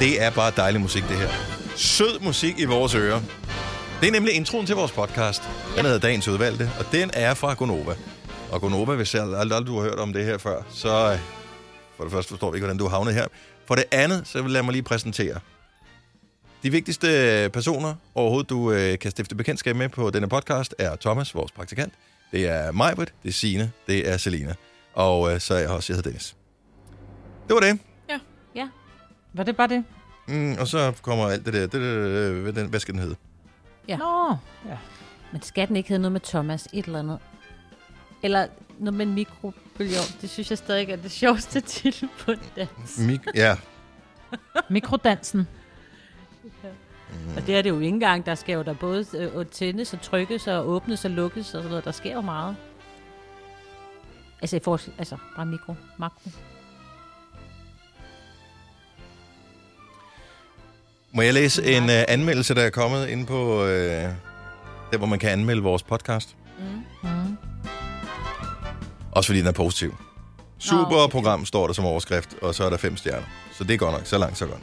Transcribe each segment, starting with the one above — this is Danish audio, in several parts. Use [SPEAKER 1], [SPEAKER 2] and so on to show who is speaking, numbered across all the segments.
[SPEAKER 1] Det er bare dejlig musik, det her. Sød musik i vores ører. Det er nemlig introen til vores podcast. Den hedder Dagens Udvalgte, og den er fra Gonova. Og Gonova, hvis jeg aldrig, aldrig du har hørt om det her før, så øh, for det første forstår vi ikke, hvordan du er havnet her. For det andet, så vil jeg mig lige præsentere. De vigtigste øh, personer overhovedet, du øh, kan stifte bekendtskab med på denne podcast, er Thomas, vores praktikant. Det er Majbert, det er Sine, det er Selina. Og øh, så er jeg også, jeg hedder Dennis. Det var det.
[SPEAKER 2] Var det bare det?
[SPEAKER 1] Mm, og så kommer alt det der. Det, det, det, hvad den- hvad skal den hedde?
[SPEAKER 2] Ja.
[SPEAKER 3] Ja.
[SPEAKER 2] Nå.
[SPEAKER 3] Men skatten ikke havde noget med Thomas, et eller andet. Eller noget med en mikrobølgeovn. Det synes jeg stadig er det sjoveste titel på dansk.
[SPEAKER 1] Mik- ja,
[SPEAKER 2] Mikrodansen.
[SPEAKER 3] Og det er det jo ikke engang. Der skal jo der både øh, tændes og trykkes og åbnes og lukkes og sådan noget. Der sker jo meget. Altså, i forhold, altså bare mikro, makro.
[SPEAKER 1] Må jeg læse en uh, anmeldelse, der er kommet inde på uh, der, hvor man kan anmelde vores podcast?
[SPEAKER 2] Mm.
[SPEAKER 1] Også fordi den er positiv. Super okay. program står der som overskrift, og så er der fem stjerner. Så det er godt nok. Så langt, så godt.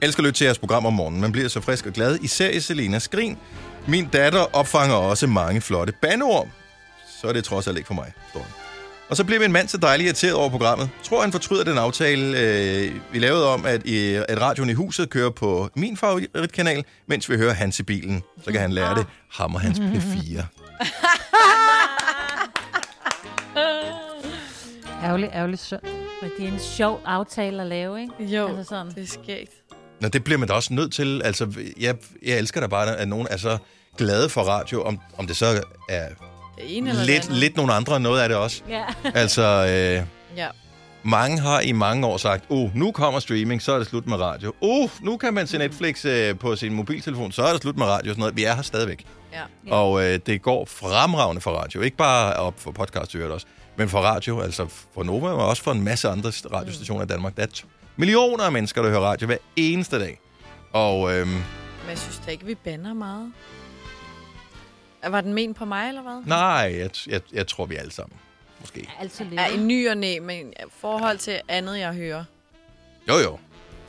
[SPEAKER 1] Elsker at lytte til jeres program om morgenen. Man bliver så frisk og glad, især i Selinas skrin. Min datter opfanger også mange flotte bandeord. Så er det trods alt ikke for mig, står der. Og så bliver min mand så dejligt irriteret over programmet. Tror han fortryder den aftale, øh, vi lavede om, at, øh, at radioen i huset kører på min favoritkanal, mens vi hører hans i bilen. Så kan han lære det. Ham og hans
[SPEAKER 4] Mm-hmm.
[SPEAKER 1] P4.
[SPEAKER 2] Ærgerlig, ærgerlig synd.
[SPEAKER 3] Men det er en sjov aftale at lave, ikke?
[SPEAKER 4] Jo,
[SPEAKER 3] Altså sådan.
[SPEAKER 4] det er skægt.
[SPEAKER 1] Nå, det bliver man da også nødt til. Altså, jeg, jeg elsker da bare, at nogen er så glade for radio, om, om det så er
[SPEAKER 4] Det ene eller det
[SPEAKER 1] lidt,
[SPEAKER 4] andet.
[SPEAKER 1] lidt nogle andre, noget af det også.
[SPEAKER 3] Ja.
[SPEAKER 1] Altså, øh,
[SPEAKER 4] Ja.
[SPEAKER 1] mange har i mange år sagt, oh, nu kommer streaming, så er det slut med radio. Oh, nu kan
[SPEAKER 4] Mm.
[SPEAKER 1] man se Netflix øh, på sin mobiltelefon, så er det slut med radio og sådan noget. Vi er her stadigvæk.
[SPEAKER 4] Ja.
[SPEAKER 3] Ja.
[SPEAKER 1] Og øh, det går fremragende for radio. Ikke bare op for podcast, i øvrigt også, men for radio, altså for Nova, og også for en masse andre radiostationer i Danmark. Der er t- millioner af mennesker, der hører radio hver eneste dag. Og øh,
[SPEAKER 4] Men jeg synes da ikke, vi banner meget. Var den ment på mig, eller hvad?
[SPEAKER 1] nej, jeg, jeg, jeg tror, vi alle sammen. Måske.
[SPEAKER 3] Altid lidt.
[SPEAKER 4] Ja, i ny og næ, men i forhold til andet, jeg hører,
[SPEAKER 1] Jo, jo.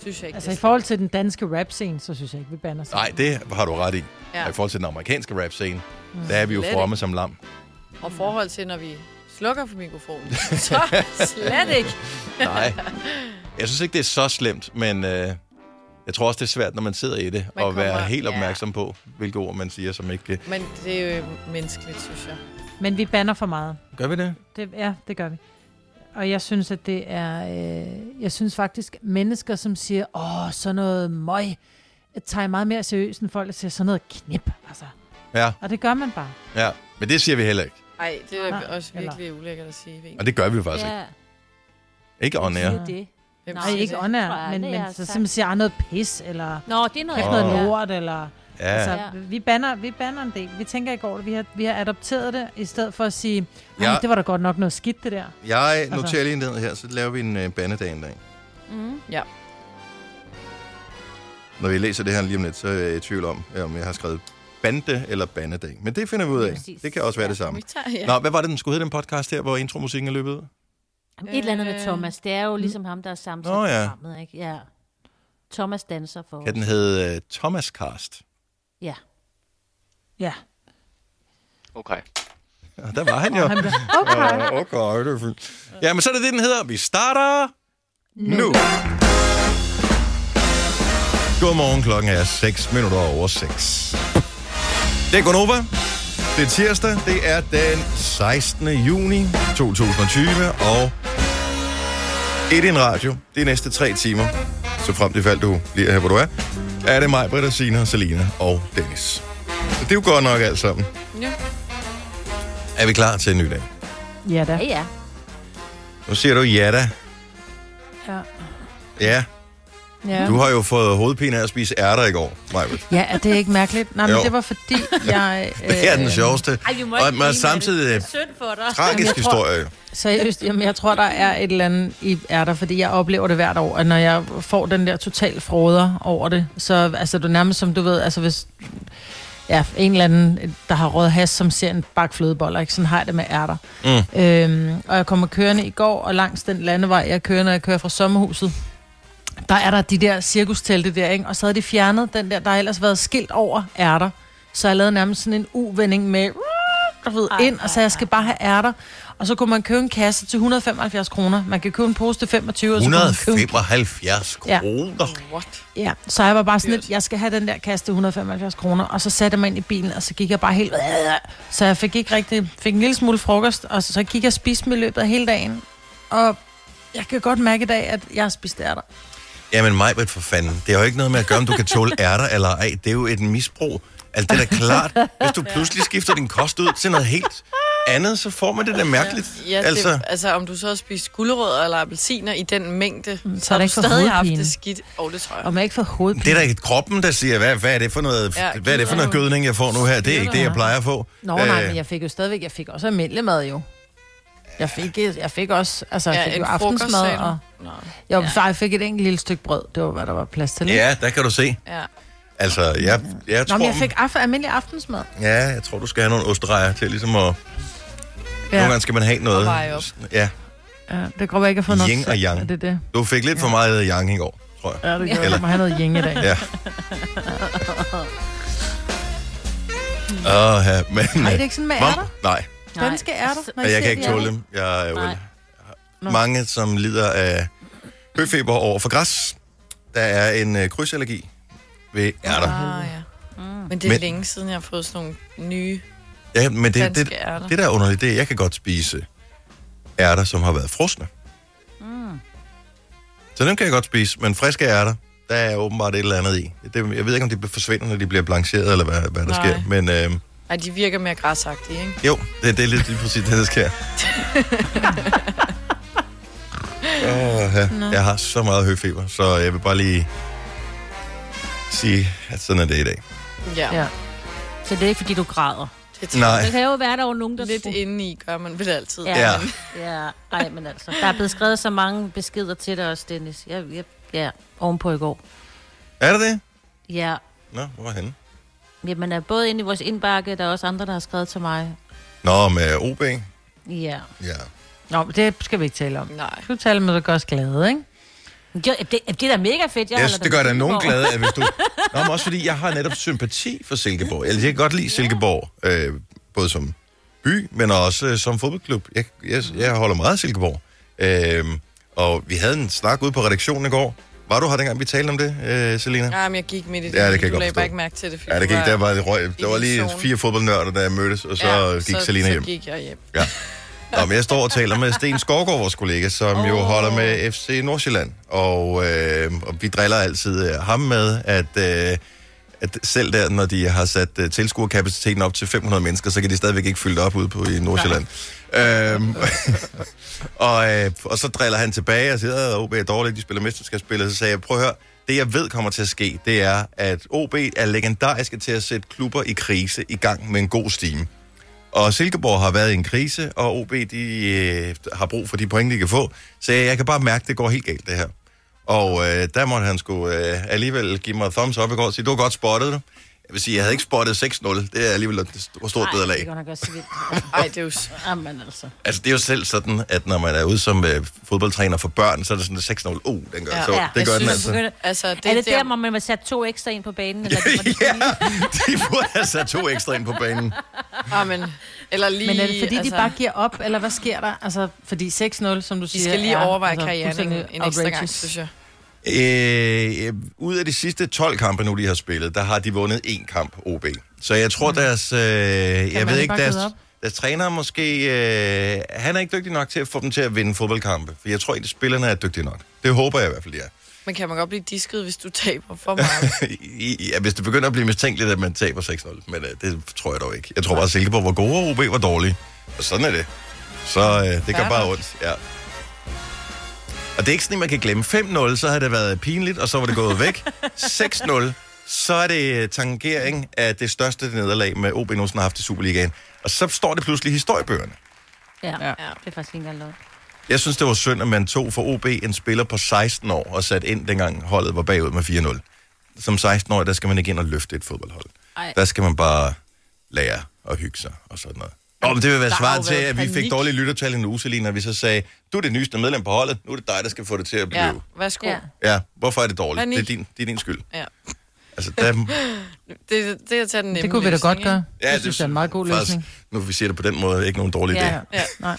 [SPEAKER 4] synes jeg ikke.
[SPEAKER 2] Altså i
[SPEAKER 4] det er
[SPEAKER 2] forhold til den danske rap scene, så synes jeg ikke, vi bander sig.
[SPEAKER 1] Nej, det har du ret i.
[SPEAKER 4] Ja. Mm.
[SPEAKER 1] Ja. I forhold til den amerikanske rap-scene, der er vi jo
[SPEAKER 4] Slet
[SPEAKER 1] fromme som lam.
[SPEAKER 4] slemt. Og i forhold til, når vi slukker for mikrofonen, så slet ikke.
[SPEAKER 1] Nej. Jeg synes ikke, det er så slemt, men øh, jeg tror også, det er svært, når man sidder i det,
[SPEAKER 4] Man
[SPEAKER 1] at være
[SPEAKER 4] kommer-
[SPEAKER 1] helt
[SPEAKER 4] ja.
[SPEAKER 1] opmærksom på, hvilke ord man siger, som ikke...
[SPEAKER 4] Men det er jo menneskeligt, synes jeg.
[SPEAKER 2] Men vi bander for meget.
[SPEAKER 1] Gør vi det?
[SPEAKER 2] Det, ja, det gør vi. Og jeg synes, at det er... Øh, jeg synes faktisk, mennesker, som siger, åh, sådan noget møg, tager jeg meget mere seriøst end folk, der siger sådan noget knip. Altså.
[SPEAKER 1] Ja,
[SPEAKER 2] Og det gør man bare.
[SPEAKER 1] ja. Men det siger vi heller ikke.
[SPEAKER 4] Ej, det er
[SPEAKER 2] Nej,
[SPEAKER 4] også virkelig ulækkert at sige. Ved en.
[SPEAKER 1] Og det gør vi jo faktisk ja. ikke. Ikke on air.
[SPEAKER 3] det er det.
[SPEAKER 4] Hvem
[SPEAKER 3] Nej,
[SPEAKER 2] Nej,
[SPEAKER 4] siger
[SPEAKER 2] ikke
[SPEAKER 4] det?
[SPEAKER 3] on- tror
[SPEAKER 2] åndær,
[SPEAKER 3] jeg
[SPEAKER 2] men,
[SPEAKER 3] aldrig, jeg
[SPEAKER 2] men
[SPEAKER 3] har
[SPEAKER 2] så
[SPEAKER 3] sagt.
[SPEAKER 2] simpelthen siger "Ah, noget pis, eller
[SPEAKER 3] Nå, det er noget,
[SPEAKER 2] oh.
[SPEAKER 1] Åh.
[SPEAKER 2] noget lort, eller...
[SPEAKER 1] Ja.
[SPEAKER 2] Altså, vi banner, vi banner en del. Vi tænker ikke over det. Vi har, vi har adopteret det, i stedet for at sige, ja.
[SPEAKER 1] Ja.
[SPEAKER 2] det var da godt nok noget skidt, det der.
[SPEAKER 1] Jeg noterer lige ned her, så laver vi en øh, bandedag en dag.
[SPEAKER 3] Mm.
[SPEAKER 4] Ja.
[SPEAKER 1] Når vi læser det her lige om lidt, så er jeg i tvivl om, øh, om jeg har skrevet bande eller bandedag. Men det finder vi ud af.
[SPEAKER 3] Præcis.
[SPEAKER 1] Det kan også være det samme.
[SPEAKER 4] Vi tager, ja.
[SPEAKER 1] Nå, hvad var det, den skulle hedde, den podcast her, hvor intromusikken er løbet ud?
[SPEAKER 3] Jamen, Et eller andet
[SPEAKER 2] Øh.
[SPEAKER 3] med Thomas. Det er
[SPEAKER 2] Mm.
[SPEAKER 3] jo ligesom ham, der er sammensat
[SPEAKER 1] Nå,
[SPEAKER 3] oh,
[SPEAKER 1] ja.
[SPEAKER 3] ja. programmet, ikke? Ja. Thomas danser for
[SPEAKER 1] Kan den hedde øh, Thomas Cast?
[SPEAKER 3] Ja.
[SPEAKER 2] Ja.
[SPEAKER 5] Okay.
[SPEAKER 1] Og der var han jo. okay. okay, det er fint. Ja, men så er det det, den hedder. Vi starter nu. Godmorgen, klokken er 6 minutter over 6. Det er Gonova. Det er tirsdag. Det er den 16. juni 2020. Og et i en radio de næste tre timer. Så frem til fald du bliver her, hvor du er. Er det mig, Britta, Sina, Selina og Dennis. Så det er jo godt nok alt sammen.
[SPEAKER 4] Ja.
[SPEAKER 1] Er vi klar til en ny dag?
[SPEAKER 2] Ja da.
[SPEAKER 3] Ja, ja.
[SPEAKER 1] Nu siger du ja da.
[SPEAKER 2] Ja.
[SPEAKER 1] Ja,
[SPEAKER 2] Ja.
[SPEAKER 1] du har jo fået hovedpine af at spise ærter i går, Majbel.
[SPEAKER 2] ja, er det ikke mærkeligt? Nej, men
[SPEAKER 1] Jo.
[SPEAKER 2] det var fordi, jeg... Øh,
[SPEAKER 1] Det er den sjoveste. og man samtidig
[SPEAKER 3] Det er synd for dig.
[SPEAKER 1] tragisk
[SPEAKER 2] Jamen, jeg tror-
[SPEAKER 1] historie.
[SPEAKER 2] Seriøst, jamen, jeg tror, der er et eller andet i ærter, fordi jeg oplever det hvert år, at når jeg får den der total froder over det, så altså, det er nærmest som du ved, altså hvis ja, en eller anden, der har rød has, som ser en bakke flødeboller, ikke? sådan har jeg det med ærter. Mm. Øhm, og jeg kommer kørende i går, og langs den landevej, jeg kører, når jeg kører fra sommerhuset, der er der de der cirkustelte der, ikke? og så havde de fjernet den der, der har ellers været skilt over ærter. Så jeg lavede nærmest sådan en uvending med, du ved,
[SPEAKER 3] Ej,
[SPEAKER 2] ind, og så jeg skal bare have ærter. Og så kunne man købe en kasse til 175 kroner. Man kan købe en pose til 25, og så kunne man købe...
[SPEAKER 1] 175
[SPEAKER 2] Ja.
[SPEAKER 1] kroner.
[SPEAKER 4] What?
[SPEAKER 2] Ja, så jeg var bare sådan lidt, jeg skal have den der kasse til 175 kroner, og så satte jeg mig ind i bilen, og så gik jeg bare helt... Så jeg fik ikke rigtig... Fik en lille smule frokost, og så gik jeg og spiste med løbet af hele dagen. Og jeg kan godt mærke i dag, at jeg har spist ærter.
[SPEAKER 1] Jamen mig, for fanden. Det har jo ikke noget med at gøre, om du kan tåle ærter eller ej. Det er jo et misbrug. Altså, det er da klart. Hvis du pludselig skifter din kost ud til noget helt andet, så får man det da mærkeligt.
[SPEAKER 4] Ja, altså...
[SPEAKER 1] altså,
[SPEAKER 4] Det, altså, om du så har spist gulerødder eller appelsiner i den mængde,
[SPEAKER 2] er
[SPEAKER 4] så har
[SPEAKER 2] det
[SPEAKER 4] du
[SPEAKER 2] ikke for
[SPEAKER 4] stadig haft
[SPEAKER 2] hovedpine.
[SPEAKER 4] det skidt. Åh, oh, det tror jeg.
[SPEAKER 2] Og man ikke får hovedpine.
[SPEAKER 1] det er da ikke kroppen, der siger, hvad, hvad er det for noget,
[SPEAKER 4] Ja,
[SPEAKER 1] hvad er det for noget gødning, jeg får nu her? Det er ikke det, jeg plejer at få.
[SPEAKER 2] Nå,
[SPEAKER 1] Øh,
[SPEAKER 2] nej, men jeg fik jo stadigvæk, jeg fik også almindelig mad jo. Jeg fik, jeg fik også, altså jeg
[SPEAKER 4] Ja,
[SPEAKER 2] fik
[SPEAKER 4] en
[SPEAKER 2] jo
[SPEAKER 4] frokost, sagde
[SPEAKER 2] aftensmad,
[SPEAKER 4] du?
[SPEAKER 2] og
[SPEAKER 4] Nå.
[SPEAKER 2] jo, ja. så jeg fik et enkelt lille stykke brød, det var, hvad der var plads til. ikke?
[SPEAKER 1] Ja, der kan du se.
[SPEAKER 4] Ja.
[SPEAKER 1] Altså, jeg, jeg tror...
[SPEAKER 2] Nå, men jeg fik af, almindelig aftensmad.
[SPEAKER 1] Ja, jeg tror, du skal have nogle osterejer til ligesom at... Ja.
[SPEAKER 2] Ja,
[SPEAKER 1] Nogle gange skal man have noget.
[SPEAKER 4] Og veje op.
[SPEAKER 1] Ja,
[SPEAKER 2] ja det går ikke at få noget.
[SPEAKER 1] Yin og yang.
[SPEAKER 2] Det er det.
[SPEAKER 1] du fik lidt for meget yang i går, tror jeg.
[SPEAKER 2] Ja, det gør,
[SPEAKER 1] Eller-
[SPEAKER 2] jeg må have noget yin i dag.
[SPEAKER 1] Ja. Åh, ja, men...
[SPEAKER 2] Nej, det er ikke sådan med ærter.
[SPEAKER 1] Nej,
[SPEAKER 3] Nej.
[SPEAKER 2] Danske ærter. når I
[SPEAKER 1] jeg
[SPEAKER 2] ser
[SPEAKER 1] kan ikke
[SPEAKER 2] de
[SPEAKER 1] tåle
[SPEAKER 2] ærter.
[SPEAKER 1] dem. Jeg er jo
[SPEAKER 3] Nej.
[SPEAKER 2] Nå.
[SPEAKER 1] mange, som lider af høfeber over for græs. Der er en øh, krydsallergi ved ærter.
[SPEAKER 4] Ah, ja.
[SPEAKER 3] Mm.
[SPEAKER 4] Men det er
[SPEAKER 1] Men-
[SPEAKER 4] men... længe siden, jeg har fået sådan nogle nye
[SPEAKER 1] Ja, men det,
[SPEAKER 4] danske
[SPEAKER 1] det,
[SPEAKER 4] det, ærter.
[SPEAKER 1] det der er underligt, det er, at jeg kan godt spise ærter, som har været frosne. Mm. Så dem kan jeg godt spise, men friske ærter, der er åbenbart et eller andet i. Det, jeg ved ikke, om de forsvinder, når de bliver blancheret, eller hvad, hvad der
[SPEAKER 4] Nej.
[SPEAKER 1] sker. Men øh,
[SPEAKER 4] Ej, de virker mere græsagtige, ikke?
[SPEAKER 1] jo, det, det er lidt lige præcis det, der sker. Åh, ja. Jeg har så meget høfeber, så jeg vil bare lige sige, at sådan er det i dag.
[SPEAKER 4] Ja.
[SPEAKER 2] Ja.
[SPEAKER 4] ja.
[SPEAKER 3] Så det er ikke, fordi du græder.
[SPEAKER 4] Det er
[SPEAKER 1] Nej.
[SPEAKER 3] Det kan jo være, der er nogen, der...
[SPEAKER 4] lidt indeni, gør man vel altid.
[SPEAKER 3] Ja.
[SPEAKER 1] Ja.
[SPEAKER 3] Ja, nej, men altså. Der er blevet skrevet så mange beskeder til dig også, Dennis. Jeg, jeg, ja, ovenpå i går.
[SPEAKER 1] Er det det?
[SPEAKER 3] Ja,
[SPEAKER 1] Nå, hvor er henne?
[SPEAKER 3] jamen er både inde i vores indbakke, der er også andre, der har skrevet til mig.
[SPEAKER 1] Nå, med OB.
[SPEAKER 3] Ja.
[SPEAKER 1] Ja.
[SPEAKER 2] Nå, men det skal vi ikke tale om.
[SPEAKER 4] Nej.
[SPEAKER 2] Vi skal tale med, at gøre os glade, ikke?
[SPEAKER 3] Det, det, det er da mega fedt. Jeg
[SPEAKER 1] Jeg
[SPEAKER 3] holder
[SPEAKER 1] synes, det gør da
[SPEAKER 3] med
[SPEAKER 1] nogen
[SPEAKER 3] Silkeborg.
[SPEAKER 1] glade, at hvis du... Nå, men også fordi, jeg har netop sympati for Silkeborg. Altså, jeg kan godt lide Silkeborg, øh, både som by, men også øh, som fodboldklub. Jeg, jeg, jeg holder meget af Silkeborg. Øh, og vi havde en snak ude på redaktionen i går. Var du her, dengang vi talte om det, øh, Selina?
[SPEAKER 4] Ja, men jeg gik midt i det.
[SPEAKER 1] Ja, det kan jeg
[SPEAKER 4] du
[SPEAKER 1] godt
[SPEAKER 4] lagde
[SPEAKER 1] forstå.
[SPEAKER 4] bare ikke mærke til det. fordi
[SPEAKER 1] Ja, det
[SPEAKER 4] du
[SPEAKER 1] gik. Der var, det røg, der var lige
[SPEAKER 4] zone.
[SPEAKER 1] fire fodboldnørder, der mødtes, og så ja, gik Selina hjem.
[SPEAKER 4] Så gik jeg hjem.
[SPEAKER 1] Ja. Nå, men jeg står og taler med Sten Skovgaard, vores kollega, som oh. jo holder med FC Nordsjælland. Og, øh, og vi driller altid øh, ham med, at, øh, at selv der, når de har sat øh, tilskuerkapaciteten op til 500 mennesker, så kan de stadigvæk ikke fylde det op ude på i Nordsjælland. Øhm, og, øh, og så driller han tilbage og siger, at OB er dårligt, de spiller mesterskabsspil, og så sagde jeg, prøv at høre, det jeg ved kommer til at ske, det er, at OB er legendariske til at sætte klubber i krise i gang med en god stime. Og Silkeborg har været i en krise, og OB de, øh, har brug for de point, de kan få. Så jeg kan bare mærke, at det går helt galt, det her. Og øh, der måtte han sgu øh, alligevel give mig thumbs up i går og sige, du har godt spottet det. Jeg vil sige, jeg havde ikke spottet 6-0. Det er alligevel et stort, stort
[SPEAKER 3] Ej, det
[SPEAKER 1] nederlag.
[SPEAKER 3] er godt nok også vildt.
[SPEAKER 4] Ej, det er jo... s-
[SPEAKER 3] Jamen altså.
[SPEAKER 1] Altså, det er jo selv sådan, at når man er ude som øh, fodboldtræner for børn, så er det sådan 6-0. Uh, den gør
[SPEAKER 4] Ja.
[SPEAKER 1] så.
[SPEAKER 3] Ja,
[SPEAKER 1] det
[SPEAKER 3] jeg
[SPEAKER 1] gør den
[SPEAKER 3] synes,
[SPEAKER 1] altså.
[SPEAKER 3] man begynder-
[SPEAKER 4] Altså,
[SPEAKER 3] Det er, det der, hvor man har sat to ekstra ind på banen? Eller det, var det
[SPEAKER 1] ja,
[SPEAKER 3] fordi-
[SPEAKER 1] de burde have sat to ekstra ind på banen.
[SPEAKER 4] Ah, men, eller lige,
[SPEAKER 2] Men er det fordi, altså,
[SPEAKER 4] altså,
[SPEAKER 2] de bare giver op, eller hvad sker der? Altså, fordi 6-0, som du
[SPEAKER 4] de
[SPEAKER 2] siger,
[SPEAKER 4] skal lige
[SPEAKER 2] er,
[SPEAKER 4] overveje
[SPEAKER 2] altså,
[SPEAKER 4] karrieren en,
[SPEAKER 2] fuldstændig
[SPEAKER 4] en ekstra gang,
[SPEAKER 2] outrageous.
[SPEAKER 4] synes jeg.
[SPEAKER 1] Øh, øh, ud af de sidste 12 kampe nu, de har spillet, der har de vundet én kamp, OB. Så jeg tror, deres... Øh, jeg
[SPEAKER 2] man
[SPEAKER 1] ved
[SPEAKER 2] ikke
[SPEAKER 1] ikke,
[SPEAKER 2] bare
[SPEAKER 1] deres,
[SPEAKER 2] gøde op?
[SPEAKER 1] deres træner måske... Øh, han er ikke dygtig nok til at få dem til at vinde fodboldkampe. For jeg tror egentlig, spillerne er dygtige nok. Det håber jeg i hvert fald, de er.
[SPEAKER 4] Men kan man godt blive disket, hvis du taber for meget?
[SPEAKER 1] I- I- ja, hvis det begynder at blive mistænkeligt, at man taber 6-0. Men øh, det tror jeg dog ikke. Jeg tror bare, at Silkeborg var gode, og OB var dårlige. Og sådan er det. Så øh, det gør
[SPEAKER 4] Fair
[SPEAKER 1] bare
[SPEAKER 4] nok.
[SPEAKER 1] ondt. Ja. Og det er ikke sådan, at man kan glemme 5-0, så havde det været pinligt, og så var det gået væk. 6-0, så er det øh, tangering af det største nederlag, med OB nogensinde har haft i Superligaen. Og så står det pludselig i historiebøgerne.
[SPEAKER 3] Ja,
[SPEAKER 4] Ja.
[SPEAKER 3] det er faktisk ikke engang løgn.
[SPEAKER 1] Jeg synes, det var synd, at man tog for OB en spiller på 16 år og satte ind, dengang holdet var bagud med 4-0. Som 16-årig, der skal man ikke ind og løfte et fodboldhold. Ej.
[SPEAKER 3] Ej.
[SPEAKER 1] Der skal man bare lære og hygge sig og sådan noget. Nå, men det vil være
[SPEAKER 2] Der har
[SPEAKER 1] svaret
[SPEAKER 2] jo
[SPEAKER 1] til,
[SPEAKER 2] været
[SPEAKER 1] at vi fik
[SPEAKER 2] panik.
[SPEAKER 1] dårlige lyttertal i en uge, Selina, vi så sagde, du er det nyeste medlem på holdet, nu er det dig, der skal få det til at
[SPEAKER 4] Ja,
[SPEAKER 1] blive.
[SPEAKER 4] værsgo.
[SPEAKER 2] Ja.
[SPEAKER 4] Ja.
[SPEAKER 1] Ja, ja hvorfor er det dårligt?
[SPEAKER 4] Panik.
[SPEAKER 1] Det er din, det er din skyld.
[SPEAKER 4] Ja.
[SPEAKER 1] Altså, der,
[SPEAKER 4] Det, det er at tage den nemme
[SPEAKER 2] Det kunne vi da
[SPEAKER 4] løsning,
[SPEAKER 2] godt
[SPEAKER 4] ikke?
[SPEAKER 2] gøre. Ja, det synes jeg er en meget god
[SPEAKER 1] faktisk,
[SPEAKER 2] løsning.
[SPEAKER 1] Nu vi siger det på den måde, ikke nogen dårlig idé.
[SPEAKER 2] Ja, ja.
[SPEAKER 4] Ja.
[SPEAKER 2] Nej.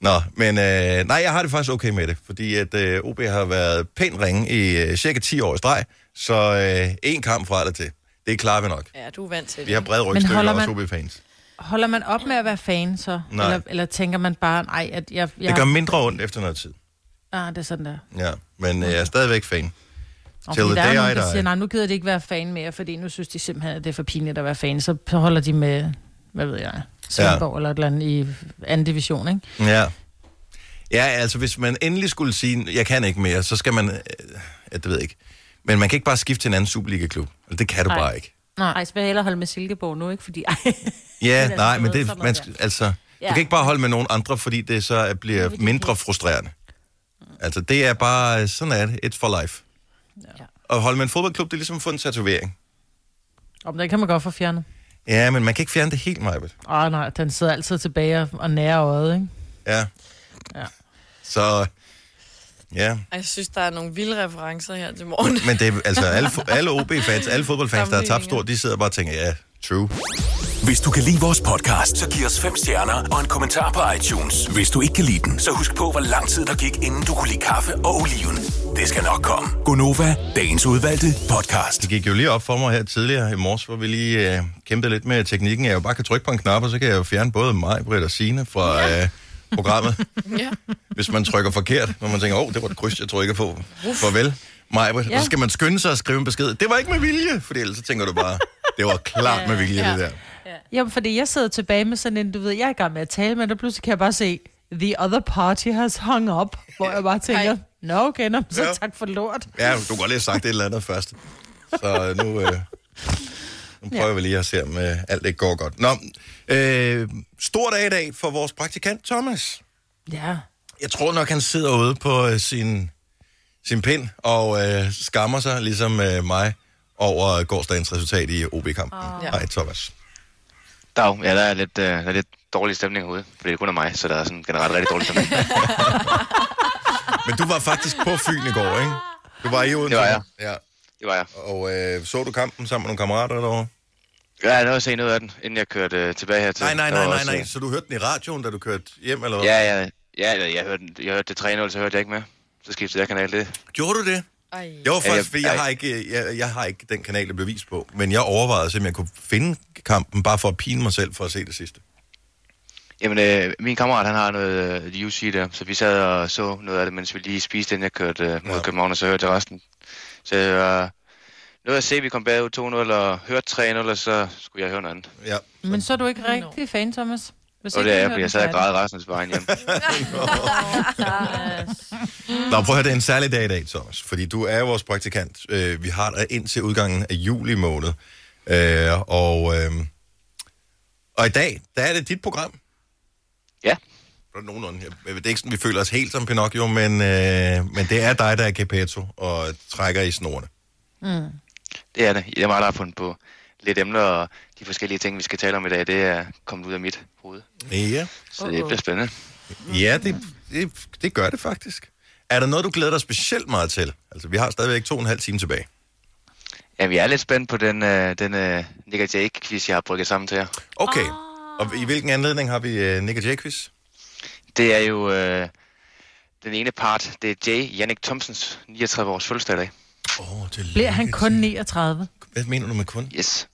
[SPEAKER 1] Nå, men øh, nej, jeg har det faktisk okay med det, fordi at øh, OB har været pænt ringe i øh, cirka 10 år i streg, så øh, en kamp fra eller til. Det klarer vi nok.
[SPEAKER 4] Ja, du er vant til det.
[SPEAKER 1] Vi har brede rygstykker,
[SPEAKER 2] holder
[SPEAKER 1] også
[SPEAKER 2] man-
[SPEAKER 1] OB-fans.
[SPEAKER 2] Holder man op med at være fan så?
[SPEAKER 1] Nej.
[SPEAKER 2] Eller, eller tænker man bare, nej, at jeg... jeg
[SPEAKER 1] Det gør mindre ondt efter noget tid.
[SPEAKER 2] ah, det er sådan der.
[SPEAKER 1] Ja, men øh, jeg er stadigvæk fan.
[SPEAKER 2] Og
[SPEAKER 1] Till
[SPEAKER 2] fordi der
[SPEAKER 1] the
[SPEAKER 2] er
[SPEAKER 1] day I
[SPEAKER 2] nogen, der
[SPEAKER 1] die.
[SPEAKER 2] siger, nej, nu gider de ikke være fan mere, fordi nu synes de simpelthen, at det er for pinligt at være fan. Så, så holder de med, hvad ved jeg, Svendborg ja. eller et eller andet i anden division, ikke?
[SPEAKER 1] Ja. Ja, altså hvis man endelig skulle sige, jeg kan ikke mere, så skal man, øh, ja, det ved jeg ikke. Men man kan ikke bare skifte til en anden Superliga-klub. Eller Det kan du
[SPEAKER 3] Nej.
[SPEAKER 1] bare ikke.
[SPEAKER 2] Nej.
[SPEAKER 3] Ej, så vil jeg hellere holde med Silkeborg nu, ikke? Fordi, ej,
[SPEAKER 1] Ja,
[SPEAKER 3] Men altså,
[SPEAKER 1] nej,
[SPEAKER 3] du
[SPEAKER 1] men
[SPEAKER 3] ved,
[SPEAKER 1] det,
[SPEAKER 3] sådan
[SPEAKER 1] man,
[SPEAKER 3] noget
[SPEAKER 1] skal- altså, ja.
[SPEAKER 3] Ja.
[SPEAKER 1] du kan ikke bare holde med nogen andre, fordi det så er- bliver mindre frustrerende. Altså, det er bare, sådan er det, it's for life.
[SPEAKER 3] Ja.
[SPEAKER 1] Og holde med en fodboldklub, det er ligesom at få en tatovering.
[SPEAKER 2] Om det kan man godt få fjernet.
[SPEAKER 1] Ja, men man kan ikke fjerne det helt, Majbet.
[SPEAKER 2] Åh nej, den sidder altid tilbage og- og nærer øjet, ikke?
[SPEAKER 1] Ja.
[SPEAKER 2] Ja.
[SPEAKER 1] Så, ja.
[SPEAKER 4] Ej, Jeg synes, der er nogle vilde referencer her til morgen.
[SPEAKER 1] Men det er, altså, alle, fo- alle OB-fans, alle fodboldfans, der har tabt stort, de sidder bare og tænker, ja, true.
[SPEAKER 6] Hvis du kan lide vores podcast, så giv os fem stjerner og en kommentar på iTunes. Hvis du ikke kan lide den, så husk på, hvor lang tid der gik, inden du kunne lide kaffe og oliven. Det skal nok komme. Gonova, dagens udvalgte podcast.
[SPEAKER 1] Det gik jo lige op for mig her tidligere i morges, hvor vi lige øh, kæmpede lidt med teknikken. Jeg jo bare kan trykke på en knap, og så kan jeg jo fjerne både mig, Britt og Signe fra øh, programmet.
[SPEAKER 4] ja.
[SPEAKER 1] hvis man trykker forkert, når man tænker, åh, det var et kryds, jeg trykker på. Farvel, Maja. Ja. Så skal man skynde sig at skrive en besked. Det var ikke med vilje, for ellers så tænker du bare, det var klart med vilje, ja. det der.
[SPEAKER 2] Jamen, fordi jeg sidder tilbage med sådan en, du ved, jeg er i gang med at tale, men der pludselig kan jeg bare se, the other party has hung up, hvor jeg bare tænker,
[SPEAKER 4] Ej.
[SPEAKER 2] nå okay, nå, så
[SPEAKER 1] Ja.
[SPEAKER 2] tak for lort.
[SPEAKER 1] Ja, du kan godt lige have sagt et eller andet først. Så øh, nu, øh, nu prøver vi lige at se, om øh, alt ikke går godt. Nå, øh, stor dag i dag for vores praktikant Thomas.
[SPEAKER 2] Ja,
[SPEAKER 1] Jeg tror nok, han sidder ude på øh, sin, sin pind og øh, skammer sig, ligesom øh, mig, over gårsdagens resultat i OB-kampen. Oh.
[SPEAKER 4] Ja.
[SPEAKER 1] Hej, Thomas.
[SPEAKER 5] Dag, ja, der er lidt, øh, der er lidt dårlig stemning herude, fordi det kun er mig, så der er sådan generelt rigtig dårlig stemning.
[SPEAKER 1] Men du var faktisk på Fyn i går, ikke? Du var i Odense.
[SPEAKER 5] Det var jeg.
[SPEAKER 1] Ja.
[SPEAKER 5] Det var jeg.
[SPEAKER 1] Og øh, så du kampen sammen med nogle kammerater derovre?
[SPEAKER 5] Ja, jeg nåede at se noget af den, inden jeg kørte øh, tilbage her til.
[SPEAKER 1] Nej, nej,
[SPEAKER 5] Der
[SPEAKER 1] nej,
[SPEAKER 5] var
[SPEAKER 1] nej,
[SPEAKER 5] også,
[SPEAKER 1] nej.
[SPEAKER 5] øh,
[SPEAKER 1] Så du hørte den i radioen, da du kørte hjem, eller hvad?
[SPEAKER 5] Ja, ja, ja, ja, jeg hørte, jeg hørte det 3-0, så hørte jeg ikke med. Så skiftede jeg kanal det.
[SPEAKER 1] Gjorde du det?
[SPEAKER 4] Ej.
[SPEAKER 1] Jeg var
[SPEAKER 5] Ja,
[SPEAKER 1] faktisk,
[SPEAKER 5] jeg-
[SPEAKER 1] fordi jeg
[SPEAKER 5] ej.
[SPEAKER 1] har, ikke, jeg, jeg har ikke den kanal, der blev vist på. Men jeg overvejede simpelthen, at jeg kunne finde kampen, bare for at pine mig selv for at se det sidste.
[SPEAKER 5] Jamen, øh, min kammerat, han har noget øh, UC der, så vi sad og så noget af det, mens vi lige spiste, inden jeg kørte øh, mod
[SPEAKER 1] Ja.
[SPEAKER 5] ja. København, og så hørte jeg resten. Så øh, nåede at se, at vi kom bagud 2-0 og hørte 3-0, og så skulle jeg høre noget andet.
[SPEAKER 1] Ja.
[SPEAKER 2] men så er du ikke rigtig fan, Thomas. Hvis
[SPEAKER 5] Og det
[SPEAKER 2] du
[SPEAKER 5] er jeg,
[SPEAKER 2] hører
[SPEAKER 5] fordi
[SPEAKER 2] den
[SPEAKER 5] jeg sad og
[SPEAKER 2] færdig.
[SPEAKER 5] græd resten af vejen hjem.
[SPEAKER 1] Nå, prøv at høre, det er en særlig dag i dag, Thomas, fordi du er jo vores praktikant. Øh, vi har dig indtil udgangen af juli måned. Øh, og, øh, og i dag, der er det dit program.
[SPEAKER 5] Ja,
[SPEAKER 1] På nogenlunde. Jeg- Det er ikke sådan, vi føler os helt som Pinocchio, men, øh, men det er dig, der er Gepetto og trækker i snorene.
[SPEAKER 5] det er det. Jeg er meget, der har fundet på lidt emner, og de forskellige ting, vi skal tale om i dag, det er kommet ud af mit hoved.
[SPEAKER 1] Ja,
[SPEAKER 5] Så det bliver spændende.
[SPEAKER 1] ja det, det, det gør det faktisk. Er der noget, du glæder dig specielt meget til? Altså, vi har stadigvæk to og en halv time tilbage.
[SPEAKER 5] Jamen, jeg er lidt spændt på den, øh, den øh, Nick og Jake-quiz, jeg har brygget sammen til jer.
[SPEAKER 1] Okay, og i hvilken anledning har vi øh, Nick og Jacobs?
[SPEAKER 5] Det er jo øh, den ene part. Det er Jay Jannik Thomsens 39-års fødselsdag i dag.
[SPEAKER 1] Åh, oh, det
[SPEAKER 2] Bliver han kun 39?
[SPEAKER 1] Hvad mener du med kun?
[SPEAKER 5] Yes.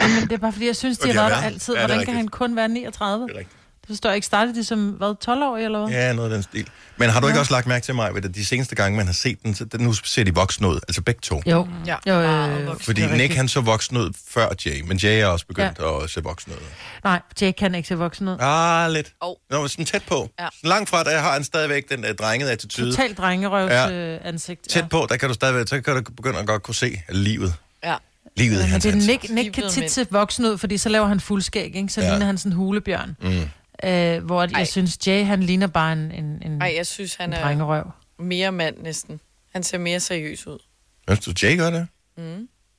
[SPEAKER 2] Jamen, det er bare, fordi jeg synes, de
[SPEAKER 1] Og de
[SPEAKER 2] har
[SPEAKER 1] har
[SPEAKER 2] været der
[SPEAKER 1] været.
[SPEAKER 2] altid.
[SPEAKER 1] Ja, det er
[SPEAKER 2] Hvordan kan
[SPEAKER 1] rigtigt.
[SPEAKER 2] han kun være 39?
[SPEAKER 1] Det er rigtigt.
[SPEAKER 2] Det forstår jeg ikke. Startede de som, hvad, 12 år eller hvad?
[SPEAKER 1] Ja, noget af den stil. Men har du ikke også lagt mærke til mig, at de seneste gange, man har set den, så den, nu ser de voksen ud, altså begge to.
[SPEAKER 2] Jo.
[SPEAKER 4] Ja.
[SPEAKER 2] Jo, øh,
[SPEAKER 4] Meget voksen.
[SPEAKER 1] Fordi
[SPEAKER 2] det er
[SPEAKER 1] Nick,
[SPEAKER 2] rigtigt.
[SPEAKER 1] han så voksen ud før Jay, men Jay er også begyndt ja. at se voksen ud.
[SPEAKER 2] Nej, Jake kan ikke se voksen ud.
[SPEAKER 1] Ah, lidt.
[SPEAKER 4] Åh.
[SPEAKER 1] Nå, men sådan tæt på. Ja.
[SPEAKER 4] Ja.
[SPEAKER 1] Langt fra, der har han stadigvæk den uh, drengede attitude.
[SPEAKER 2] Totalt drengerøvs
[SPEAKER 1] Ja.
[SPEAKER 2] ja. ansigt.
[SPEAKER 1] Tæt på, der kan du stadigvæk, så kan du begynde at godt kunne se livet.
[SPEAKER 4] Ja.
[SPEAKER 1] Livet i
[SPEAKER 2] Ja, men
[SPEAKER 1] hans
[SPEAKER 2] det er
[SPEAKER 1] ansigt.
[SPEAKER 2] Nick, Nick kan
[SPEAKER 4] Skibet
[SPEAKER 2] tit
[SPEAKER 4] mænd.
[SPEAKER 2] se voksen ud, fordi så laver han fuldskæg, ikke? Så
[SPEAKER 1] Ja.
[SPEAKER 2] ja. ligner han sådan en hulebjørn. Mm. Øh, hvor at jeg
[SPEAKER 4] Ej.
[SPEAKER 2] synes, Jay, han ligner bare en, en, en,
[SPEAKER 4] Ej, jeg synes, han
[SPEAKER 2] en
[SPEAKER 4] er
[SPEAKER 2] drengerøv.
[SPEAKER 4] mere mand næsten. Han ser mere seriøs ud. Mm.
[SPEAKER 1] Synes du, Jay gør det?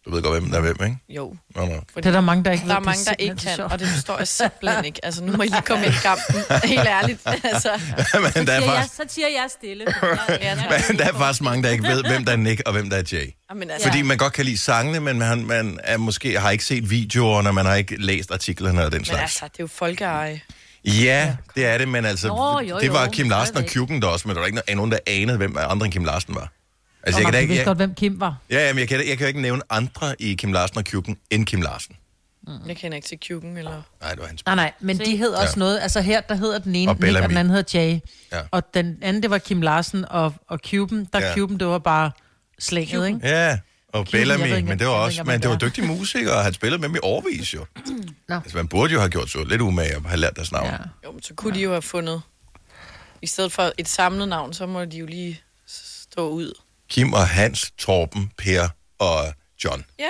[SPEAKER 1] Du ved godt, hvem der er hvem, ikke?
[SPEAKER 4] Jo.
[SPEAKER 1] Nå, nå.
[SPEAKER 2] Det er der mange, der ikke
[SPEAKER 4] Der
[SPEAKER 2] ved.
[SPEAKER 4] er
[SPEAKER 2] Det
[SPEAKER 4] mange, der
[SPEAKER 2] simpelthen
[SPEAKER 4] ikke
[SPEAKER 2] så
[SPEAKER 4] kan,
[SPEAKER 2] sjovt.
[SPEAKER 4] og det forstår jeg simpelthen ikke. Altså, nu må I lige komme ind i kampen. Helt ærligt. Altså,
[SPEAKER 1] Men der er
[SPEAKER 7] Siger jeg,
[SPEAKER 1] faktisk...
[SPEAKER 7] så siger jeg stille. for Jeg, jeg,
[SPEAKER 1] Men der er faktisk mange, der ikke ved, hvem der er Nick og hvem der er Jay.
[SPEAKER 4] men altså,
[SPEAKER 1] Fordi man godt kan lide sangene, men man, man er måske har ikke set videoerne, man har ikke læst artiklerne og den
[SPEAKER 4] men
[SPEAKER 1] slags.
[SPEAKER 4] altså, det er jo folkeeje.
[SPEAKER 1] Ja, det er det, men altså,
[SPEAKER 7] Nå, jo,
[SPEAKER 1] det var
[SPEAKER 7] jo,
[SPEAKER 1] Kim Larsen og
[SPEAKER 7] stadigvæk.
[SPEAKER 1] Kuken der også, men der var ikke no- nogen, der anede, hvem andre end Kim Larsen var. Altså,
[SPEAKER 2] Og
[SPEAKER 1] jeg kan,
[SPEAKER 2] man
[SPEAKER 1] da
[SPEAKER 2] vidste
[SPEAKER 1] ikke,
[SPEAKER 2] godt,
[SPEAKER 1] jeg,
[SPEAKER 2] hvem Kim var.
[SPEAKER 1] ja, jamen, jeg, kan, da- jeg kan jo ikke nævne andre i Kim Larsen og Kuken end Kim Larsen.
[SPEAKER 2] Mm.
[SPEAKER 4] Jeg kender ikke til Kjuken, eller...
[SPEAKER 1] Nej, det var hans.
[SPEAKER 2] Nej, nej, men de hed også
[SPEAKER 1] Ja.
[SPEAKER 2] noget. Altså her, der hedder den ene og
[SPEAKER 1] Og
[SPEAKER 2] Nick,
[SPEAKER 1] Bellamy.
[SPEAKER 2] og den anden hedder Jay.
[SPEAKER 1] Ja.
[SPEAKER 2] Og den anden, det var Kim Larsen og, og Cuben. Der
[SPEAKER 1] Ja.
[SPEAKER 2] ja. Cuben, det var bare slænget, ikke?
[SPEAKER 1] Ja, og
[SPEAKER 2] Kuken, jeg ved
[SPEAKER 1] Bellamy,
[SPEAKER 2] ikke,
[SPEAKER 1] men det var
[SPEAKER 2] jeg ved
[SPEAKER 1] også,
[SPEAKER 2] ikke, om
[SPEAKER 1] men
[SPEAKER 2] han
[SPEAKER 1] det var
[SPEAKER 2] gør.
[SPEAKER 1] dygtig musiker, og han spillede med dem i overvis jo.
[SPEAKER 2] Nå.
[SPEAKER 1] Altså, man burde jo have gjort så lidt umage og have lært deres navn.
[SPEAKER 2] Ja.
[SPEAKER 4] Jo, men så kunne de jo have fundet... I stedet for et samlet navn, så må de jo lige stå ud.
[SPEAKER 1] Kim og Hans, Torben, Per og John.
[SPEAKER 4] Ja.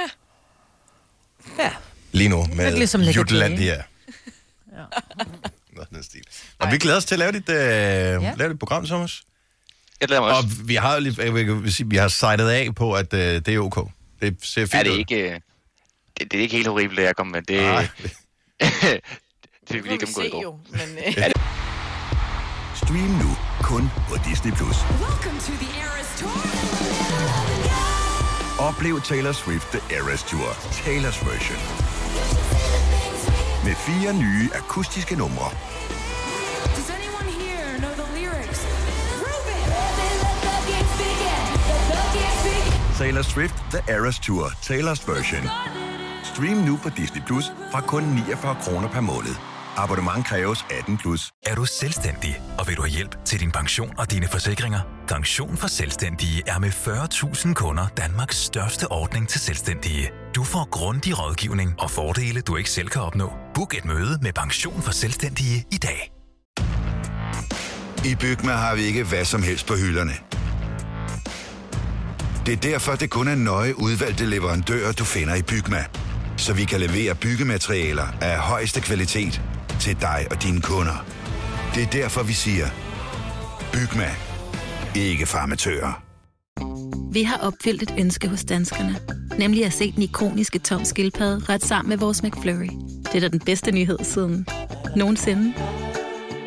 [SPEAKER 2] ja.
[SPEAKER 1] Lige nu med
[SPEAKER 2] Lidt ligesom Nick og
[SPEAKER 1] Jutlandia. Ja. Nå, den stil. Og vi glæder os til at lave dit, øh, lave dit program, Thomas.
[SPEAKER 5] Jeg glæder mig også.
[SPEAKER 1] Og vi har jo lige, jeg vil sige, vi har signet af på, at øh, det er ok. Det ser fint
[SPEAKER 5] er det
[SPEAKER 1] ud.
[SPEAKER 5] ikke... øh, Det, det er ikke helt horribelt, det jeg kom med. Det,
[SPEAKER 1] Nej.
[SPEAKER 5] det fik vi
[SPEAKER 4] Det
[SPEAKER 5] lige
[SPEAKER 4] kan vi
[SPEAKER 5] gennemgået i
[SPEAKER 4] se
[SPEAKER 5] går.
[SPEAKER 4] jo, men... Øh,
[SPEAKER 8] Stream nu kun på Disney+. Plus.
[SPEAKER 9] Welcome to the Eras Tour.
[SPEAKER 8] Oplev Taylor Swift The Eras Tour, Taylor's version. Med fire nye akustiske numre.
[SPEAKER 9] Does anyone here know the lyrics?
[SPEAKER 8] Taylor Swift The Eras Tour, Taylor's version. Stream nu på Disney Plus fra kun 49 kroner per måned. Abonnement kræves 18 plus.
[SPEAKER 6] Er du selvstændig, og vil du have hjælp til din pension og dine forsikringer? Pension for Selvstændige er med 40.000 kunder Danmarks største ordning til selvstændige. Du får grundig rådgivning og fordele, du ikke selv kan opnå. Book et møde med Pension for Selvstændige i dag.
[SPEAKER 3] I Bygma har vi ikke hvad som helst på hylderne. Det er derfor, det kun er nøje udvalgte leverandører, du finder i Bygma. Så vi kan levere byggematerialer af højeste kvalitet til dig og dine kunder. Det er derfor, vi siger, Bygma. Ikke farmatører.
[SPEAKER 10] Vi har opfyldt et ønske hos danskerne. Nemlig at se den ikoniske tom skildpadde ret sammen med vores McFlurry. Det er da den bedste nyhed siden nogensinde.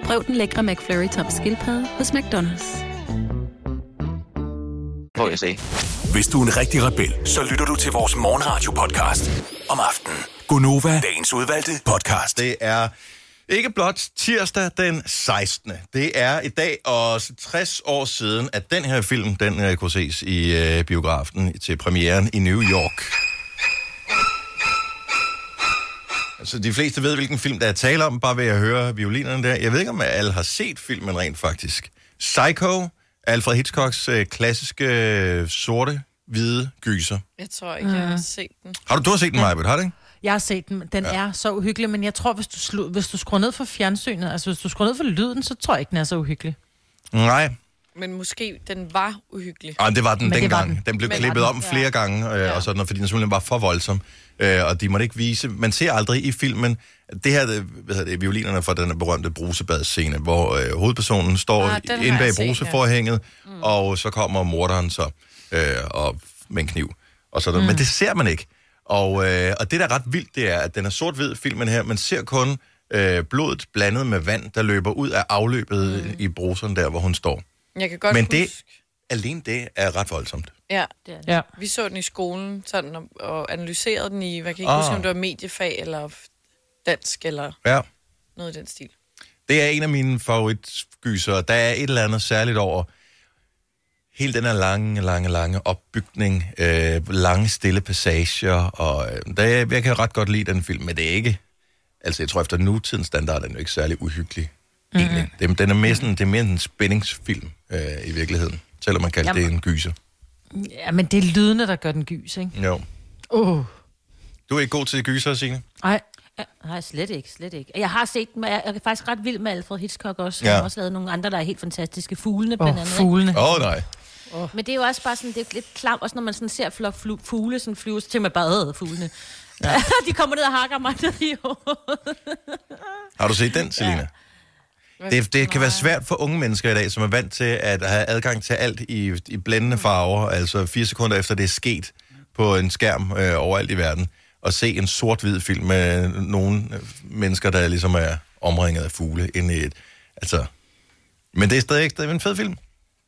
[SPEAKER 10] Prøv den lækre McFlurry tom skildpadde hos McDonald's.
[SPEAKER 5] Får jeg se.
[SPEAKER 8] Hvis du er en rigtig rebel, så lytter du til vores morgenradio-podcast om aftenen. Gunova, dagens udvalgte podcast.
[SPEAKER 1] Det er ikke blot tirsdag den 16. Det er i dag også 60 år siden, at den her film, den øh, kunne ses i øh, biografen til premieren i New York. Altså, de fleste ved, hvilken film, der er tale om, bare ved at høre violinerne der. Jeg ved ikke, om alle har set filmen rent faktisk. Psycho, Alfred Hitchcocks øh, klassiske øh, sorte-hvide gyser.
[SPEAKER 4] jeg tror ikke, jeg har set den.
[SPEAKER 1] Har du, du har set den, Majbet, har du ikke?
[SPEAKER 2] Jeg har set den. Den ja. er så uhyggelig, men jeg tror, hvis du, slu, hvis du skruer ned for fjernsynet, altså hvis du skruer ned for lyden, så tror jeg ikke, den er så uhyggelig.
[SPEAKER 1] Nej,
[SPEAKER 4] Men måske den var uhyggelig.
[SPEAKER 1] Ej, Ah, det var den
[SPEAKER 2] Men det var
[SPEAKER 1] dengang. Den.
[SPEAKER 2] den.
[SPEAKER 1] den blev
[SPEAKER 4] Men
[SPEAKER 1] klippet
[SPEAKER 4] var
[SPEAKER 1] om
[SPEAKER 4] den,
[SPEAKER 1] flere gange, øh, og sådan noget, fordi den simpelthen var for voldsom. Øh, og de måtte ikke vise... Man ser aldrig i filmen... Det her, det, hvad hedder det, violinerne fra den her berømte brusebadscene, hvor øh, hovedpersonen står
[SPEAKER 4] Ah,
[SPEAKER 1] ah,
[SPEAKER 4] den har
[SPEAKER 1] inde
[SPEAKER 4] jeg
[SPEAKER 1] bag
[SPEAKER 4] set, ja.
[SPEAKER 1] bruseforhænget, mm. og så kommer morderen så øh, og med en kniv. Og sådan. Mm. Men det ser man ikke. Og, øh, og det, der er ret vildt, det er, at den er sort-hvid, filmen her. Man ser kun øh, blodet blandet med vand, der løber ud af afløbet mm. i bruseren der, hvor hun står.
[SPEAKER 4] Jeg kan godt
[SPEAKER 1] Men
[SPEAKER 4] huske...
[SPEAKER 1] det- Alene det er ret voldsomt.
[SPEAKER 4] Ja,
[SPEAKER 2] Ja.
[SPEAKER 4] vi så den i skolen sådan, og, og analyserede den i, hvad kan ikke
[SPEAKER 1] Ah.
[SPEAKER 4] ah. huske, om det var mediefag eller f- dansk eller
[SPEAKER 1] Ja.
[SPEAKER 4] noget i den stil.
[SPEAKER 1] Det er en af mine favoritgyser. Der er et eller andet særligt over hele den her lange, lange, lange opbygning, øh, lange, stille passager, og øh, der, er- jeg kan ret godt lide den film, men det er ikke... Altså, jeg tror, efter nutidens standard er den jo ikke særlig uhyggelig. Mm-hmm. Den, den er mere sådan, det er mere en spændingsfilm øh, i virkeligheden, selvom man kalder Jamen. det en gyser.
[SPEAKER 2] ja, men det er lydene, der gør den gys, ikke?
[SPEAKER 1] Jo.
[SPEAKER 2] Uh.
[SPEAKER 1] Du er ikke god til gyser, Signe?
[SPEAKER 2] Ej,
[SPEAKER 7] Nej, slet ikke, slet ikke. Jeg har set den, og jeg jeg er faktisk ret vild med Alfred Hitchcock også.
[SPEAKER 1] Ja.
[SPEAKER 7] Ja. Han har også lavet nogle andre, der er helt fantastiske. Fuglene blandt
[SPEAKER 2] oh,
[SPEAKER 7] andet. ikke?
[SPEAKER 2] fuglene.
[SPEAKER 1] Åh, oh, nej.
[SPEAKER 7] Men det er jo også bare sådan, det er lidt klam, også når man sådan ser flok flu- fugle sådan flyve, så tænker man bare, "Øh, fuglene. Ja. de kommer ned og hakker mig ned i hovedet.
[SPEAKER 1] Har du set den, Selina? Ja. Det, det kan være svært for unge mennesker i dag, som er vant til at have adgang til alt i, i blændende farver, altså fire sekunder efter det er sket, på en skærm øh, overalt i verden, og se en sort-hvid film med nogle øh, mennesker, der ligesom er omringet af fugle inde i et... Altså, men det er stadig, stadig en fed film.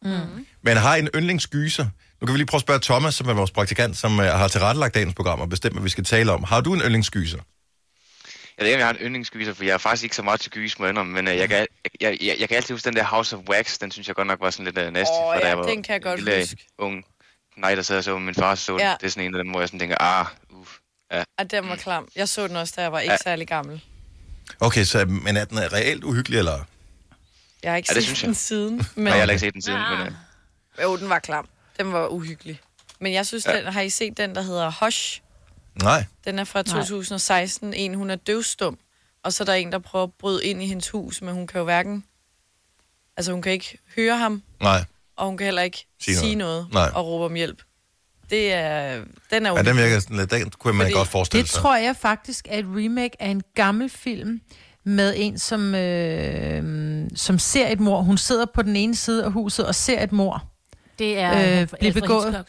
[SPEAKER 8] Mm.
[SPEAKER 1] Men har I en yndlingsgyser? Nu kan vi lige prøve at spørge Thomas, som er vores praktikant, som øh, har tilrettelagt dagens program og bestemt, hvad vi skal tale om. Har du en yndlingsgyser?
[SPEAKER 5] Jeg ved ikke, om jeg har en yndlingsgyser, for jeg er faktisk ikke så meget til gys, må jeg indrømme, men øh, jeg, kan, jeg, jeg, jeg, kan altid huske den der House of Wax, den synes jeg godt nok var sådan lidt uh, nasty,
[SPEAKER 4] Åh,
[SPEAKER 5] for da
[SPEAKER 4] ja,
[SPEAKER 5] jeg var
[SPEAKER 4] den kan jeg godt
[SPEAKER 5] lille, øh,
[SPEAKER 4] huske.
[SPEAKER 5] ung nej, der sad og så min far så
[SPEAKER 4] Ja.
[SPEAKER 5] ja. Det er sådan en af dem, hvor jeg sådan tænker, ah, uff. Ja.
[SPEAKER 4] Og Ah, den var klam. Jeg så den også, da jeg var ikke
[SPEAKER 5] Ja.
[SPEAKER 4] særlig gammel.
[SPEAKER 1] Okay, så men er den reelt uhyggelig, eller?
[SPEAKER 4] Jeg har ikke
[SPEAKER 1] Ja, det synes
[SPEAKER 4] set
[SPEAKER 1] jeg.
[SPEAKER 4] den siden.
[SPEAKER 1] Nej, jeg har heller ikke set den
[SPEAKER 5] siden,
[SPEAKER 4] Ah.
[SPEAKER 5] men, øh.
[SPEAKER 4] Jo, den var klam. Den var uhyggelig. Men jeg synes,
[SPEAKER 5] Ja.
[SPEAKER 4] ja. den, har I set den, der hedder Hush?
[SPEAKER 1] Nej.
[SPEAKER 4] Den er fra
[SPEAKER 1] Nej.
[SPEAKER 4] 2016. En, hun er døvstum. Og så er der en, der prøver at bryde ind i hendes hus, men hun kan jo hverken... Altså, hun kan ikke høre ham,
[SPEAKER 1] Nej.
[SPEAKER 4] og hun kan heller ikke
[SPEAKER 1] Sige
[SPEAKER 4] sige,
[SPEAKER 1] noget.
[SPEAKER 4] sige noget,
[SPEAKER 1] Nej.
[SPEAKER 4] og råbe om hjælp. Det er... Den er
[SPEAKER 1] Ja, den
[SPEAKER 4] uhyggelig.
[SPEAKER 1] virker sådan lidt, den kunne man
[SPEAKER 4] Fordi
[SPEAKER 1] godt forestille
[SPEAKER 2] Det
[SPEAKER 1] sig.
[SPEAKER 2] tror jeg faktisk er et remake af en gammel film med en, som, øh, som ser et mor. Hun sidder på den ene side af huset og ser et mor.
[SPEAKER 7] Det er
[SPEAKER 2] øh,
[SPEAKER 7] Alfred
[SPEAKER 2] blive begået.
[SPEAKER 7] Hitchcock.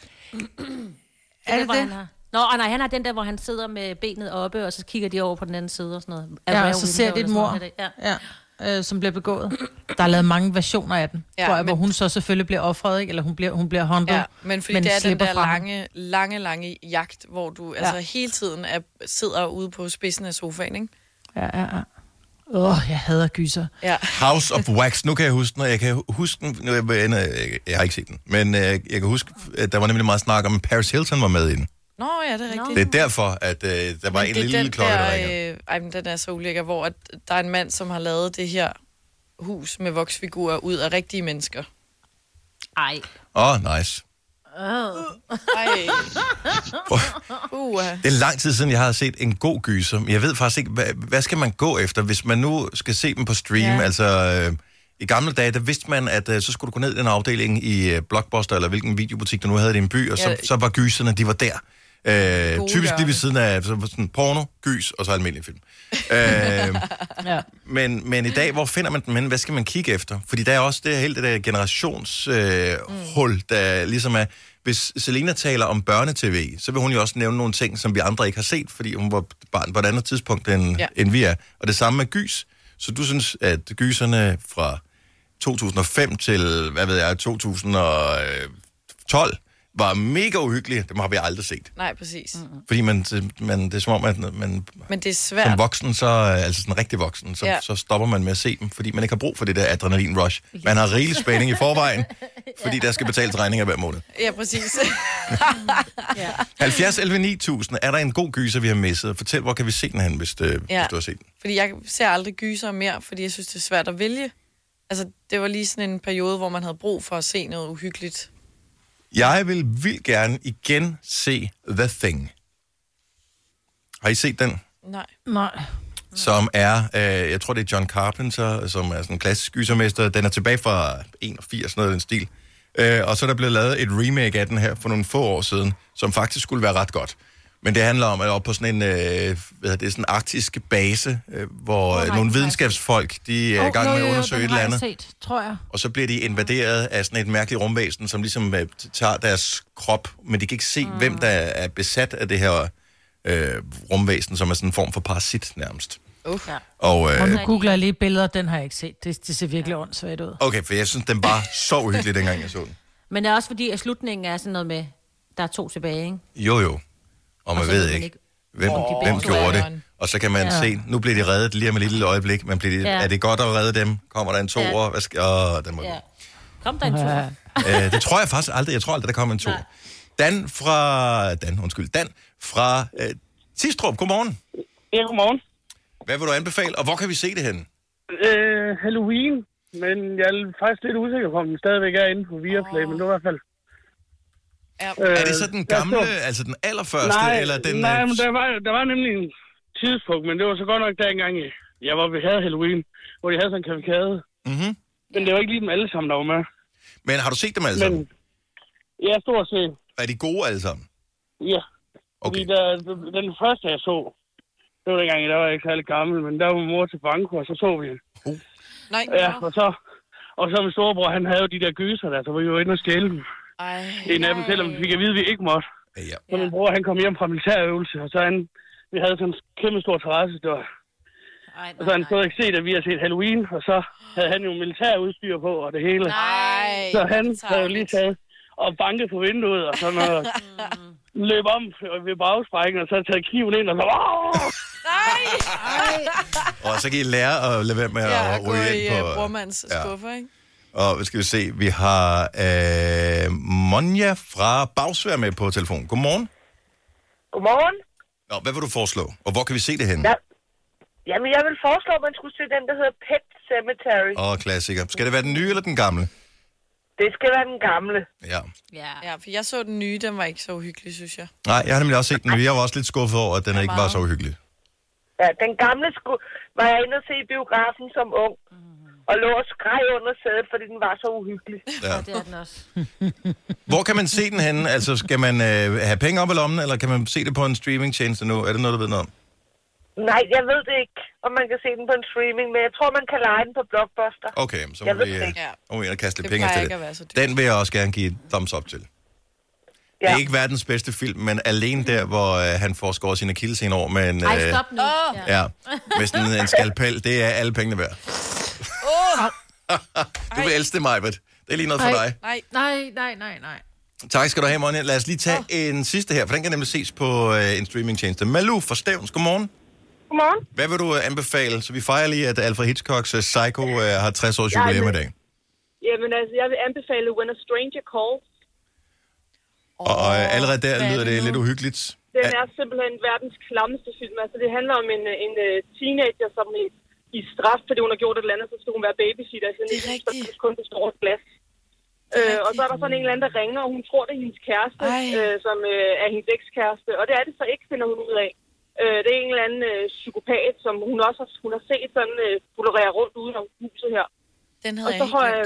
[SPEAKER 2] Er det
[SPEAKER 7] hvor
[SPEAKER 2] det?
[SPEAKER 7] han har- Nå, og nej, han har den der, hvor han sidder med benet oppe, og så kigger de over på den anden side og sådan noget.
[SPEAKER 2] Ja,
[SPEAKER 7] Around
[SPEAKER 2] og så
[SPEAKER 7] window
[SPEAKER 2] ser det et
[SPEAKER 7] eller sådan
[SPEAKER 2] mor,
[SPEAKER 7] noget, er det? Ja.
[SPEAKER 2] ja. øh, som bliver begået. Der er lavet mange versioner af den,
[SPEAKER 4] Ja,
[SPEAKER 2] ja, tror jeg,
[SPEAKER 4] men-
[SPEAKER 2] hvor hun så selvfølgelig bliver offret, ikke? eller hun bliver, hun bliver håndtet.
[SPEAKER 4] Ja, men fordi men det er den
[SPEAKER 2] slipper
[SPEAKER 4] der
[SPEAKER 2] fra ham.
[SPEAKER 4] lange, lange, lange jagt, hvor du ja. altså hele tiden er, sidder ude på spidsen af sofaen, ikke?
[SPEAKER 2] Ja, ja, ja. Åh, jeg hader gyser.
[SPEAKER 4] Ja.
[SPEAKER 1] House of Wax, nu kan jeg huske den, og jeg kan huske den, nu, jeg, jeg, jeg har ikke set den, men øh, jeg kan huske, at der var nemlig meget snak om, at Paris Hilton var med i den.
[SPEAKER 4] Nå, ja, det er rigtigt.
[SPEAKER 1] Det er derfor, at øh, der var
[SPEAKER 4] Men det
[SPEAKER 1] en
[SPEAKER 4] er
[SPEAKER 1] lille, lille
[SPEAKER 4] den
[SPEAKER 1] klokke, der ringede.
[SPEAKER 4] der, øh, ej, men den er så ulækker, hvor at der er en mand, som har lavet det her hus med voksfigurer ud af rigtige mennesker.
[SPEAKER 7] Ej.
[SPEAKER 1] Åh, oh, nice.
[SPEAKER 4] Oh. Ej. Uha.
[SPEAKER 1] Det er lang tid siden, jeg har set en god gyser. Jeg ved faktisk ikke, hvad, hvad skal man gå efter, hvis man nu skal se dem på stream? Ja.
[SPEAKER 4] Ja.
[SPEAKER 1] Altså, øh, i gamle dage, der vidste man, at øh, så skulle du gå ned i den afdeling i øh, Blockbuster, eller hvilken videobutik, du nu havde i din by, og så,
[SPEAKER 4] Ja.
[SPEAKER 1] så var gyserne, de var der. Øh,
[SPEAKER 4] Gode
[SPEAKER 1] typisk lige
[SPEAKER 4] hjørne.
[SPEAKER 1] ved siden af så var sådan porno, gys og så almindelig film. øh,
[SPEAKER 2] Ja.
[SPEAKER 1] men, men i dag, hvor finder man dem henne? Hvad skal man kigge efter? Fordi der er også det hele det der generationshul, øh, hul, der ligesom er... Hvis Selena taler om børnetv, så vil hun jo også nævne nogle ting, som vi andre ikke har set, fordi hun var barn på et andet tidspunkt, end, ja.
[SPEAKER 11] Ja.
[SPEAKER 1] end vi er. Og det samme med gys. Så du synes, at gyserne fra 2005 til, hvad ved jeg, 2012 var mega uhyggelige. Dem har vi aldrig set.
[SPEAKER 4] Nej, præcis. Mm-hmm.
[SPEAKER 1] Fordi man, man, det er som om, at man
[SPEAKER 4] Men det er svært.
[SPEAKER 1] som voksen, så, øh, altså sådan rigtig voksen, så, ja.
[SPEAKER 4] Ja.
[SPEAKER 1] så stopper man med at se dem, fordi man ikke har brug for det der adrenalin-rush. Man har rigelig spænding i forvejen, fordi der skal betales regninger hver måned.
[SPEAKER 4] Ja, præcis.
[SPEAKER 1] 70 11 9000, er der en god gyser, vi har misset? Fortæl, hvor kan vi se den hen, hvis, øh, ja.
[SPEAKER 4] Ja.
[SPEAKER 1] hvis du har set den?
[SPEAKER 4] Fordi jeg ser aldrig gyser mere, fordi jeg synes, det er svært at vælge. Altså, det var lige sådan en periode, hvor man havde brug for at se noget uhyggeligt.
[SPEAKER 1] Jeg vil vildt gerne igen se The Thing. Har I set den?
[SPEAKER 4] Nej.
[SPEAKER 2] Nej.
[SPEAKER 1] Mm. som er, øh, jeg tror det er John Carpenter, som er sådan en klassisk gysermester. Den er tilbage fra 81, noget af den stil. Øh, og så er der blevet lavet et remake af den her for nogle få år siden, som faktisk skulle være ret godt. Men det handler om, at op på sådan en, øh, hvad hedder det, sådan en arktisk base, øh, hvor oh, nogle videnskabsfolk, de er i gang med at undersøge et eller andet.
[SPEAKER 2] set, tror jeg.
[SPEAKER 1] Og så bliver de invaderet af sådan et mærkeligt rumvæsen, som ligesom øh, t- tager deres krop, men de kan ikke se, mm. hvem der er besat af det her øh, rumvæsen, som er sådan en form for parasit nærmest.
[SPEAKER 4] Uh.
[SPEAKER 2] Ja.
[SPEAKER 1] Og,
[SPEAKER 2] Og nu
[SPEAKER 1] øh,
[SPEAKER 2] googler jeg lige billeder, den har jeg ikke set. Det, det ser virkelig ja. åndssvagt ud.
[SPEAKER 1] okay, for jeg synes, den var så uhyggelig, dengang jeg så den.
[SPEAKER 7] Men det er også fordi, at slutningen er sådan noget med, der er to tilbage, ikke?
[SPEAKER 1] Jo, jo. Og man
[SPEAKER 7] så
[SPEAKER 1] ved
[SPEAKER 7] ved man
[SPEAKER 1] ikke,
[SPEAKER 7] ikke,
[SPEAKER 1] hvem,
[SPEAKER 7] om de
[SPEAKER 1] oh,
[SPEAKER 7] begge
[SPEAKER 1] hvem
[SPEAKER 7] to
[SPEAKER 1] gjorde
[SPEAKER 7] er
[SPEAKER 1] det.
[SPEAKER 7] børn.
[SPEAKER 1] Og så kan man ja.
[SPEAKER 7] Ja.
[SPEAKER 1] se, nu bliver de reddet lige om et lille øjeblik, men bliver de, ja.
[SPEAKER 7] Ja.
[SPEAKER 1] er det godt at redde dem? Kommer der en
[SPEAKER 7] Ja.
[SPEAKER 1] toer? Hvad skal... Åh, den må...
[SPEAKER 7] Ja. Kom der en tur.
[SPEAKER 1] Ja. øh, det tror jeg faktisk aldrig. Jeg tror aldrig, der kommer en toer. Dan fra... Dan, undskyld. Dan fra øh, Tistrup. Godmorgen.
[SPEAKER 12] Ja, godmorgen.
[SPEAKER 1] Hvad vil du anbefale, og hvor kan vi se det henne?
[SPEAKER 12] Øh, Halloween, men jeg er faktisk lidt usikker på, om den stadigvæk er inde på Viaplay, oh. men det var i hvert fald...
[SPEAKER 4] Ja.
[SPEAKER 1] er det så den gamle, altså den allerførste,
[SPEAKER 12] Øh, nej,
[SPEAKER 1] eller den...
[SPEAKER 12] Nej,
[SPEAKER 1] øh,
[SPEAKER 12] men der var, der var nemlig en tidspunkt, men det var så godt nok dengang, jeg- jeg var ved havde Halloween, hvor de havde sådan en kavakade.
[SPEAKER 1] Mhm.
[SPEAKER 12] Men det var ikke lige dem alle sammen, der var med.
[SPEAKER 1] Men har du set dem alle sammen?
[SPEAKER 12] Ja, stort set.
[SPEAKER 1] Er de gode alle sammen?
[SPEAKER 12] Ja. Okay. Fordi der, den første, jeg så, det var dengang, der var jeg ikke særlig gammel, men der var min mor til banko, og så så vi den.
[SPEAKER 1] Uh.
[SPEAKER 4] Nej,
[SPEAKER 12] Ja, og så, og så min storebror, han havde jo de der gyser der, så var vi jo inde og stjæle dem.
[SPEAKER 4] Ej,
[SPEAKER 12] En af dem, selvom vi fik at vide, at vi ikke måtte.
[SPEAKER 1] Ja.
[SPEAKER 12] Så min bror, han kom hjem fra militærøvelse, og så han, vi havde sådan en kæmpe stor terrasse, der,
[SPEAKER 3] Ej,
[SPEAKER 12] og så han stadig ikke set, at vi har set Halloween, og så havde han jo militærudstyr på og det hele.
[SPEAKER 4] Nej,
[SPEAKER 12] så han havde jo lige taget og banket på vinduet og sådan noget. løb om ved bagsprækken, og så taget kniven ind, og så...
[SPEAKER 4] Nej!
[SPEAKER 1] Og så kan I lære at lade være med
[SPEAKER 4] Ja,
[SPEAKER 1] at
[SPEAKER 4] og gå
[SPEAKER 1] ryge
[SPEAKER 4] i
[SPEAKER 1] ind på...
[SPEAKER 4] uh, brormands
[SPEAKER 1] Ja.
[SPEAKER 4] skuffer, ikke?
[SPEAKER 1] Og skal vi se, vi har øh, Monja fra Bagsvær med på telefon. Godmorgen.
[SPEAKER 11] Godmorgen.
[SPEAKER 1] Nå, hvad vil du foreslå? Og hvor kan vi se det henne?
[SPEAKER 11] Ja. Jamen, jeg vil foreslå, at man skulle se den, der hedder Pet Cemetery.
[SPEAKER 1] Åh, klassiker. Skal det være den nye eller den gamle?
[SPEAKER 11] Det skal være den gamle.
[SPEAKER 1] Ja.
[SPEAKER 4] Ja. ja, for jeg så den nye, den var ikke så uhyggelig, synes jeg.
[SPEAKER 1] Nej, jeg har nemlig også set den nye. Jeg var også lidt skuffet over, at den ikke var så uhyggelig.
[SPEAKER 11] Ja, den gamle sku- var jeg inde og se i biografen som ung.
[SPEAKER 7] Mm.
[SPEAKER 11] Og lå og skreg under sædet, fordi den var så uhyggelig.
[SPEAKER 1] Ja. Ja,
[SPEAKER 7] det er den også.
[SPEAKER 1] Hvor kan man se den henne? Altså, skal man øh, have penge op i lommen, eller kan man se det på en streamingtjeneste nu? Er det noget, du ved noget om?
[SPEAKER 11] Nej, jeg ved det ikke, om man kan se den på en streaming, men jeg tror, man kan lege den på Blockbuster.
[SPEAKER 1] Okay, så må
[SPEAKER 11] jeg ved
[SPEAKER 1] vi
[SPEAKER 11] det
[SPEAKER 1] øh,
[SPEAKER 11] ikke.
[SPEAKER 1] må vi ind og kaste lidt
[SPEAKER 11] Det
[SPEAKER 1] penge
[SPEAKER 11] plejer
[SPEAKER 1] til
[SPEAKER 11] ikke at være så
[SPEAKER 1] det. Den vil jeg også gerne give et thumbs up til. Ja.
[SPEAKER 11] Ja.
[SPEAKER 1] Det er ikke verdens bedste film, men alene der, hvor øh, han får skåret sine kildesener over med en,
[SPEAKER 7] Ej,
[SPEAKER 1] øh,
[SPEAKER 7] stop nu. Oh.
[SPEAKER 1] ja, med sådan en skalpel, det er alle pengene værd.
[SPEAKER 2] Oh.
[SPEAKER 1] du vil elske det, Majbert. Det er lige Ah, noget for dig.
[SPEAKER 2] Nej, nej, nej, nej, nej.
[SPEAKER 1] Tak skal du have, Monja. Lad os lige tage oh. en sidste her, for den kan nemlig ses på øh, en streamingtjeneste. Malou fra Stævns, godmorgen.
[SPEAKER 11] Godmorgen.
[SPEAKER 1] Hvad vil du øh, anbefale? Så vi fejrer lige, at Alfred Hitchcocks øh, Psycho øh, har 60 års jubilæum i dag.
[SPEAKER 13] Jamen altså, jeg vil anbefale When a Stranger Calls.
[SPEAKER 1] Og øh, allerede
[SPEAKER 13] hvad
[SPEAKER 1] der
[SPEAKER 13] er
[SPEAKER 1] lyder
[SPEAKER 13] det
[SPEAKER 1] det
[SPEAKER 13] nu?
[SPEAKER 1] lidt uhyggeligt.
[SPEAKER 13] Den er simpelthen verdens klammeste film. Altså, det handler om en, øh, en øh, teenager, som i, i straf, fordi hun har gjort et eller andet, så skal hun være babysitter. i sådan en så kun består af et glas. Øh, og så er der sådan en eller anden, der ringer, og hun tror, det er hendes kæreste, øh, som øh, er hendes ekskæreste. Og det er det så ikke, finder hun ud af. Øh, det er en eller anden øh, psykopat, som hun også har, hun har set sådan øh, florere rundt ude om huset her.
[SPEAKER 4] Den havde
[SPEAKER 13] og
[SPEAKER 4] jeg
[SPEAKER 13] så
[SPEAKER 4] helt
[SPEAKER 13] har jeg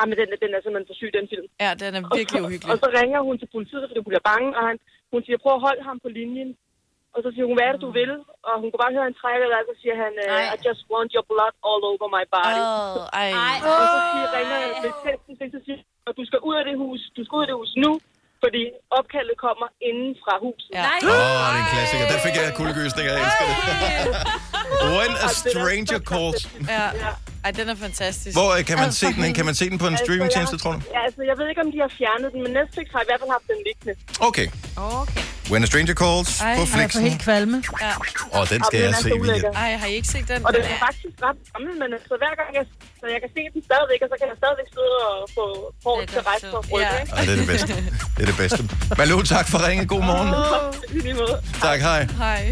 [SPEAKER 13] Ah, men den, den er simpelthen for syg, den film.
[SPEAKER 4] Ja, den er virkelig uhyggelig.
[SPEAKER 13] Og så, og så ringer hun til politiet, fordi hun bliver bange, og han, hun siger, prøv at holde ham på linjen. Og så siger hun, hvad er
[SPEAKER 4] Mm.
[SPEAKER 13] det, du vil? Og hun kunne bare høre, at han trækker og så siger han, øh, I just want your blood all over my body.
[SPEAKER 4] Åh, ej.
[SPEAKER 13] Og så siger, ringer han til testen, så siger han, og du skal ud af det hus, du skal ud af det hus nu, fordi opkaldet kommer inden fra huset. Ja.
[SPEAKER 1] Åh, oh, det er en klassiker. Der fik jeg kuldegysninger. Jeg elsker det. When a stranger calls.
[SPEAKER 4] Ja. Ej, den er fantastisk.
[SPEAKER 1] Hvor øh, kan man se den? hen? Kan man se den på en
[SPEAKER 13] Altså,
[SPEAKER 1] streamingtjeneste,
[SPEAKER 13] jeg-
[SPEAKER 1] tror du?
[SPEAKER 13] Ja, altså, jeg ved ikke, om de har fjernet den, men Netflix har i hvert fald haft den liggende.
[SPEAKER 1] Okay.
[SPEAKER 4] Okay.
[SPEAKER 1] When a stranger calls på
[SPEAKER 2] jeg får
[SPEAKER 1] Flixen.
[SPEAKER 2] helt kvalme.
[SPEAKER 4] Ja.
[SPEAKER 1] Og den skal jeg se i weekenden.
[SPEAKER 4] Ej, har I ikke set den?
[SPEAKER 13] Og den er faktisk ret gammel, men altså, hver gang jeg, så jeg kan se den stadigvæk, og så kan jeg stadigvæk sidde og få hårdt til rejse på ryggen. Ja.
[SPEAKER 1] Ej, det er det bedste. Det er det bedste. Malou, tak for ringen. God morgen. Tak, hej.
[SPEAKER 4] Hej.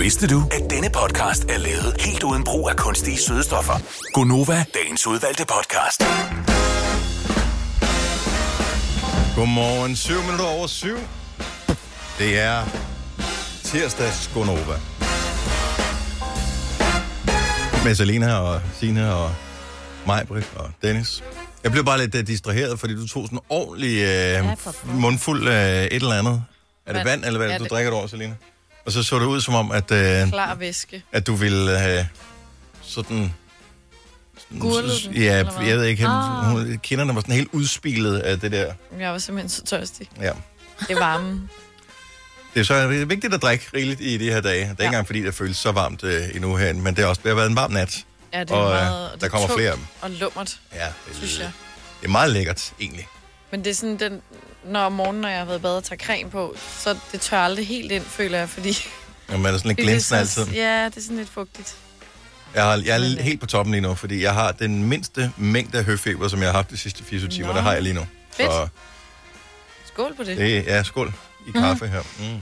[SPEAKER 6] Vidste du, at denne podcast er lavet helt uden brug af kunstige sødestoffer? Gonova, dagens udvalgte podcast.
[SPEAKER 1] Godmorgen. 7 minutter over 7. Det er tirsdags Gonova. Med Selina og Sina og Majbrit og Dennis. Jeg blev bare lidt øh, distraheret, fordi du tog sådan en ordentlig øh, mundfuld af et eller andet. Er det
[SPEAKER 4] Vand.
[SPEAKER 1] vand, eller hvad er
[SPEAKER 4] Ja,
[SPEAKER 1] det, du
[SPEAKER 4] det-
[SPEAKER 1] drikker det over, Selina? Og så så det ud som om, at, øh,
[SPEAKER 4] Klar væske.
[SPEAKER 1] at du ville øh, sådan... sådan-
[SPEAKER 4] Gurglede den,
[SPEAKER 1] Ja,
[SPEAKER 4] eller hvad?
[SPEAKER 1] jeg ved ikke. Hun,
[SPEAKER 4] Ah.
[SPEAKER 1] hun, kinderne var sådan helt udspilet af det der.
[SPEAKER 4] Jeg var simpelthen så tørstig.
[SPEAKER 1] Ja.
[SPEAKER 4] Det er varmen.
[SPEAKER 1] Det er så vigtigt at drikke rigeligt i de her dage. Det er ikke engang fordi, det føles så varmt øh, endnu herinde, men det har også det har været en varm nat.
[SPEAKER 4] Ja, det er
[SPEAKER 1] og, øh,
[SPEAKER 4] meget, og det
[SPEAKER 1] der
[SPEAKER 4] er
[SPEAKER 1] kommer
[SPEAKER 4] tungt
[SPEAKER 1] flere af dem.
[SPEAKER 4] Og lummert,
[SPEAKER 1] Ja,
[SPEAKER 4] synes jeg.
[SPEAKER 1] det er meget lækkert, egentlig.
[SPEAKER 4] Men det er sådan, den, når om morgenen, når jeg har været i bad og tager creme på, så det tør aldrig helt ind, føler jeg, fordi...
[SPEAKER 1] Og man er sådan lidt
[SPEAKER 4] det
[SPEAKER 1] glinsende
[SPEAKER 4] så-
[SPEAKER 1] altid.
[SPEAKER 4] Ja, det er sådan lidt fugtigt.
[SPEAKER 1] Jeg, har, jeg er helt på toppen lige nu, fordi jeg har den mindste mængde af høfeber, som jeg har haft de sidste 24 timer.
[SPEAKER 4] Nå.
[SPEAKER 1] Der har jeg lige nu.
[SPEAKER 4] Fedt.
[SPEAKER 1] Så
[SPEAKER 4] Skål på det.
[SPEAKER 1] det er skål i kaffe her. Mm.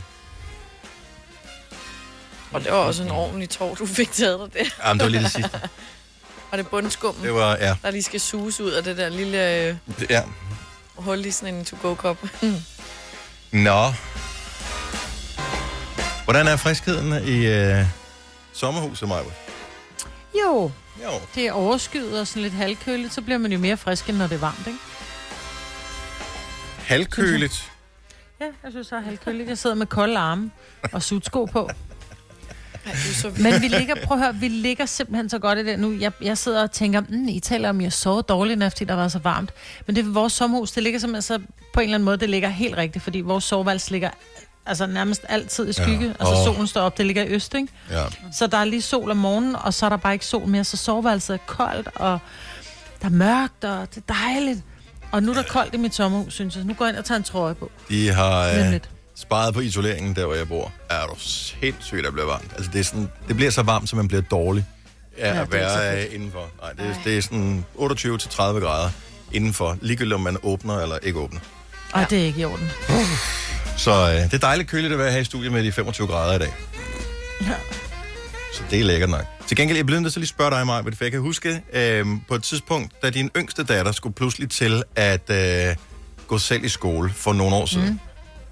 [SPEAKER 4] Og det var også en ordentlig tår, du fik taget dig der.
[SPEAKER 1] Jamen, det var lige det sidste.
[SPEAKER 4] og det bundskummen,
[SPEAKER 1] Det var- ja.
[SPEAKER 4] der lige skal suges ud af det der lille øh,
[SPEAKER 1] Det- Ja.
[SPEAKER 4] hul i sådan en to-go-kop.
[SPEAKER 1] Nå. Hvordan er friskheden i øh, sommerhuset, Maja?
[SPEAKER 2] Jo.
[SPEAKER 1] jo,
[SPEAKER 2] det er overskyet og sådan lidt halvkøligt, så bliver man jo mere frisk, end når det er varmt, ikke?
[SPEAKER 1] Halvkøligt.
[SPEAKER 2] Ja, jeg synes, så er halvkøligt. Jeg sidder med kolde arme og sutsko på. Men vi ligger, prøv at høre, vi ligger simpelthen så godt i det nu. Jeg, jeg sidder og tænker, mm, I taler om, at jeg sov dårligt, når fordi der var så varmt. Men det er vores sommerhus, det ligger simpelthen så på en eller anden måde, det ligger helt rigtigt, fordi vores soveværelse ligger altså nærmest altid i skygge,
[SPEAKER 14] Ja.
[SPEAKER 2] ja. og så
[SPEAKER 14] Åh.
[SPEAKER 2] solen står op, det ligger i øst, ikke?
[SPEAKER 1] Ja.
[SPEAKER 2] Så der er lige sol om morgenen, og så er der bare ikke sol mere, så soveværelset er koldt, og der er mørkt, og det er dejligt. Og nu er der koldt i mit sommerhus, synes jeg. Nu går jeg ind og tager en trøje på.
[SPEAKER 1] De har øh,
[SPEAKER 2] Nemligt.
[SPEAKER 1] sparet på isoleringen, der hvor jeg bor. Er du sindssygt, der bliver varmt. Altså, det, er sådan, det bliver så varmt, så man bliver dårlig af
[SPEAKER 6] Ja,
[SPEAKER 1] ja,
[SPEAKER 6] det er
[SPEAKER 1] at
[SPEAKER 6] ikke så
[SPEAKER 1] være
[SPEAKER 6] fedt.
[SPEAKER 1] øh, indenfor. Nej, det, er- det er sådan 28-30 grader indenfor, ligegyldigt om man åbner eller ikke åbner.
[SPEAKER 2] Og det er ikke i orden.
[SPEAKER 1] Så øh, det er dejligt køligt at være her i studiet med de 25 grader i dag.
[SPEAKER 2] Ja.
[SPEAKER 1] Så det er lækkert nok. Til gengæld, jeg bliver nødt til at lige spørge dig, Maja, for jeg kan huske øh, på et tidspunkt, da din yngste datter skulle pludselig til at øh, gå selv i skole for nogle år
[SPEAKER 6] Mhm.
[SPEAKER 1] siden. Mm.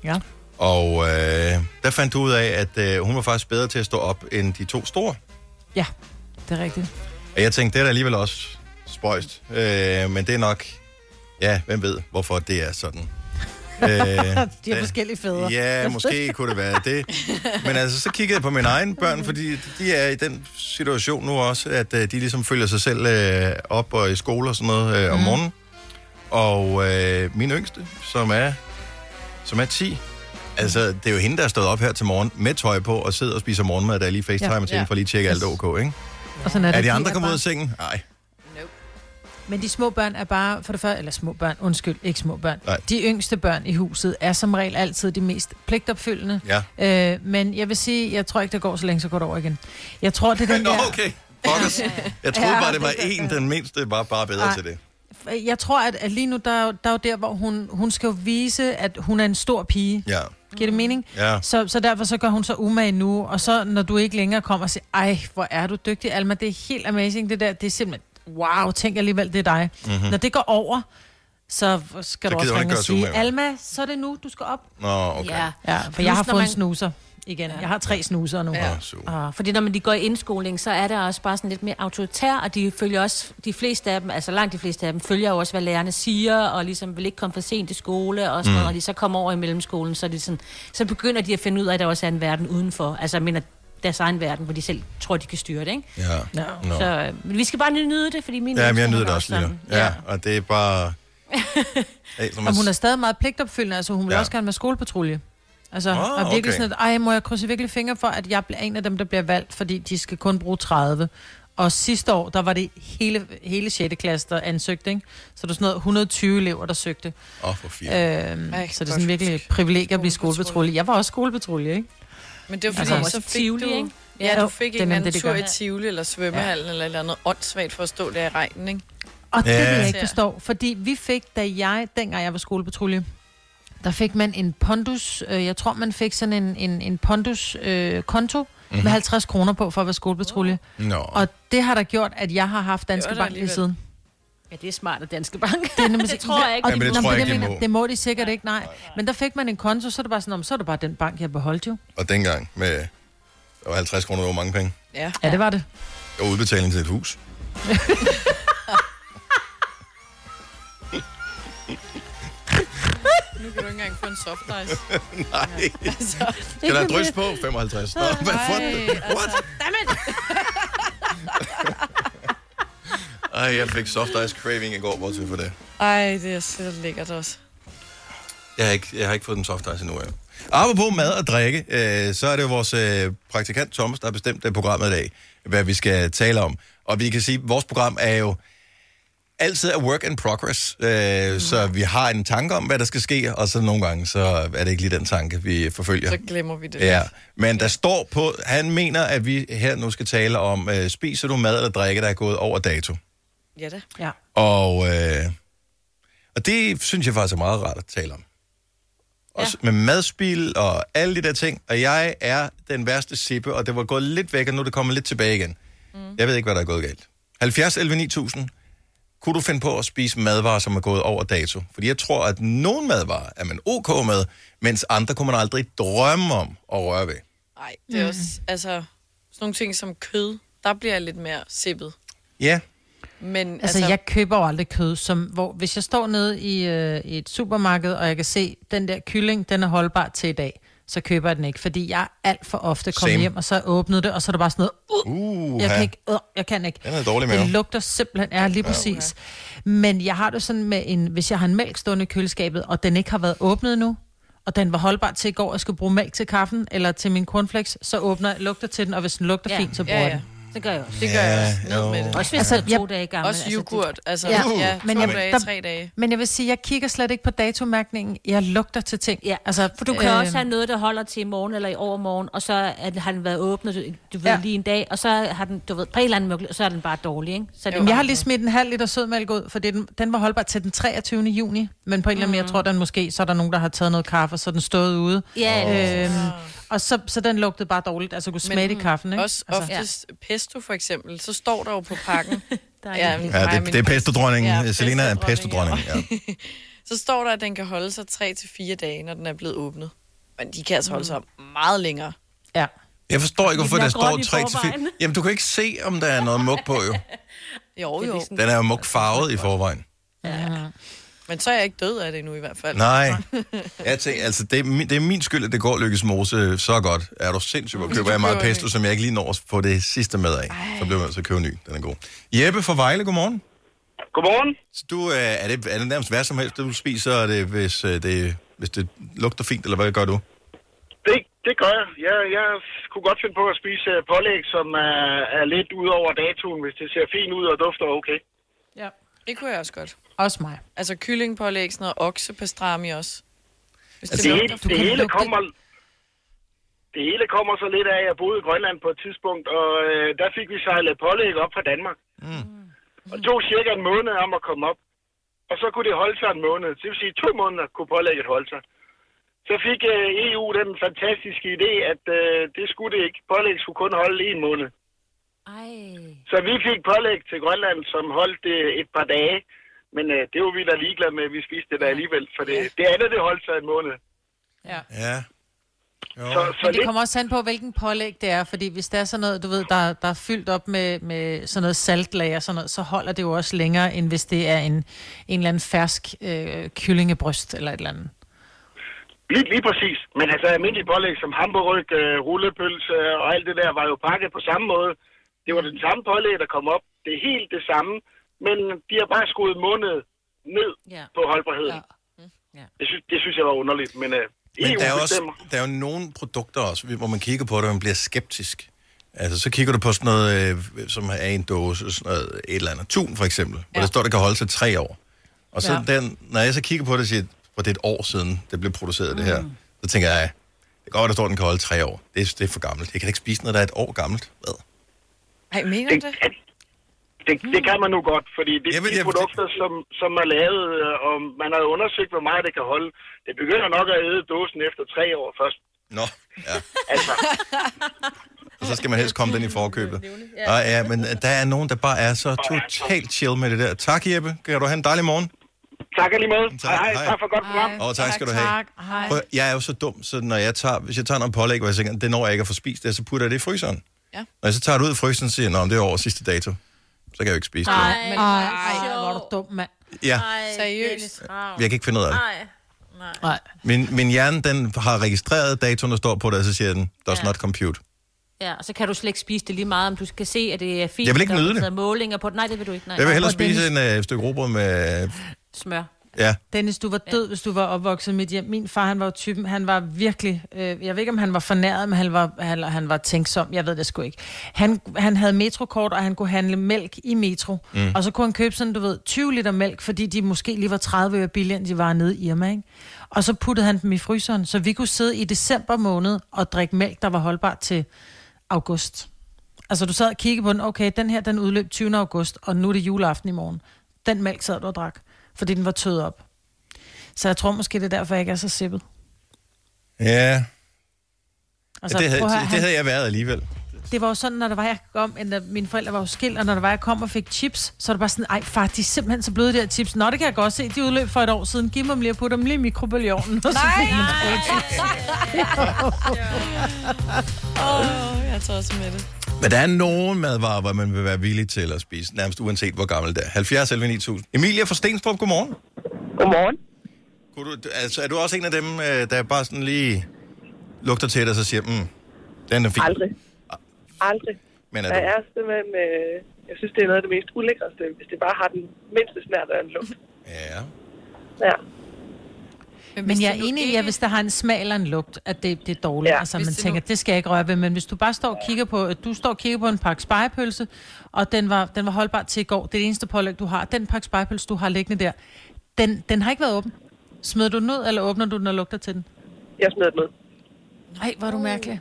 [SPEAKER 2] Ja.
[SPEAKER 1] Og øh, der fandt du ud af, at øh, hun var faktisk bedre til at stå op end de to store.
[SPEAKER 2] Ja, det er rigtigt.
[SPEAKER 1] Og jeg tænkte, det er da alligevel også spøjst. Øh, men det er nok... Ja, hvem ved, hvorfor det er sådan. Øh,
[SPEAKER 2] De har forskellige fædre.
[SPEAKER 1] Ja, måske kunne det være det. Men altså, så kiggede jeg på mine egne
[SPEAKER 2] Mm.
[SPEAKER 1] børn, fordi de er i den situation nu også, at øh, de ligesom følger sig selv øh, op og i skole og sådan noget øh, om
[SPEAKER 2] Mm.
[SPEAKER 1] morgenen. Og øh, min yngste, som er, som er 10, altså det er jo hende, der er stået op her til morgen med tøj på og sidder og spiser morgenmad, der er lige facetimer
[SPEAKER 2] Ja.
[SPEAKER 1] til hende for lige at tjekke alt er okay, ikke?
[SPEAKER 2] Og sådan er,
[SPEAKER 1] Er
[SPEAKER 2] det.
[SPEAKER 1] de andre
[SPEAKER 2] er
[SPEAKER 1] kommet ud
[SPEAKER 2] bare-
[SPEAKER 1] af sengen? Nej.
[SPEAKER 2] Men de små børn er bare, for det første, eller små børn, undskyld, ikke små børn.
[SPEAKER 1] Nej.
[SPEAKER 2] De yngste børn i huset er som regel altid de mest pligtopfyldende. Ja. Øh, men jeg vil sige, jeg tror ikke, det går så længe, så går det over igen. Jeg tror, det er den
[SPEAKER 1] Nå,
[SPEAKER 2] der...
[SPEAKER 1] okay. Fuckers. Jeg troede
[SPEAKER 2] Ja,
[SPEAKER 1] bare, det var
[SPEAKER 2] det
[SPEAKER 1] en, den mindste var bare bedre
[SPEAKER 2] Ej.
[SPEAKER 1] til det.
[SPEAKER 2] Jeg tror, at, at lige nu, der er, jo, der er jo der, hvor hun, hun skal jo vise, at hun er en stor pige.
[SPEAKER 1] Ja.
[SPEAKER 2] Giver det mening?
[SPEAKER 1] Ja.
[SPEAKER 2] Så, så derfor så gør hun så umage nu, og så når du ikke længere kommer og siger, ej, hvor er du dygtig, Alma, det er helt amazing det der, det er simpelthen, wow, tænk alligevel, det er dig.
[SPEAKER 1] Mhm.
[SPEAKER 2] Mm-hmm. Når det går over, så skal
[SPEAKER 1] gider
[SPEAKER 2] du
[SPEAKER 1] hun
[SPEAKER 2] også
[SPEAKER 1] ikke
[SPEAKER 2] ringe
[SPEAKER 1] gøre
[SPEAKER 2] og
[SPEAKER 1] sig umage
[SPEAKER 2] sige,
[SPEAKER 1] mere.
[SPEAKER 2] Alma, så er det nu, du skal op.
[SPEAKER 1] Nå, okay.
[SPEAKER 7] Ja.
[SPEAKER 2] Ja, for
[SPEAKER 7] Plus,
[SPEAKER 2] jeg har
[SPEAKER 7] når
[SPEAKER 2] fået man...
[SPEAKER 7] man-
[SPEAKER 2] en snuser igen. Ja. Jeg har tre snuser nu.
[SPEAKER 7] Ja.
[SPEAKER 1] Ah,
[SPEAKER 7] fordi når man de går i indskoling, så er der også bare sådan lidt mere autoritær, og de følger også, de fleste af dem, altså langt de fleste af dem, følger jo også, hvad lærerne siger, og ligesom vil ikke komme for sent i skole, og sådan
[SPEAKER 15] Mm.
[SPEAKER 7] mm. noget, og de så kommer over i mellemskolen, så, er de sådan, så begynder de at finde ud af, at der også er en verden udenfor, altså jeg mener deres egen verden, hvor de selv tror, de kan styre det, ikke?
[SPEAKER 1] Ja. Nå.
[SPEAKER 7] Så øh, men vi skal bare nyde det, fordi min
[SPEAKER 1] Ja, men
[SPEAKER 7] yngste,
[SPEAKER 1] jeg
[SPEAKER 7] hun
[SPEAKER 1] nyder
[SPEAKER 7] er
[SPEAKER 1] det også lige nu.
[SPEAKER 7] sådan.
[SPEAKER 1] Ja, og det er bare... Hey, når man-
[SPEAKER 2] Og hun er stadig meget pligtopfyldende, altså hun vil
[SPEAKER 1] Ja.
[SPEAKER 2] ja. også gerne være skolepatrulje. Altså,
[SPEAKER 1] Ah,
[SPEAKER 2] og virkelig
[SPEAKER 1] okay.
[SPEAKER 2] okay. sådan, at, ej, må jeg krydse virkelig fingre for, at jeg bliver en af dem, der bliver valgt, fordi de skal kun bruge 30. Og sidste år, der var det hele, hele 6. klasse, der ansøgte, ikke? Så der er sådan noget 120 elever, der søgte.
[SPEAKER 1] Åh, oh, for fire.
[SPEAKER 2] Øhm,
[SPEAKER 4] Ej,
[SPEAKER 2] så det er
[SPEAKER 4] hvor
[SPEAKER 2] sådan virkelig et privilegie at blive skolepatrulje. Jeg var også skolepatrulje, ikke?
[SPEAKER 4] Men det var fordi,
[SPEAKER 2] Altså,
[SPEAKER 4] altså, så
[SPEAKER 2] også
[SPEAKER 4] fik
[SPEAKER 2] Tivoli,
[SPEAKER 4] du...
[SPEAKER 2] ikke?
[SPEAKER 4] Ja, du
[SPEAKER 2] Jo,
[SPEAKER 4] fik
[SPEAKER 2] det
[SPEAKER 4] en eller
[SPEAKER 2] er nemlig
[SPEAKER 4] anden
[SPEAKER 2] det, det
[SPEAKER 4] tur
[SPEAKER 2] gør.
[SPEAKER 4] i Tivoli eller svømmehallen ja. eller et eller andet åndssvagt for at stå der i regnen, ikke?
[SPEAKER 2] Og det
[SPEAKER 4] Ja.
[SPEAKER 2] ja. vil jeg
[SPEAKER 4] Ja.
[SPEAKER 2] ikke forstå, fordi vi fik, da jeg, dengang jeg var skolepatrulje, der fik man en pondus, øh, jeg tror man fik sådan en, en, en pondus øh, konto mm-hmm.
[SPEAKER 1] Mhm.
[SPEAKER 2] med 50 kroner på for at være skolepatrulje.
[SPEAKER 1] Nå.
[SPEAKER 2] Og det har da gjort, at jeg har haft Danske
[SPEAKER 7] Det var der
[SPEAKER 2] Bank lige
[SPEAKER 7] alligevel.
[SPEAKER 2] siden.
[SPEAKER 7] Ja, det er smart af Danske Bank.
[SPEAKER 2] Det, er nemlig-
[SPEAKER 7] det tror jeg ikke.
[SPEAKER 2] Og,
[SPEAKER 1] Ja, men det
[SPEAKER 2] Nå,
[SPEAKER 1] tror jeg
[SPEAKER 2] men
[SPEAKER 1] ikke, de
[SPEAKER 2] mener,
[SPEAKER 1] må.
[SPEAKER 2] det må de sikkert ikke, nej. Men der fik man en konto, så er det bare sådan, "Nå, men så er det bare den bank, jeg beholdt jo.
[SPEAKER 1] Og dengang med der var 50 kroner, det var mange penge.
[SPEAKER 4] Ja.
[SPEAKER 2] Ja, det var det.
[SPEAKER 1] Og udbetaling til et hus.
[SPEAKER 4] Nu kan du ikke engang få en soft ice.
[SPEAKER 1] Nej.
[SPEAKER 4] Altså.
[SPEAKER 1] Skal der have drys på? 55. Nå, hvad for det? What? Ej, jeg fik soft ice craving i går, bortset for det.
[SPEAKER 4] Ej, det er så lækkert også.
[SPEAKER 1] Jeg har ikke, jeg har ikke fået den soft ice endnu. Ja. Apropos mad og drikke, øh, så er det jo vores øh, praktikant Thomas, der har bestemt det programmet i dag, hvad vi skal tale om. Og vi kan sige, at vores program er jo altid er work in progress, øh,
[SPEAKER 4] Mm-hmm.
[SPEAKER 1] så vi har en tanke om, hvad der skal ske, og så nogle gange, så er det ikke lige den tanke, vi forfølger.
[SPEAKER 4] Så glemmer vi det.
[SPEAKER 1] Ja, men der står på, han mener, at vi her nu skal tale om, øh, spiser du mad eller drikke, der er gået over dato?
[SPEAKER 4] Ja da.
[SPEAKER 2] Ja.
[SPEAKER 1] Og, øh, og det synes jeg faktisk er meget rart at tale om. Også ja. med madspil og alle de der ting. Og jeg er den værste sippe, og det var gået lidt væk, og nu er det kommet lidt tilbage igen. Mm. Jeg ved ikke, hvad der er gået galt. 70 11 9000. Kunne du finde på at spise madvarer, som er gået over dato? Fordi jeg tror, at nogle madvarer er man ok med, mens andre kunne man aldrig drømme om at røre ved.
[SPEAKER 4] Nej, det
[SPEAKER 2] Mm.
[SPEAKER 4] er også, altså, sådan nogle ting som kød, der bliver jeg lidt mere sippet.
[SPEAKER 1] Ja,
[SPEAKER 4] Men
[SPEAKER 2] Altså, altså, jeg køber jo aldrig kød, som, hvor, hvis jeg står nede i, øh, i et supermarked, og jeg kan se, den der kylling, den er holdbar til i dag, så køber jeg den ikke, fordi jeg alt for ofte kommer
[SPEAKER 1] Same.
[SPEAKER 2] hjem, og så åbnede det, og så er der bare sådan noget, uh,
[SPEAKER 1] Uh,
[SPEAKER 2] jeg kan ikke, uh, jeg kan ikke.
[SPEAKER 1] Den er dårlig mave.
[SPEAKER 2] Det lugter simpelthen, ja, lige
[SPEAKER 1] Ja.
[SPEAKER 2] præcis. Men jeg har det sådan med en, hvis jeg har en mælk stående i køleskabet, og den ikke har været åbnet nu, og den var holdbar til i går, og jeg skulle bruge mælk til kaffen, eller til min cornflakes, så åbner jeg, lugter til den, og hvis den lugter
[SPEAKER 7] Ja.
[SPEAKER 2] fint, så
[SPEAKER 7] Ja,
[SPEAKER 2] bruger jeg
[SPEAKER 7] ja.
[SPEAKER 2] den.
[SPEAKER 7] Det gør jeg også.
[SPEAKER 4] Det gør jeg også. Ned med det.
[SPEAKER 7] Også hvis
[SPEAKER 2] Altså,
[SPEAKER 7] altså, den er to
[SPEAKER 2] jeg-
[SPEAKER 7] dage gammel.
[SPEAKER 4] Også
[SPEAKER 7] det-
[SPEAKER 4] yoghurt, altså, Ja.
[SPEAKER 1] Uh.
[SPEAKER 4] ja, to dage, tre dage.
[SPEAKER 2] Men jeg vil sige, jeg kigger slet ikke på datomærkningen. Jeg lugter til ting. Ja, altså,
[SPEAKER 7] For du kan øh, også have noget, der holder til i morgen eller i overmorgen, og så er- har den været åbnet, du- du ved,
[SPEAKER 2] Ja.
[SPEAKER 7] ja. lige en dag, og så har den, du ved, på en eller anden måde, så er den bare dårlig, ikke? Så er det
[SPEAKER 2] Jamen,
[SPEAKER 7] bare-
[SPEAKER 2] jeg har lige smidt en halv liter sødmælk ud, for den, den var holdbar til den 23. juni. Men på en eller anden måde, jeg tror, den måske, så er der nogen, der har taget noget kaffe, og så er den stået ude.
[SPEAKER 7] Mm. Ja,
[SPEAKER 2] øhm, og så, så den lugtede bare dårligt, altså kunne smage det i kaffen, ikke? Altså.
[SPEAKER 4] Også oftest ja. pesto for eksempel, så står der jo på pakken. der er
[SPEAKER 1] Ja, det, det er pestodronningen. Ja, Selena er en pestodronning. Ja.
[SPEAKER 4] så står der, at den kan holde sig 3-4 dage, når den er blevet åbnet. Men de kan altså holde sig meget længere.
[SPEAKER 2] Ja.
[SPEAKER 1] Jeg forstår ikke,
[SPEAKER 4] Den
[SPEAKER 1] hvorfor
[SPEAKER 4] er
[SPEAKER 1] der står
[SPEAKER 4] grøn i
[SPEAKER 1] 3 til 4.
[SPEAKER 4] forvejen.
[SPEAKER 1] Jamen, du kan ikke se, om der er noget mug på, jo.
[SPEAKER 4] Jo, jo.
[SPEAKER 1] Den er jo mugfarvet i forvejen.
[SPEAKER 4] ligesom- Ja. Men så er jeg ikke død af det endnu i hvert fald.
[SPEAKER 1] Nej. Jeg tænker, altså, det er, min, det er min skyld, at det går lykkes mose så godt. Er du sindssyg, hvor køber jeg meget
[SPEAKER 4] Mm. køber
[SPEAKER 1] pesto, som jeg ikke lige når at få det sidste med af. Så bliver man altså at købe ny. Den er god. Jeppe fra Vejle, godmorgen.
[SPEAKER 14] Godmorgen.
[SPEAKER 1] Så du, øh, er, det, er det nærmest hvad som helst, det du spiser, er det, hvis, øh, det, hvis det lugter fint, eller hvad gør du?
[SPEAKER 14] Det, det gør jeg. jeg. Jeg kunne godt finde på at spise øh, pålæg, som er, er lidt ud over datoen, hvis det ser fint ud og dufter okay.
[SPEAKER 2] Ja.
[SPEAKER 4] Det kunne jeg også godt.
[SPEAKER 2] Også mig.
[SPEAKER 4] Altså kyllingpålæg, sådan noget oksepastrami også. Hvis
[SPEAKER 14] Altså, Det, det,
[SPEAKER 4] lugter-
[SPEAKER 14] hele, det, hele kommer, det hele kommer så lidt af, at jeg boede i Grønland på et tidspunkt, og øh, der fik vi sejlet pålæg op fra Danmark.
[SPEAKER 1] Mm.
[SPEAKER 14] Og det tog cirka en måned om at komme op. Og så kunne det holde sig en måned. Det vil sige, to måneder kunne pålægget holde sig. Så fik øh, EU den fantastiske idé, at øh, det skulle det ikke. Pålæg skulle kun holde en måned.
[SPEAKER 7] Ej.
[SPEAKER 14] Så vi fik pålæg til Grønland, som holdt det et par dage. Men øh, det var vi da ligeglade med, at vi spiste det der alligevel. For det, det andet, det holdt sig en måned.
[SPEAKER 2] Ja.
[SPEAKER 1] Ja.
[SPEAKER 14] Så, så
[SPEAKER 2] Men det
[SPEAKER 14] lidt,
[SPEAKER 2] kommer også an på, hvilken pålæg det er, fordi hvis der er sådan noget, du ved, der, der er fyldt op med, med sådan noget saltlag og sådan noget, så holder det jo også længere, end hvis det er en, en eller anden fersk øh, kyllingebryst eller et eller andet.
[SPEAKER 14] lige, lige præcis. Men altså almindelige pålæg som hamburgryg, øh, rullepølse og alt det der, var jo pakket på samme måde. Det var den samme pålæg, der kom op. Det er helt det samme. Men de har bare skudt en måned ned
[SPEAKER 7] Ja.
[SPEAKER 14] på holdbarheden.
[SPEAKER 7] Ja.
[SPEAKER 14] Det, synes, det synes jeg var underligt, men øh, EU
[SPEAKER 1] Men der er,
[SPEAKER 14] bestemmer.
[SPEAKER 1] også, der er jo nogle produkter også, hvor man kigger på det, og man bliver skeptisk. Altså, så kigger du på sådan noget, øh, som er i en dåse, sådan noget, et eller andet tun for eksempel, ja. hvor der står, det kan holde sig tre år. Og så ja.
[SPEAKER 15] Ja.
[SPEAKER 1] den, når jeg så kigger på det, siger, at det er et år siden, det blev produceret mm. det her, så tænker jeg, det går, der står, den kan holde tre år. Det, er- det er for gammelt. Jeg kan da ikke spise noget, der er et år gammelt. Hvad?
[SPEAKER 4] Ej, mener du det?
[SPEAKER 14] Det, det kan man nu godt, fordi det er de produkter, som, som er lavet, øh, og man har jo undersøgt, hvor meget det kan holde. Det begynder nok at æde dåsen efter tre år først.
[SPEAKER 1] Nå, ja.
[SPEAKER 14] Altså,
[SPEAKER 1] Og så skal man helst komme den i forkøbet.
[SPEAKER 14] Ja.
[SPEAKER 1] Ja. ja, men øh, der er nogen, der bare er så totalt chill med det der. Tak, Jeppe. Kan du have en dejlig morgen?
[SPEAKER 14] tak alligevel.
[SPEAKER 1] Tak,
[SPEAKER 14] Hej, hej.
[SPEAKER 1] hej.
[SPEAKER 14] Tak for godt program.
[SPEAKER 1] Åh, tak skal du have.
[SPEAKER 2] Hej.
[SPEAKER 1] Prøv, jeg er jo så dum, så når jeg tager, hvis jeg tager noget pålæg, hvor jeg tænker, det når jeg ikke at få spist det, så putter jeg det i fryseren.
[SPEAKER 4] Ja.
[SPEAKER 1] Når jeg så tager det ud i fryseren, så siger jeg, "Nå, men det er over sidste dato. Så kan jeg jo ikke spise det.
[SPEAKER 2] Ej, ej, hvor er du dum, mand.
[SPEAKER 1] Ja.
[SPEAKER 4] Seriøst?
[SPEAKER 1] Jeg kan ikke finde ud af det.
[SPEAKER 4] Nej.
[SPEAKER 2] Nej.
[SPEAKER 1] Min, min hjerne, den har registreret datoen, der står på det, og så siger den, does not compute.
[SPEAKER 7] Ja, og så kan du slet ikke spise det lige meget, om du skal se, at det er fint.
[SPEAKER 1] Jeg vil ikke
[SPEAKER 7] der er
[SPEAKER 1] nyde det.
[SPEAKER 7] taget målinger på det. Nej, det vil du ikke. Nej.
[SPEAKER 1] Jeg vil hellere
[SPEAKER 7] Og Dennis-
[SPEAKER 1] spise en øh, stykke robrød med... øh,
[SPEAKER 7] Smør.
[SPEAKER 1] Ja,
[SPEAKER 2] Dennis, du var død, hvis du var opvokset i mit hjem. Min far, han var jo typen, han var virkelig, øh, jeg ved ikke, om han var fornæret, men han var, han, han var tænksom, jeg ved det sgu ikke. Han, han havde metrokort, og han kunne handle mælk i metro, mm.
[SPEAKER 7] Mm.
[SPEAKER 2] og så kunne han købe sådan, du ved, 20 liter mælk, fordi de måske lige var 30 øre billigere, end de var nede i Irma, ikke? Og så puttede han dem i fryseren, så vi kunne sidde i december måned og drikke mælk, der var holdbart til august. Altså, du sad og kiggede på den, okay, den her, den udløb 20. august, og nu er det juleaften i morgen. Den mælk sad du og drak, fordi den var tøet op. Så jeg tror måske, det er derfor, jeg ikke er så sippet.
[SPEAKER 1] ja.
[SPEAKER 2] Altså,
[SPEAKER 1] Altså, det, havde,
[SPEAKER 2] prøv at høre,
[SPEAKER 1] det
[SPEAKER 2] han-
[SPEAKER 1] havde jeg været alligevel.
[SPEAKER 2] Det var jo sådan, når der var, jeg kom, eller mine forældre var jo skilt, og når der var, jeg kom og fik chips, så var det bare sådan, ej far, de er simpelthen så bløde, de her chips. Nå, det kan jeg godt se, de udløb for et år siden. Giv mig dem lige og put dem lige i mikrobølgeovnen. Og så fik man sprøde chips.
[SPEAKER 4] Åh, jeg tager også med det.
[SPEAKER 1] Men der er nogen madvarer, hvor man vil være villig til at spise, nærmest uanset hvor gammel det er. 70 11 9000. Emilia fra Stenstrup, godmorgen.
[SPEAKER 9] Godmorgen.
[SPEAKER 1] Kunne du, altså, er du også en af dem, øh, der bare sådan lige lugter til det, og så siger, mm, den er fin.
[SPEAKER 15] Aldrig. Aldrig.
[SPEAKER 1] Men er
[SPEAKER 15] der
[SPEAKER 1] du-
[SPEAKER 15] er simpelthen... Øh, jeg synes, det er noget af det mest ulækreste, hvis det bare har den mindste snært af en lugt.
[SPEAKER 1] Ja.
[SPEAKER 15] Ja.
[SPEAKER 2] Men jeg er enig i, at hvis der har en smag eller en lugt, at det, det er dårligt. Ja,
[SPEAKER 15] Ja.
[SPEAKER 2] altså,
[SPEAKER 15] Hvis
[SPEAKER 2] man
[SPEAKER 15] det
[SPEAKER 2] tænker, det skal jeg ikke røre ved. Men hvis du bare står og kigger på, du står og kigger på en pakke spejepølse, og den var, den var holdbar til i går, det er det eneste pålæg, du har. Den pakke spejepølse, du har liggende der, den, den har ikke været åben. Smider du den ud, eller åbner du den og lugter til den?
[SPEAKER 15] Jeg smider den ud.
[SPEAKER 2] Nej, hvor er du mærkelig.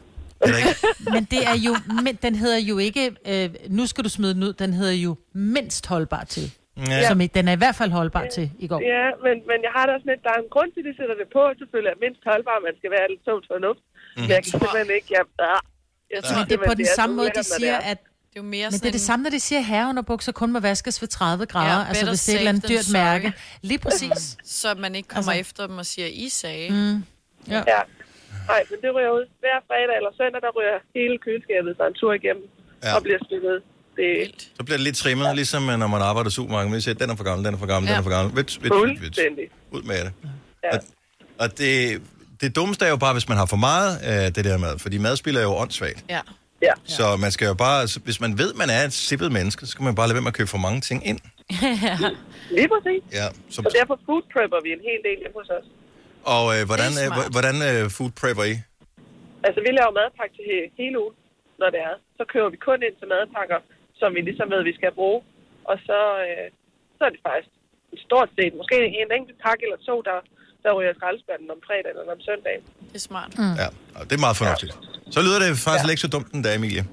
[SPEAKER 2] men det er jo, men den hedder jo ikke, øh, nu skal du smide den ud, den hedder jo mindst holdbar til.
[SPEAKER 15] Ja.
[SPEAKER 2] Ja. Som, i- den er i hvert fald holdbar ja. til i går.
[SPEAKER 15] Ja, men, men jeg har det også lidt, der er en grund til, at de sætter det på. Selvfølgelig er mindst holdbar, man skal være lidt sundt fornuft. Mm. Men jeg kan simpelthen ikke... Jeg, jeg, jeg
[SPEAKER 2] Men det er på den samme måde, de siger, at...
[SPEAKER 4] Det er jo mere
[SPEAKER 2] men det er det samme, når de siger, at herreunderbukser kun må vaskes ved 30 grader. Ja, altså,
[SPEAKER 4] better
[SPEAKER 2] hvis det er
[SPEAKER 4] safe
[SPEAKER 2] et eller andet
[SPEAKER 4] than
[SPEAKER 2] dyrt
[SPEAKER 4] sorry.
[SPEAKER 2] mærke. Lige præcis.
[SPEAKER 4] Så man ikke kommer altså. efter dem og siger, I sagde.
[SPEAKER 2] Mm. Ja.
[SPEAKER 15] ja. Nej, men det ryger ud. Hver fredag eller søndag, der ryger hele køleskabet sig en tur igennem
[SPEAKER 1] Ja.
[SPEAKER 15] ja. og bliver stillet. Det,
[SPEAKER 1] Så bliver det lidt trimmet, ja. ligesom øh, når man arbejder i supermarkedet. Man siger, den er for gammel, den er for gammel, ja.
[SPEAKER 15] Ja.
[SPEAKER 1] den er for gammel. Vits, vits, vits, vits.
[SPEAKER 15] Fuldstændig.
[SPEAKER 1] Ud med det.
[SPEAKER 15] Ja.
[SPEAKER 1] Og, og det, det dummeste er jo bare, hvis man har for meget af det der mad, fordi madspil er jo åndssvagt.
[SPEAKER 4] Ja.
[SPEAKER 15] ja.
[SPEAKER 1] Så man skal jo bare, altså, hvis man ved, man er et sippet menneske, så skal man bare lade være med at købe for mange ting ind.
[SPEAKER 15] Lige præcis.
[SPEAKER 1] Ja. Så,
[SPEAKER 15] Så derfor food prepper vi en hel del hjemme hos os.
[SPEAKER 1] og øh, hvordan,
[SPEAKER 15] Det er
[SPEAKER 1] øh,
[SPEAKER 15] smart.
[SPEAKER 1] hv- hvordan øh, food prepper I?
[SPEAKER 15] Altså, vi laver madpakke til he- hele ugen, når det er. Så køber vi kun ind til madpakker, som vi ligesom ved, vi skal bruge. Og så, øh, så er det faktisk stort set, måske en enkelt pakke eller to, der, der ryger i skraldespanden om fredagen eller om søndagen.
[SPEAKER 4] Det er smart.
[SPEAKER 2] Mm.
[SPEAKER 1] Ja, og det er meget fornuftigt. Så lyder det faktisk ja. ikke så dumt den dag, Emilie.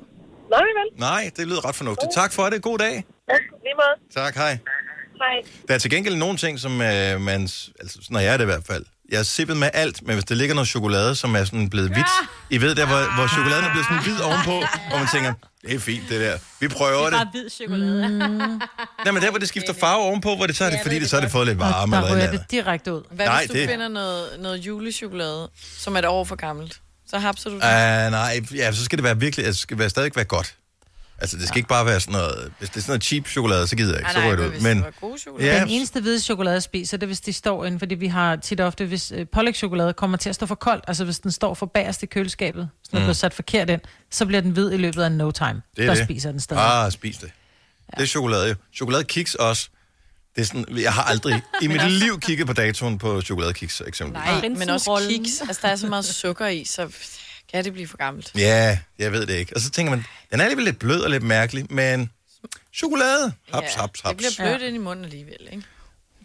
[SPEAKER 15] Nej, vel?
[SPEAKER 1] Nej, det lyder ret fornuftigt. Tak for det. God dag.
[SPEAKER 15] Ja, lige meget.
[SPEAKER 1] Tak, hej.
[SPEAKER 15] Hej.
[SPEAKER 1] Der er til gengæld nogle ting, som øh, man... s- Altså, sådan er jeg det i hvert fald. Jeg er sippet med alt, men hvis der ligger noget chokolade, som er sådan blevet hvidt... I ved der, hvor, hvor chokoladen er blevet sådan hvid ovenpå, og man tænker, det er fint, det der. Vi prøver det.
[SPEAKER 7] Bare hvid chokolade. Mm.
[SPEAKER 1] Nej, men der, hvor det skifter farve ovenpå, hvor det tager det, fordi det, så har det fået lidt varme
[SPEAKER 2] Der
[SPEAKER 1] eller et eller
[SPEAKER 2] rører
[SPEAKER 1] andet.
[SPEAKER 2] det direkte ud.
[SPEAKER 4] Hvad
[SPEAKER 1] Nej,
[SPEAKER 4] hvis du
[SPEAKER 1] det-
[SPEAKER 4] det... finder noget, noget julechokolade, som er et år for gammelt? Så hapser du det.
[SPEAKER 1] Uh, nej, ja, så skal det være virkelig... Altså, det skal være, stadig være godt. Altså, det skal ja. ikke bare være sådan noget... Hvis det er sådan noget cheap chokolade, så gider jeg ikke,
[SPEAKER 4] Ah,
[SPEAKER 1] så
[SPEAKER 4] nej,
[SPEAKER 1] rører det
[SPEAKER 4] men
[SPEAKER 1] ud.
[SPEAKER 4] hvis
[SPEAKER 1] Men,
[SPEAKER 4] det var god chokolade.
[SPEAKER 1] Ja,
[SPEAKER 2] Den eneste hvide chokolade, jeg spiser, det er, hvis de står inde, fordi vi har tit og ofte, hvis øh, pålægtschokolade kommer til at stå for koldt, altså hvis den står for bagerst i køleskabet, så den
[SPEAKER 1] Mm.
[SPEAKER 2] mm. bliver sat forkert ind, så bliver den hvid i løbet af no time.
[SPEAKER 1] Det er
[SPEAKER 2] der
[SPEAKER 1] det.
[SPEAKER 2] spiser den stadig.
[SPEAKER 1] Ah, spis det. Ja. Det er chokolade jo. Chokoladekiks også. Det er sådan, jeg har aldrig i mit liv kigget på datoen på chokoladekiks, eksempelvis.
[SPEAKER 4] Nej, men også kiks. Altså, der er så meget sukker i, så kan det blive for gammelt.
[SPEAKER 1] Ja, jeg ved det ikke. Og så tænker man, den er alligevel lidt blød og lidt mærkelig, men chokolade, haps, haps,
[SPEAKER 4] Det
[SPEAKER 1] haps.
[SPEAKER 4] bliver blødt ind i munden alligevel, ikke?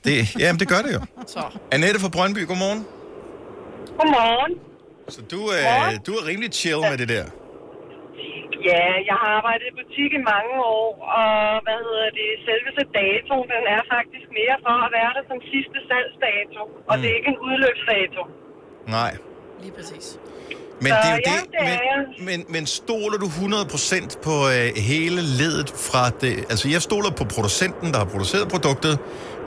[SPEAKER 1] Det, jamen, det gør det jo.
[SPEAKER 4] Så.
[SPEAKER 1] Annette fra Brøndby, godmorgen.
[SPEAKER 9] Godmorgen.
[SPEAKER 1] Så du, øh, du er rimelig chill med det der.
[SPEAKER 9] Ja, jeg har arbejdet i butik i mange år, og hvad hedder det, selveste datoen, den er faktisk mere for at være der som sidste salgsdato, og mm. det er ikke en udløbsdato.
[SPEAKER 1] Nej.
[SPEAKER 4] Lige præcis.
[SPEAKER 1] Men
[SPEAKER 9] Så
[SPEAKER 1] det er jo
[SPEAKER 9] ja,
[SPEAKER 1] det,
[SPEAKER 9] det er
[SPEAKER 1] men, men, men stoler du 100% på øh, hele ledet fra det? Altså, jeg stoler på producenten, der har produceret produktet,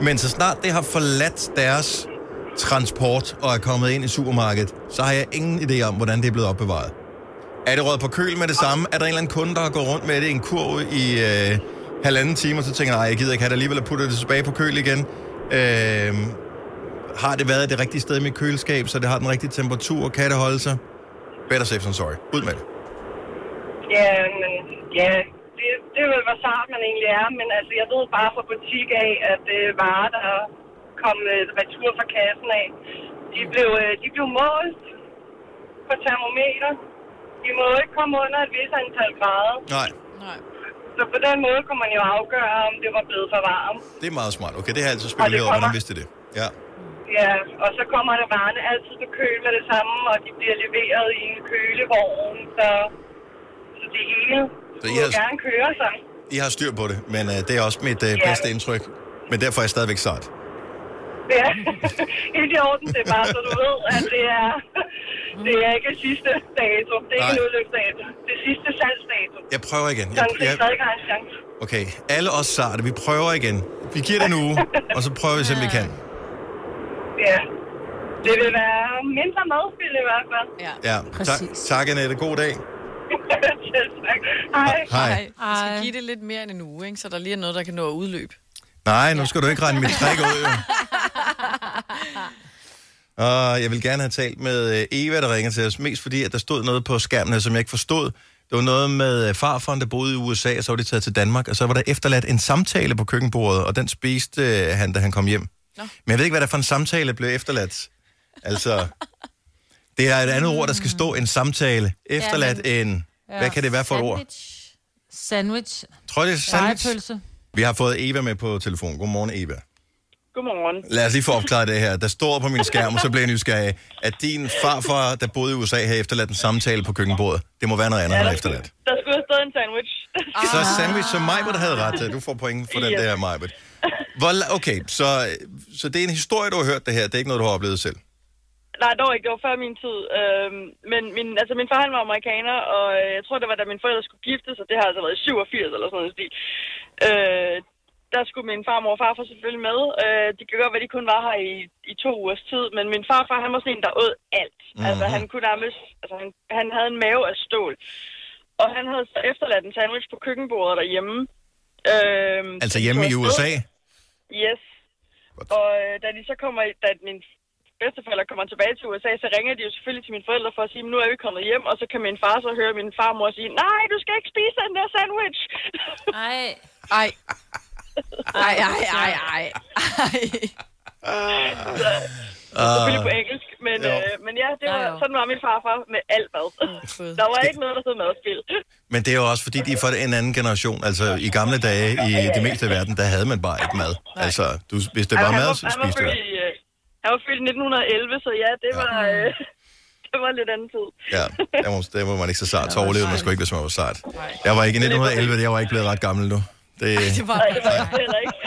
[SPEAKER 1] men så snart det har forladt deres transport og er kommet ind i supermarkedet, så har jeg ingen idé om, hvordan det er blevet opbevaret. Er det røget på køl med det samme? Er der en eller anden kunde, der har gået rundt med det i en kurv i øh, halvanden time, og så tænker, nej, jeg gider ikke have det alligevel, og putter det tilbage på køl igen? Øh, har det været det rigtige sted i mit køleskab, så det har den rigtige temperatur, kan det holde sig? Better safe than sorry. Ud med det.
[SPEAKER 9] Ja, men, ja det, det er jo, hvor sart man egentlig er, men altså, jeg ved bare fra butik af, at øh, varer, der kom øh, retur fra kassen af, de blev, øh, de blev målt på termometer. De må ikke komme under et vis antal grader.
[SPEAKER 1] Nej,
[SPEAKER 9] Så på den måde kunne man jo afgøre, om det var blevet for varmt.
[SPEAKER 1] det er meget smart. Okay, det har jeg altid
[SPEAKER 9] Og det
[SPEAKER 1] spekuleret over,
[SPEAKER 9] kommer-
[SPEAKER 1] hvordan vidste I det? Ja.
[SPEAKER 9] Ja, og så kommer der varerne altid på køl med det samme, og de bliver leveret i en kølevogn, så, så det hele
[SPEAKER 1] Så
[SPEAKER 9] så
[SPEAKER 1] I
[SPEAKER 9] I må
[SPEAKER 1] har-
[SPEAKER 9] gerne køre sig.
[SPEAKER 1] I har styr på det, men øh, det er også mit øh,
[SPEAKER 9] Ja.
[SPEAKER 1] bedste indtryk. Men derfor er jeg stadigvæk sart.
[SPEAKER 9] Ja, helt i orden, det er bare, så du ved, at det er, det er ikke sidste dato. Det er ikke en
[SPEAKER 1] Mm. Nej.
[SPEAKER 9] udløbsdato. Det er sidste salgsdato.
[SPEAKER 1] Jeg prøver igen. Jeg,
[SPEAKER 9] Sådan set
[SPEAKER 1] jeg,
[SPEAKER 9] stadig har en chance.
[SPEAKER 1] okay, alle os sarte, vi prøver igen. Vi giver det en uge, og så prøver vi, som vi kan.
[SPEAKER 9] Ja, det vil være mindre madspil i hvert fald.
[SPEAKER 4] Ja,
[SPEAKER 1] Ja, tak, tak Annette. God dag.
[SPEAKER 9] Selv tak. Hej.
[SPEAKER 1] Hej.
[SPEAKER 4] Vi skal give det lidt mere end en uge, ikke? så der lige er noget, der kan nå at udløbe.
[SPEAKER 1] Nej, nu skal du ikke regne mit trick ud, jo. Og jeg vil gerne have talt med øh, Eva, der ringer til os, mest fordi, at der stod noget på skærmen, som jeg ikke forstod. Det var noget med øh, farfaren, der boede i USA, og så var de taget til Danmark, og så var der efterladt en samtale på køkkenbordet, og den spiste øh, han, da han kom hjem. Nå. Men jeg ved ikke, hvad der for en samtale blev efterladt. Altså, det er et andet ord, der skal stå en samtale. Efterladt ja, en... Hvad kan det være for et ord?
[SPEAKER 2] Sandwich.
[SPEAKER 1] Tror du, det er sandwich?
[SPEAKER 2] Rejepølse.
[SPEAKER 1] Vi har fået Eva med på telefon. Godmorgen, Eva.
[SPEAKER 16] Godmorgen.
[SPEAKER 1] Lad os lige få opklaret det her. Der står på min skærm, og så blev jeg nysgerrig, at din farfar, der boede i USA, havde efterladt en samtale på køkkenbordet. Det må være noget andet, han har efterladt.
[SPEAKER 16] Der skulle have stået en sandwich.
[SPEAKER 1] Ah. Så sandwich,
[SPEAKER 16] Ah.
[SPEAKER 1] som Majbert havde ret til. Du får point for den
[SPEAKER 16] Ja.
[SPEAKER 1] der, Majbert. Hvor, la- okay, så, så det er en historie, du har hørt det her. Det er ikke noget, du har oplevet selv.
[SPEAKER 16] Nej, dog ikke. Det var før min tid. Øhm, men min, altså, min far han var amerikaner, og øh, jeg tror, det var, da mine forældre skulle giftes, og det har altså været i 87 eller sådan noget i stil. Øh, der skulle min farmor og farfar selvfølgelig med. Øh, det kan godt være, de kun var her i, i to ugers tid, men min farfar, han var sådan en, der åd alt.
[SPEAKER 1] Mhm.
[SPEAKER 16] Mm-hmm. Altså, han kunne nærmest... Altså, han, han havde en mave af stål. Og han havde så efterladt en sandwich på køkkenbordet derhjemme. Øh,
[SPEAKER 1] Altså hjemme i USA?
[SPEAKER 16] Yes. Og øh, da de så kommer, i- da min bedsteforældre kommer tilbage til USA, så ringer de jo selvfølgelig til mine forældre for at sige, "Men nu er vi kommet hjem, og så kan min far så høre min farmor sige, nej, du skal ikke spise den der sandwich.
[SPEAKER 17] Nej.
[SPEAKER 16] Ej.
[SPEAKER 4] Ej, ej, ej, ej.
[SPEAKER 16] øh, Selvfølgelig på engelsk, men,
[SPEAKER 1] Jo.
[SPEAKER 16] øh, men ja, det var, sådan var min farfar med alt mad. der var ikke noget, der hed madspil.
[SPEAKER 1] Men det er jo også, fordi de er fra en anden generation. Altså, i gamle dage i det meste af verden, der havde man bare ikke mad. Altså, du, hvis det
[SPEAKER 16] Altså,
[SPEAKER 1] var
[SPEAKER 16] han
[SPEAKER 1] mad,
[SPEAKER 16] var-
[SPEAKER 1] så
[SPEAKER 16] han var
[SPEAKER 1] spiste du
[SPEAKER 16] født
[SPEAKER 1] det.
[SPEAKER 16] i, øh, Han var født i 1911, så ja, det var... Øh, det var lidt anden tid.
[SPEAKER 1] Ja, der må, der må man ikke så sart. Så overlevede man sgu ikke, hvis man var sart. Jeg var ikke i 1911, jeg var ikke blevet ret gammel nu. Det,
[SPEAKER 16] var, det var jeg heller ikke.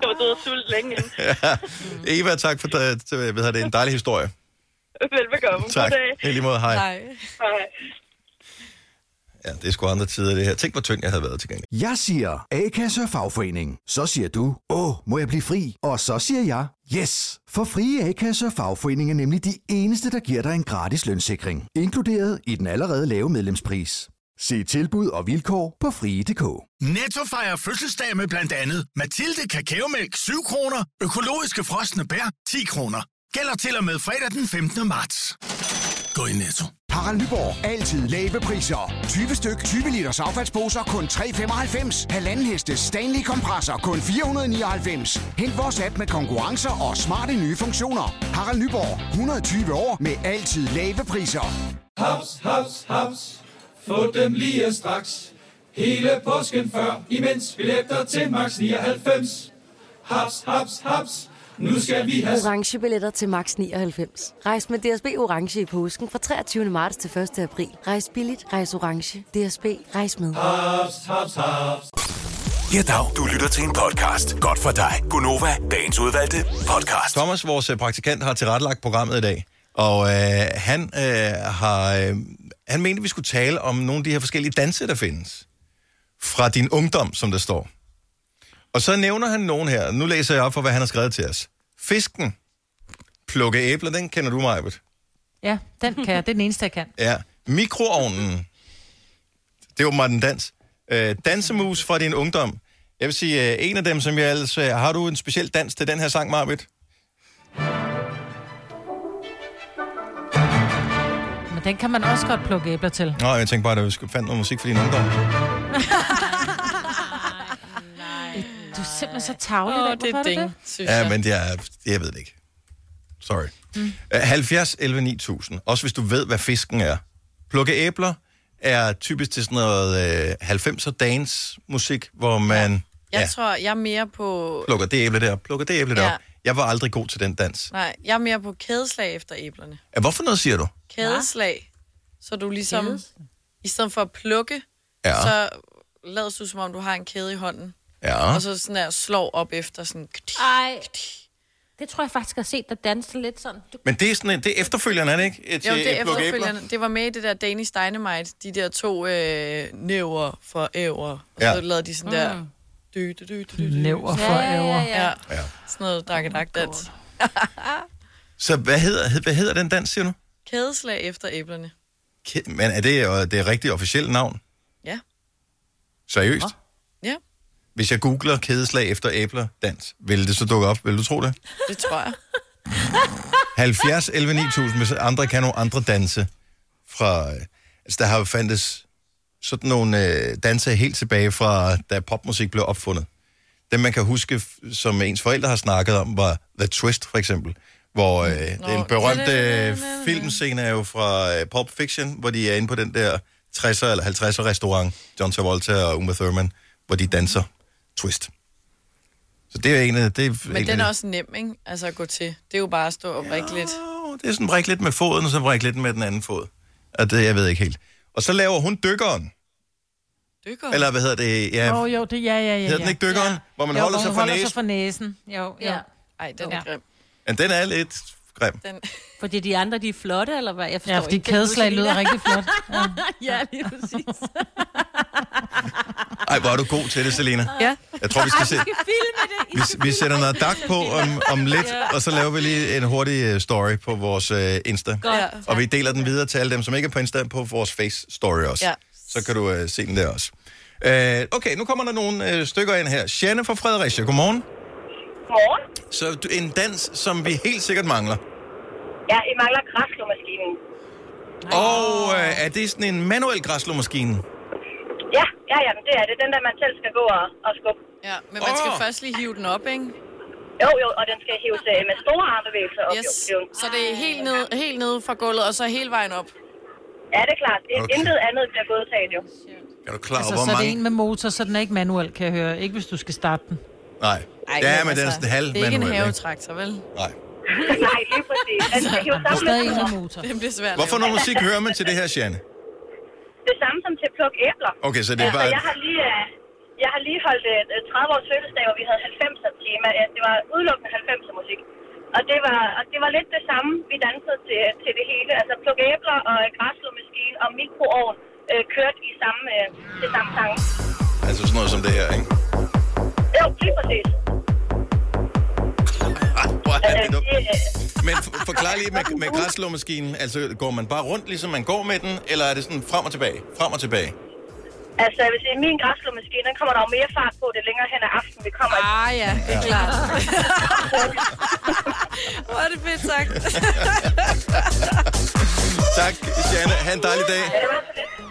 [SPEAKER 16] Jeg var død af sult længe inden.
[SPEAKER 1] ja. Eva, tak for det. Det hvad hedder det, en dejlig historie.
[SPEAKER 16] Velbekomme.
[SPEAKER 1] Tak. I lige måde, hej.
[SPEAKER 16] Hej.
[SPEAKER 1] Ja, det er sgu andre tider, det her. Tænk, hvor tynd jeg havde været til gengæld.
[SPEAKER 18] Jeg siger A-kasse og fagforening. Så siger du, åh, må jeg blive fri? Og så siger jeg, yes! For frie A-kasse og fagforening er nemlig de eneste, der giver dig en gratis lønssikring. Inkluderet i den allerede lave medlemspris. Se tilbud og vilkår på frie.dk.
[SPEAKER 19] Netto fejrer fødselsdag med blandt andet Mathilde Kakaomælk 7 kroner, økologiske frosne bær 10 kroner. Gælder til og med fredag den 15. marts. Gå i Netto.
[SPEAKER 20] Harald Nyborg. Altid lave priser. 20 styk, 20 liters affaldsposer kun 3,95. Halvanden heste Stanley kompresser kun 499. Hent vores app med konkurrencer og smarte nye funktioner. Harald Nyborg. 120 år med altid lave priser.
[SPEAKER 21] Haps, haps, haps. Få dem lige straks. Hele påsken før, imens vi læfter til max 99. Haps, haps, haps. Nu skal vi have
[SPEAKER 22] orange billetter til max 99. Rejs med DSB orange i påsken fra 23. marts til 1. april. Rejs billigt, rejs orange. DSB rejs med.
[SPEAKER 21] Ah,
[SPEAKER 6] Hops, hops, hops.
[SPEAKER 1] Ja, dag. Du lytter til en podcast. Godt for dig. Gunova, dagens udvalgte podcast. Thomas, vores øh, praktikant, har tilrettelagt programmet i dag. Og øh, han øh, har... Øh, han mente, vi skulle tale om nogle af de her forskellige danse, der findes. Fra din ungdom, som der står. Og så nævner han nogen her. Nu læser jeg op for, hvad han har skrevet til os. Fisken. Plukke æbler, den kender du, Majbet.
[SPEAKER 2] Ja, den kan jeg. Det er den eneste, jeg kan.
[SPEAKER 1] Ja. Mikroovnen. Det er åbenbart en dans. Øh, dansemus fra din ungdom. Jeg vil sige, øh, en af dem, som jeg ellers... Øh, har du en speciel dans til den her sang, Marvitt?
[SPEAKER 2] Men den kan man også godt plukke æbler til.
[SPEAKER 1] Nå, jeg tænkte bare, at vi skulle fandt noget musik for din ungdom.
[SPEAKER 2] Du er simpelthen så tavlig.
[SPEAKER 4] Åh,
[SPEAKER 2] Oh,
[SPEAKER 4] det er ding,
[SPEAKER 2] synes
[SPEAKER 1] Ja, men jeg, jeg ved det ikke. Sorry. Mm. 70 11 9000. Også hvis du ved, hvad fisken er. Plukke æbler er typisk til sådan noget øh, 90'er dance musik, hvor man
[SPEAKER 4] Jeg
[SPEAKER 1] ja,
[SPEAKER 4] tror, jeg er mere på...
[SPEAKER 1] plukker det æble der, plukker det æble
[SPEAKER 4] Ja.
[SPEAKER 1] der. Jeg var aldrig god til den dans.
[SPEAKER 4] Nej, jeg er mere på kædeslag efter æblerne.
[SPEAKER 1] Ja, Hvorfor noget siger du?
[SPEAKER 4] Kædeslag. Så du ligesom... I stedet for at plukke,
[SPEAKER 1] Ja.
[SPEAKER 4] så lader du, som om du har en kæde i hånden.
[SPEAKER 1] Ja.
[SPEAKER 4] Og så sådan der, slår op efter sådan...
[SPEAKER 17] Ej. Det tror jeg faktisk jeg har set dig danse lidt sådan. Du...
[SPEAKER 1] Men det er sådan en, det er efterfølgeren, er det ikke? Et,
[SPEAKER 4] Jo,
[SPEAKER 1] øh,
[SPEAKER 4] det, er
[SPEAKER 1] et plukke æbler?
[SPEAKER 4] efterfølgende, det var med i det der Danish Dynamite, de der to øh, næver for æver. Og så
[SPEAKER 1] Ja.
[SPEAKER 4] lavede de sådan
[SPEAKER 17] Mm.
[SPEAKER 4] der... Dy, dy, dy, dy, dy.
[SPEAKER 2] Næver for
[SPEAKER 4] ja, ja, ja,
[SPEAKER 2] æver.
[SPEAKER 4] ja. ja.
[SPEAKER 17] Oh
[SPEAKER 4] Sådan noget dak dak dans.
[SPEAKER 1] Så hvad hedder, hed- hvad hedder den dans, siger du?
[SPEAKER 4] Kædeslag efter æblerne.
[SPEAKER 1] Ke- Men er det jo det er rigtigt officielt navn?
[SPEAKER 4] Ja.
[SPEAKER 1] Seriøst?
[SPEAKER 4] Ja,
[SPEAKER 1] Hvis jeg googler kædeslag efter æbler dans, vil det så dukke op? Vil du tro det?
[SPEAKER 4] det tror jeg.
[SPEAKER 1] 70, 11, 9000, hvis andre kan nogle andre danse. Fra, øh, altså, der har jo fandtes sådan nogle øh, danse helt tilbage fra, da popmusik blev opfundet. Dem, man kan huske, f- som ens forældre har snakket om, var The Twist, for eksempel. Hvor øh, den berømte øh, filmscene er jo fra øh, Pulp Fiction, hvor de er inde på den der 60'er eller 50'er restaurant, John Travolta og Uma Thurman, hvor de danser Twist. Så det er en af... Det er
[SPEAKER 4] Men
[SPEAKER 1] en
[SPEAKER 4] den
[SPEAKER 1] af,
[SPEAKER 4] er også nem, ikke? Altså at gå til. Det er jo bare at stå og brække lidt.
[SPEAKER 1] det er sådan bræk lidt med foden, og så bræk lidt med den anden fod. Og det, jeg ved ikke helt. Og så laver hun dykkeren.
[SPEAKER 4] Dykker.
[SPEAKER 1] Eller hvad hedder det?
[SPEAKER 2] Ja.
[SPEAKER 1] Ja,
[SPEAKER 2] Oh, jo, det ja, ja, ja.
[SPEAKER 1] Hedder den
[SPEAKER 2] ja.
[SPEAKER 1] ikke dykkeren? Hvor man
[SPEAKER 2] jo,
[SPEAKER 1] holder
[SPEAKER 2] hvor
[SPEAKER 1] sig
[SPEAKER 2] man
[SPEAKER 1] for
[SPEAKER 2] holder sig
[SPEAKER 1] næsen.
[SPEAKER 2] for næsen. Jo, jo. Ja.
[SPEAKER 4] Ej, den
[SPEAKER 2] er
[SPEAKER 4] grim.
[SPEAKER 1] Men den er lidt grim.
[SPEAKER 4] Den...
[SPEAKER 7] Fordi de andre, de er flotte, eller hvad? Jeg forstår
[SPEAKER 2] Ja, fordi
[SPEAKER 7] ikke. den
[SPEAKER 2] kædeslag
[SPEAKER 7] musik.
[SPEAKER 2] lyder rigtig flot. Ja.
[SPEAKER 7] ja, lige præcis.
[SPEAKER 1] Ej, hvor er du god til det, Selina.
[SPEAKER 4] Ja.
[SPEAKER 1] Jeg tror, vi skal se...
[SPEAKER 7] Ej, vi skal filme det. I
[SPEAKER 1] Vi,
[SPEAKER 7] skal
[SPEAKER 1] vi
[SPEAKER 7] filme
[SPEAKER 1] sætter noget
[SPEAKER 7] det.
[SPEAKER 1] dak på om, om lidt,
[SPEAKER 7] Ja.
[SPEAKER 1] og så laver vi lige en hurtig øh, story på vores øh, Insta.
[SPEAKER 7] Godt.
[SPEAKER 1] Og vi deler den videre til alle dem, som ikke er på Insta, på vores Face-story også.
[SPEAKER 7] Ja.
[SPEAKER 1] Så kan du øh, se den der også. Øh, okay, nu kommer der nogle øh, stykker ind her. Shanne fra Fredericia, godmorgen.
[SPEAKER 23] Morgen.
[SPEAKER 1] Så du- en dans, som vi helt sikkert mangler.
[SPEAKER 23] Ja, I mangler græslåmaskinen.
[SPEAKER 1] Og øh, er det sådan en manuel græslåmaskine?
[SPEAKER 23] Ja, ja, ja, men det er det. Den der, man selv skal gå og, og skubbe.
[SPEAKER 4] Ja, men man skal først lige hive den op, ikke?
[SPEAKER 23] Jo, jo, og den skal hives øh, med store armbevægelser op.
[SPEAKER 4] Yes.
[SPEAKER 23] Jo, jo.
[SPEAKER 4] Så det er helt ned, helt ned fra gulvet, og så hele vejen op.
[SPEAKER 23] Ja, det er klart. Det,
[SPEAKER 1] Okay.
[SPEAKER 23] Intet andet bliver godtaget, jo.
[SPEAKER 1] Er du klar over,
[SPEAKER 2] Altså,
[SPEAKER 1] hvor
[SPEAKER 2] så er det
[SPEAKER 1] mange...
[SPEAKER 2] en med motor, så den er ikke manuel, kan jeg høre. Ikke hvis du skal starte den.
[SPEAKER 1] Nej.
[SPEAKER 2] Ej,
[SPEAKER 1] ja,
[SPEAKER 2] men
[SPEAKER 1] men den er
[SPEAKER 2] altså,
[SPEAKER 1] sådan halv
[SPEAKER 4] Det er ikke en
[SPEAKER 1] manuel,
[SPEAKER 4] havetraktor, vel?
[SPEAKER 1] Nej.
[SPEAKER 23] Nej, lige præcis. Den skal hives
[SPEAKER 2] Der er
[SPEAKER 23] sammen
[SPEAKER 2] stadig
[SPEAKER 23] med
[SPEAKER 2] en med
[SPEAKER 23] store.
[SPEAKER 2] motor.
[SPEAKER 4] Det bliver svært.
[SPEAKER 1] Hvorfor noget musik hører man til det her, Shanne?
[SPEAKER 23] Det samme som til at plukke æbler.
[SPEAKER 1] Okay, så det er
[SPEAKER 23] Øh,
[SPEAKER 1] bare-
[SPEAKER 23] Og jeg har lige... øh, Jeg har lige holdt øh, 30 års fødselsdag, hvor vi havde 90'er tema. Øh, Det var udelukkende 90'er musik. Og det, var, og det var lidt det samme, vi dansede til, til det hele. Altså plukke æbler og øh, græslåmaskine og mikroovn øh, kørte i samme, øh, til samme sang.
[SPEAKER 1] Altså sådan noget som det her, ikke?
[SPEAKER 23] Jo, lige præcis.
[SPEAKER 1] Hvor er det dumt.
[SPEAKER 23] Det, øh,
[SPEAKER 1] Men for- forklar lige med, med græslåmaskinen. Altså, går man bare rundt, ligesom man går med den, eller er det sådan frem og tilbage? Frem og tilbage.
[SPEAKER 23] altså, jeg vil sige, min græslåmaskine, den kommer der jo mere fart på, det længere hen ad aftenen, vi kommer.
[SPEAKER 4] Ah ja, det er klart. Hvor er det fedt sagt.
[SPEAKER 1] Tak, Shanne. Ha' en dejlig dag.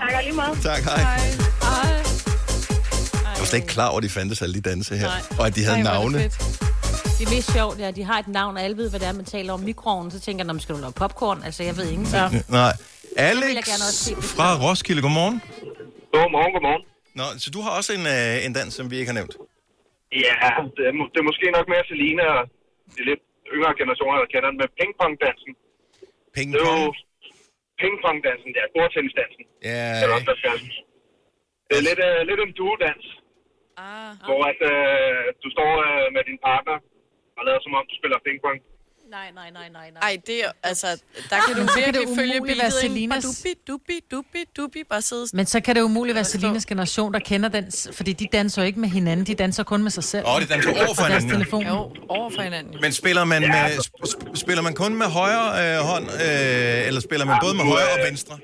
[SPEAKER 23] Tak og lige meget.
[SPEAKER 1] Tak, hej. Jeg var slet ikke klar over, at de fandtes alle de danse her.
[SPEAKER 7] Nej.
[SPEAKER 1] Og at de havde
[SPEAKER 7] Ej, hvor er det
[SPEAKER 1] navne.
[SPEAKER 7] Det er mest sjovt, ja. De har et navn, og alle ved, hvad det er, man taler om. Mikroovnen, så tænker jeg, "Nå, men skal du lave popcorn? Altså, jeg ved ingenting. Ja.
[SPEAKER 1] Nej.
[SPEAKER 7] vil jeg
[SPEAKER 1] Alex
[SPEAKER 7] gerne også se, hvis
[SPEAKER 1] fra Roskilde, godmorgen.
[SPEAKER 14] Godmorgen, godmorgen.
[SPEAKER 1] Nå, så du har også en, øh, en dans, som vi ikke har nævnt.
[SPEAKER 14] Ja, det er, må- det er måske nok mere Selina og de lidt yngre generationer, der kender den med pingpongdansen.
[SPEAKER 1] Pingpong?
[SPEAKER 14] Pingpongdansen, ja. Bordtennisdansen.
[SPEAKER 1] Ja,
[SPEAKER 14] Eller også, der kaldes. Det er lidt, øh, lidt en duodans. Ah. Hvor at, øh, du står øh, med din partner og lader som om, du spiller pingpong.
[SPEAKER 7] Nej, nej, nej, nej, nej.
[SPEAKER 4] Ej, det er, altså, der kan du
[SPEAKER 2] Men så kan
[SPEAKER 4] virkelig
[SPEAKER 2] det
[SPEAKER 4] følge
[SPEAKER 2] umuligt være
[SPEAKER 4] beatet, ikke? Bare
[SPEAKER 2] Selinas.
[SPEAKER 4] dubi, dubi, dubi, dubi, bare sidde
[SPEAKER 2] Men så kan det umuligt være Selinas generation, der kender den, s- fordi de danser jo ikke med hinanden, de danser kun med sig selv.
[SPEAKER 1] Åh, de danser over for
[SPEAKER 2] Og deres
[SPEAKER 1] hinanden.
[SPEAKER 2] telefon.
[SPEAKER 4] Jo, over for hinanden.
[SPEAKER 1] Men spiller man, med, sp- sp- spiller man kun med højre øh, hånd, øh, eller spiller man både med
[SPEAKER 14] du,
[SPEAKER 1] højre
[SPEAKER 14] øh,
[SPEAKER 1] og venstre?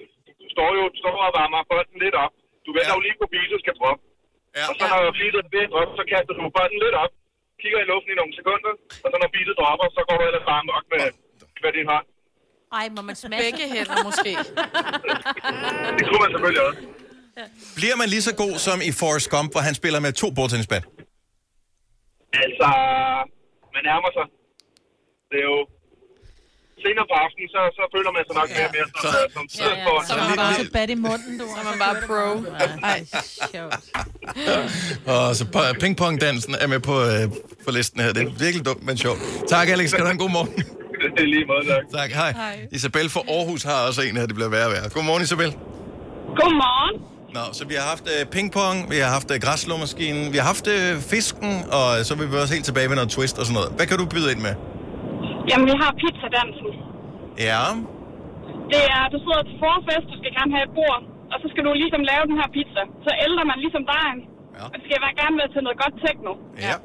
[SPEAKER 14] Du står jo du står og varmer bolden lidt op. Du venter jo lige på, beatet skal droppe.
[SPEAKER 1] Ja.
[SPEAKER 14] Og så når beatet er ved, og så kaster du bolden lidt op, kigger i luften i nogle sekunder, og så når beatet dropper, så går du ellers bare nok med, med din hånd.
[SPEAKER 7] Ej, må man smash?
[SPEAKER 4] Begge hænder måske.
[SPEAKER 14] Det kunne man selvfølgelig også.
[SPEAKER 1] Bliver man lige så god som i Forrest Gump, hvor han spiller med to bordtennisbat?
[SPEAKER 14] Altså, man nærmer sig. Det er jo... Senere på aftenen, så, så føler man sig nok mere og mere som, så, som
[SPEAKER 2] Ja, ja. Så er man bare så bat i munden, du. Så
[SPEAKER 4] man bare pro. Ej,
[SPEAKER 2] sjovt.
[SPEAKER 1] Og så pa- pingpongdansen er med på, øh, på listen her. Det er virkelig dumt, men sjovt. Tak, Alex. Kan du have en god morgen?
[SPEAKER 14] Det er lige meget, tak.
[SPEAKER 1] Tak, hej.
[SPEAKER 14] Hej.
[SPEAKER 1] Isabel fra Aarhus har også en her, det bliver værre og værre. Godmorgen, Isabel.
[SPEAKER 23] Godmorgen.
[SPEAKER 1] Nå, så vi har haft øh, pingpong, vi har haft øh, græslåmaskinen, vi har haft øh, fisken, og så vil vi også helt tilbage med noget twist og sådan noget. Hvad kan du byde ind med?
[SPEAKER 23] Jamen, vi har pizzadansen.
[SPEAKER 1] Ja,
[SPEAKER 23] Det er, du sidder til forfest, du skal gerne have et bord, og så skal du ligesom lave den her pizza. Så ældrer man ligesom dejen,
[SPEAKER 1] ja.
[SPEAKER 23] og det skal være gerne være til noget godt techno.
[SPEAKER 1] ja.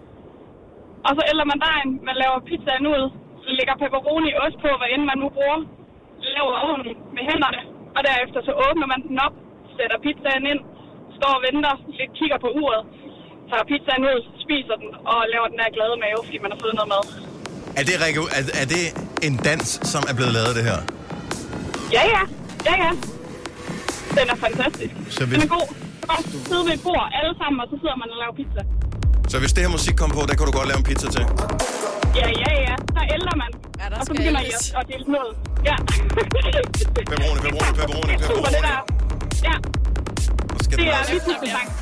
[SPEAKER 23] Og så ældrer man dejen, man laver pizzaen ud, lægger pepperoni ost på, hvad end man nu bruger, laver ovnen med hænderne, og derefter så åbner man den op, sætter pizzaen ind, står og venter, lidt kigger på uret, tager pizzaen ud, spiser den og laver den der glade mave, fordi man har fået noget mad.
[SPEAKER 1] Er det, Rikke, er, er det en dans, som er blevet lavet, det her?
[SPEAKER 13] Ja, ja. Ja, ja. Den er fantastisk.
[SPEAKER 1] Så hvis-
[SPEAKER 13] Den er god. Bare sidde ved et bord alle sammen, og så sidder man og laver pizza.
[SPEAKER 1] Så hvis det her musik kom på, der kunne du godt lave en pizza til.
[SPEAKER 13] Ja, ja, ja. Så ældrer man. Ja, der og så
[SPEAKER 4] skal
[SPEAKER 13] begynder I
[SPEAKER 4] ældres.
[SPEAKER 13] at- at dele noget. Ja.
[SPEAKER 1] Pepperoni, pepperoni, pepperoni,
[SPEAKER 13] Super,
[SPEAKER 1] pepperoni.
[SPEAKER 13] det der. Ja.
[SPEAKER 1] Skal
[SPEAKER 13] Det
[SPEAKER 1] den
[SPEAKER 13] er
[SPEAKER 1] også?
[SPEAKER 13] mit sang.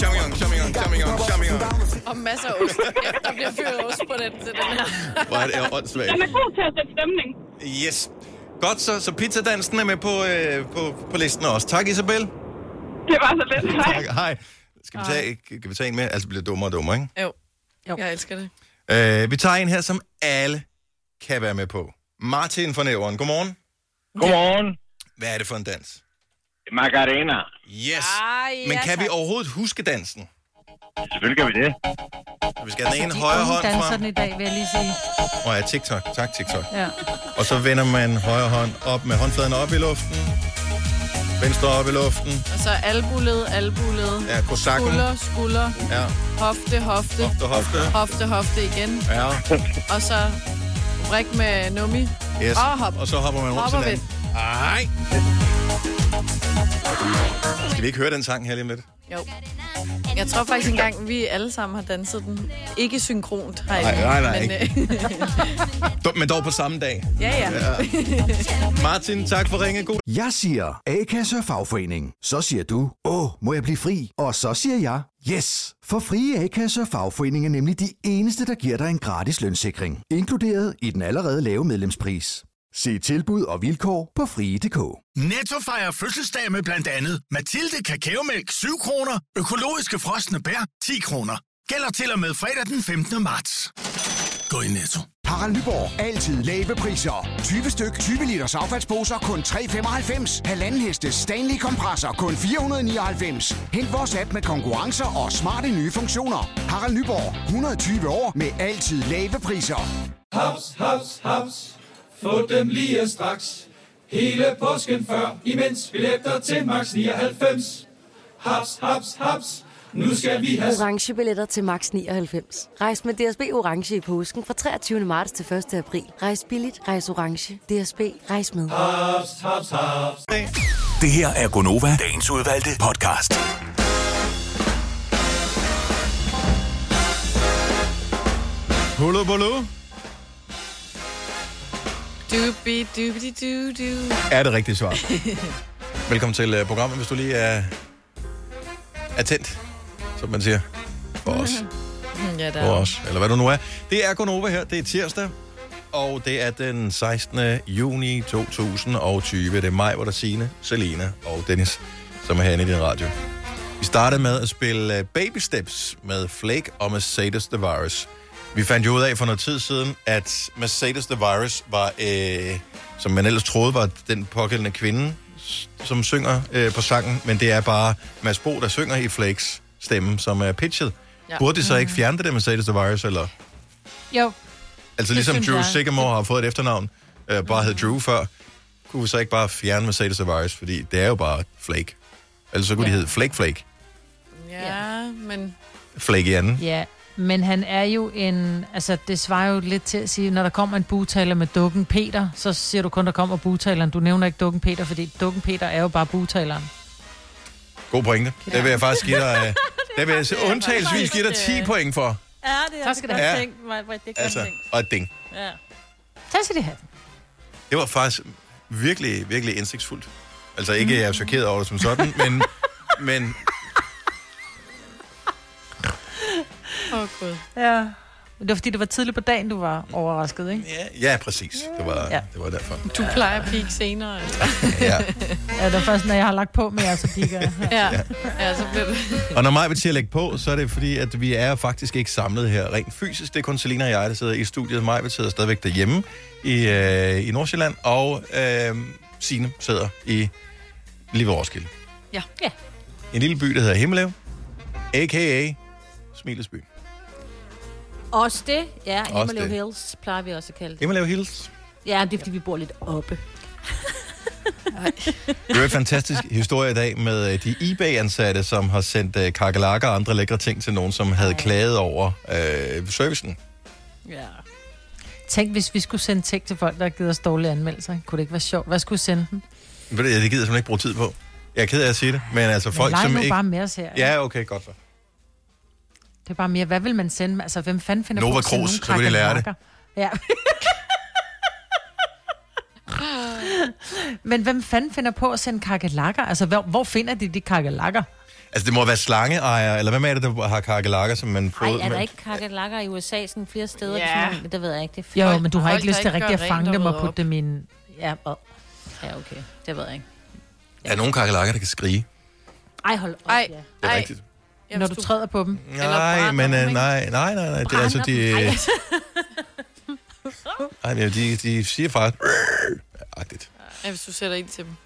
[SPEAKER 1] Chamignon, chamignon, chamignon, chamignon.
[SPEAKER 4] Og masser af ost. Ja, der bliver fyret ost på den til den her.
[SPEAKER 1] Hvor er det åndssvagt.
[SPEAKER 13] Den er god til at sætte stemning.
[SPEAKER 1] Yes. Godt så, så pizzadansen er med på, øh, på, på listen også. Tak, Isabel.
[SPEAKER 13] Det var så lidt.
[SPEAKER 1] Tak, hej. Skal vi tage, kan vi tage en mere? Altså, det bliver dummere og dummere, ikke?
[SPEAKER 4] Jo. jo. Jeg elsker det.
[SPEAKER 1] Øh, vi tager en her, som alle kan være med på. Martin fra Nævren, godmorgen. Godmorgen. Hvad er det for en dans? Margarena. Yes.
[SPEAKER 4] Ej,
[SPEAKER 1] Men
[SPEAKER 4] ja,
[SPEAKER 1] kan vi
[SPEAKER 4] tak.
[SPEAKER 1] overhovedet huske dansen?
[SPEAKER 5] Selvfølgelig gør vi det.
[SPEAKER 1] Vi skal have den ene højre hånd
[SPEAKER 2] danser
[SPEAKER 1] fra...
[SPEAKER 2] den i dag, vil jeg lige sige.
[SPEAKER 1] Og ja, TikTok. Tak, TikTok.
[SPEAKER 2] Ja.
[SPEAKER 1] Og så vender man højre hånd op med håndfladen op i luften. Venstre op i luften.
[SPEAKER 4] Og så albuled, albuled.
[SPEAKER 1] Ja, kosakken.
[SPEAKER 4] Altså, Skulder, skulder.
[SPEAKER 1] Ja.
[SPEAKER 4] Hofte, hofte.
[SPEAKER 1] Hofte, hofte.
[SPEAKER 4] Hofte, hofte igen.
[SPEAKER 1] Ja.
[SPEAKER 4] Og så brik med nummi.
[SPEAKER 1] Yes.
[SPEAKER 4] Og hop.
[SPEAKER 1] Og så hopper man rundt til
[SPEAKER 4] Hopper
[SPEAKER 1] hinanden. Ej. Skal vi ikke høre den sang her lige om lidt?
[SPEAKER 4] Jo. Jeg tror faktisk engang, vi alle sammen har danset den. Ikke synkront, har jeg
[SPEAKER 1] Nej, nej, nej,
[SPEAKER 4] Men,
[SPEAKER 1] ikke.
[SPEAKER 4] øh,
[SPEAKER 1] Du- Men dog på samme dag.
[SPEAKER 4] ja, ja.
[SPEAKER 1] Martin, tak for ringe. God
[SPEAKER 18] Jeg siger A-kasse og fagforening. Så siger du, åh, må jeg blive fri? Og så siger jeg, yes! For frie A-kasse og fagforening er nemlig de eneste, der giver dig en gratis lønssikring. Inkluderet i den allerede lave medlemspris. Se tilbud og vilkår på frie.dk.
[SPEAKER 19] Netto fejrer fødselsdag med blandt andet Mathilde Kakaomælk 7 kroner, økologiske frosne bær 10 kroner. Gælder til og med fredag den 15. marts. Gå i Netto.
[SPEAKER 20] Harald Nyborg. Altid lave priser. 20 styk, 20 liters affaldsposer kun 3,95. Halvanden heste Stanley kompresser kun 499. Hent vores app med konkurrencer og smarte nye funktioner. Harald Nyborg. 120 år med altid lave priser.
[SPEAKER 21] Haps, haps, haps. Få dem lige straks. Hele påsken før, imens billetter til max 99. Haps, haps, haps. Nu skal vi have
[SPEAKER 22] Orange billetter til max 99. Rejs med DSB Orange i påsken fra 23. marts til 1. april. Rejs billigt, rejs orange. DSB, rejs med.
[SPEAKER 21] Haps, haps, haps.
[SPEAKER 6] Det her er Gonova, dagens udvalgte podcast.
[SPEAKER 1] Hulu bulu.
[SPEAKER 4] Doobie, doobie, doo, doo.
[SPEAKER 1] er det rigtige svar. Velkommen til øh, programmet, hvis du lige er, er tændt, som man siger. For os.
[SPEAKER 4] Ja, der
[SPEAKER 1] For os. Eller hvad du nu er. Det er Gonova her. Det er tirsdag. Og det er den 16. juni 2020. Det er mig, hvor der er Signe, Selena og Dennis, som er herinde i din radio. Vi startede med at spille øh, Baby Steps med Flake og Mercedes The Virus. Vi fandt jo ud af for noget tid siden, at Mercedes The Virus var, øh, som man ellers troede var den pågældende kvinde, s- som synger øh, på sangen, men det er bare Mads Bo, der synger i Flakes stemme, som er pitchet.
[SPEAKER 2] Ja. Mm.
[SPEAKER 1] Ja. Burde de så ikke fjerne det der Mercedes The Virus, eller?
[SPEAKER 2] Jo.
[SPEAKER 1] Altså
[SPEAKER 2] Det
[SPEAKER 1] ligesom
[SPEAKER 2] synes
[SPEAKER 1] Drew
[SPEAKER 2] jeg.
[SPEAKER 1] Sigamore har fået et efternavn, øh, bare hed Drew før, kunne vi så ikke bare fjerne Mercedes The Virus, fordi det er jo bare Flake. Ellers så kunne ja. de hedde Flake Flake.
[SPEAKER 4] Ja, men...
[SPEAKER 1] Flake i anden.
[SPEAKER 2] Ja, men han er jo en... Altså, det svarer jo lidt til at sige, når der kommer en butaler med dukken Peter, så siger du kun, der kommer butaleren. Du nævner ikke dukken Peter, fordi dukken Peter er jo bare butaleren.
[SPEAKER 1] God pointe. Det vil jeg faktisk give dig... øh, Det vil jeg s- undtagelsesvis give dig 10 point for.
[SPEAKER 3] Ja, det er
[SPEAKER 2] Tak skal
[SPEAKER 3] godt
[SPEAKER 1] du have.
[SPEAKER 3] tænkt, Maj-Brit. Det er altså.
[SPEAKER 1] Altså,
[SPEAKER 3] tænkt.
[SPEAKER 1] og et ding.
[SPEAKER 3] Ja.
[SPEAKER 2] Tak skal de have.
[SPEAKER 1] Det var faktisk virkelig, virkelig indsigtsfuldt. Altså ikke, jeg er chokeret over det som sådan, men, men
[SPEAKER 4] Åh, oh, Gud.
[SPEAKER 2] Ja. Men det var, fordi det var tidligt på dagen, du var overrasket, ikke?
[SPEAKER 1] Ja. ja, præcis. Det var,
[SPEAKER 2] Ja.
[SPEAKER 1] det var derfor.
[SPEAKER 4] Du plejer at peak senere. altså.
[SPEAKER 1] Ja.
[SPEAKER 2] Ja, det var først, når jeg har lagt på med jer, så pikker jeg.
[SPEAKER 4] ja. ja, så bliver det...
[SPEAKER 1] Og når mig vil til at lægge på, så er det fordi, at vi er faktisk ikke samlet her rent fysisk. Det er kun Selina og jeg, der sidder i studiet. Mig vil sidder stadigvæk derhjemme i, øh, i Nordsjælland, og øh, Signe sidder i Live Roskilde.
[SPEAKER 4] Ja.
[SPEAKER 3] ja.
[SPEAKER 1] En lille by, der hedder Himmelev, a.k.a. Smilesby.
[SPEAKER 3] Også det, ja.
[SPEAKER 1] Også
[SPEAKER 3] Himmelev
[SPEAKER 1] det.
[SPEAKER 3] Hills plejer vi også at kalde det.
[SPEAKER 1] Himmelev Hills.
[SPEAKER 3] Ja, det er fordi, vi bor lidt oppe.
[SPEAKER 1] Det er en fantastisk historie i dag med øh, de eBay-ansatte, som har sendt øh, kakelakker og andre lækre ting til nogen, som havde klaget over øh, servicen.
[SPEAKER 3] Ja.
[SPEAKER 2] Tænk, hvis vi skulle sende tæk til folk, der har givet os dårlige anmeldelser. Kunne det ikke være sjovt? Hvad skulle vi sende dem?
[SPEAKER 1] Ved du, det gider jeg simpelthen ikke bruge tid på. Jeg er ked af at sige det, men altså folk,
[SPEAKER 2] leg
[SPEAKER 1] som
[SPEAKER 2] nu
[SPEAKER 1] ikke...
[SPEAKER 2] bare med os her, ja.
[SPEAKER 1] Ja, okay, godt så.
[SPEAKER 2] Det er bare mere, hvad vil man sende? dem? Altså, hvem fanden finder
[SPEAKER 1] Nova
[SPEAKER 2] på at sende
[SPEAKER 1] Cruz,
[SPEAKER 2] nogle
[SPEAKER 1] så kan de lære det.
[SPEAKER 2] krakkelakker? Ja. Men hvem fanden finder på at sende kakelakker? Altså, hvor, hvor finder de de kakelakker?
[SPEAKER 1] Altså, det må være slangeejere, eller hvem er det, der har kakelakker, som man...
[SPEAKER 7] Nej,
[SPEAKER 1] fået-
[SPEAKER 7] er der
[SPEAKER 1] men-
[SPEAKER 7] ikke kakelakker i USA sådan flere steder?
[SPEAKER 2] Ja.
[SPEAKER 7] Ja. Sådan, det ved jeg ikke. Det er
[SPEAKER 2] Jo,
[SPEAKER 7] folk-
[SPEAKER 2] men du har
[SPEAKER 7] folk,
[SPEAKER 2] ikke lyst
[SPEAKER 7] der
[SPEAKER 2] til rigtig
[SPEAKER 7] gør
[SPEAKER 2] at
[SPEAKER 7] rent
[SPEAKER 2] fange dem og
[SPEAKER 7] rydder op.
[SPEAKER 2] putte dem i en... Ja, og...
[SPEAKER 7] Ja, okay. Det ved jeg ikke.
[SPEAKER 1] Der er nogle kakelakker, der kan skrige.
[SPEAKER 7] Ej, hold op, Ej. ja.
[SPEAKER 1] Det er rigtigt.
[SPEAKER 2] Når du træder på dem.
[SPEAKER 1] Nej, men øh, nej, nej, nej, nej. Det er altså, de...
[SPEAKER 2] Brænder dem. Ej,
[SPEAKER 1] øh, Ej, men de, de siger faktisk... Agtigt.
[SPEAKER 4] Ja, hvis du sætter ind til dem.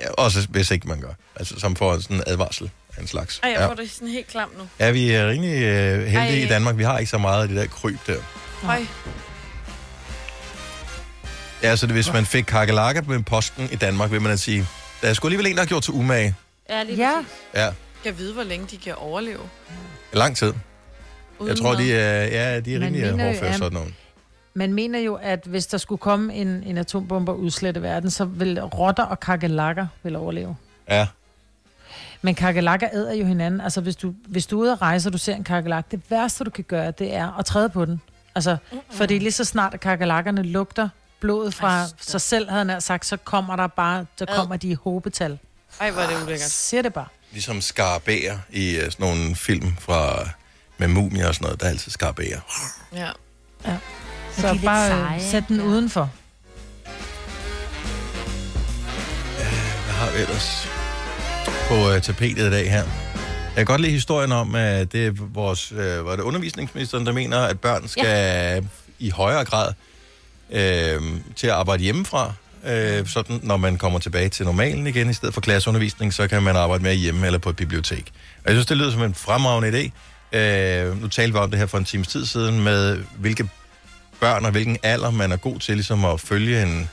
[SPEAKER 1] Ja, også hvis ikke man gør. Altså, som får sådan en advarsel af en slags.
[SPEAKER 4] Ej, jeg
[SPEAKER 1] ja.
[SPEAKER 4] får det sådan helt klam nu.
[SPEAKER 1] ja, vi er rimelig øh, heldige
[SPEAKER 4] Ej.
[SPEAKER 1] i Danmark. Vi har ikke så meget af det der kryb der.
[SPEAKER 4] Ej.
[SPEAKER 1] Ja, så det, hvis man fik kakelakker med posten i Danmark, vil man at sige, der er sgu alligevel en, der har gjort til umage.
[SPEAKER 7] Ja, lige
[SPEAKER 2] ja.
[SPEAKER 1] Ja,
[SPEAKER 4] Jeg ved, hvor længe de kan overleve.
[SPEAKER 1] lang tid.
[SPEAKER 4] Uden
[SPEAKER 1] jeg tror, de
[SPEAKER 4] mad.
[SPEAKER 1] er, ja, de er
[SPEAKER 2] Men
[SPEAKER 1] rimelig
[SPEAKER 2] mener jo,
[SPEAKER 1] hårdføre
[SPEAKER 2] ja.
[SPEAKER 1] sådan nogle.
[SPEAKER 2] Man mener jo, at hvis der skulle komme en, en atombombe og udslette verden, så vil rotter og kakelakker vil overleve.
[SPEAKER 1] Ja.
[SPEAKER 2] Men kakelakker æder jo hinanden. Altså, hvis du, hvis du er ude at rejse, og du ser en kakelak, det værste, du kan gøre, det er at træde på den. Altså, fordi lige så snart at kakelakkerne lugter blodet fra sig selv, havde han nær sagt, så kommer der bare, så kommer de i hobetal.
[SPEAKER 4] Ej, hvor er
[SPEAKER 1] Ah,
[SPEAKER 4] det ulækkert.
[SPEAKER 2] Ser det bare.
[SPEAKER 1] Ligesom skarabæer i øh, sådan nogle film fra, med mumier og sådan noget, der er altid skarabæer.
[SPEAKER 4] Ja.
[SPEAKER 2] ja.
[SPEAKER 4] de er
[SPEAKER 2] Så
[SPEAKER 4] lidt
[SPEAKER 2] bare øh,
[SPEAKER 4] seje,
[SPEAKER 2] sæt den udenfor.
[SPEAKER 1] Hvad har vi ellers på øh, tapetet i dag her? Jeg kan godt lide historien om, at det er vores, øh, var det undervisningsministeren, der mener, at børn skal ja. i højere grad øh, til at arbejde hjemmefra. Øh, sådan, når man kommer tilbage til normalen igen, i stedet for klasseundervisning, så kan man arbejde mere hjemme eller på et bibliotek. Og jeg synes, det lyder som en fremragende idé. Øh, nu talte vi om det her for en times tid siden, med hvilke børn og hvilken alder man er god til ligesom at følge en,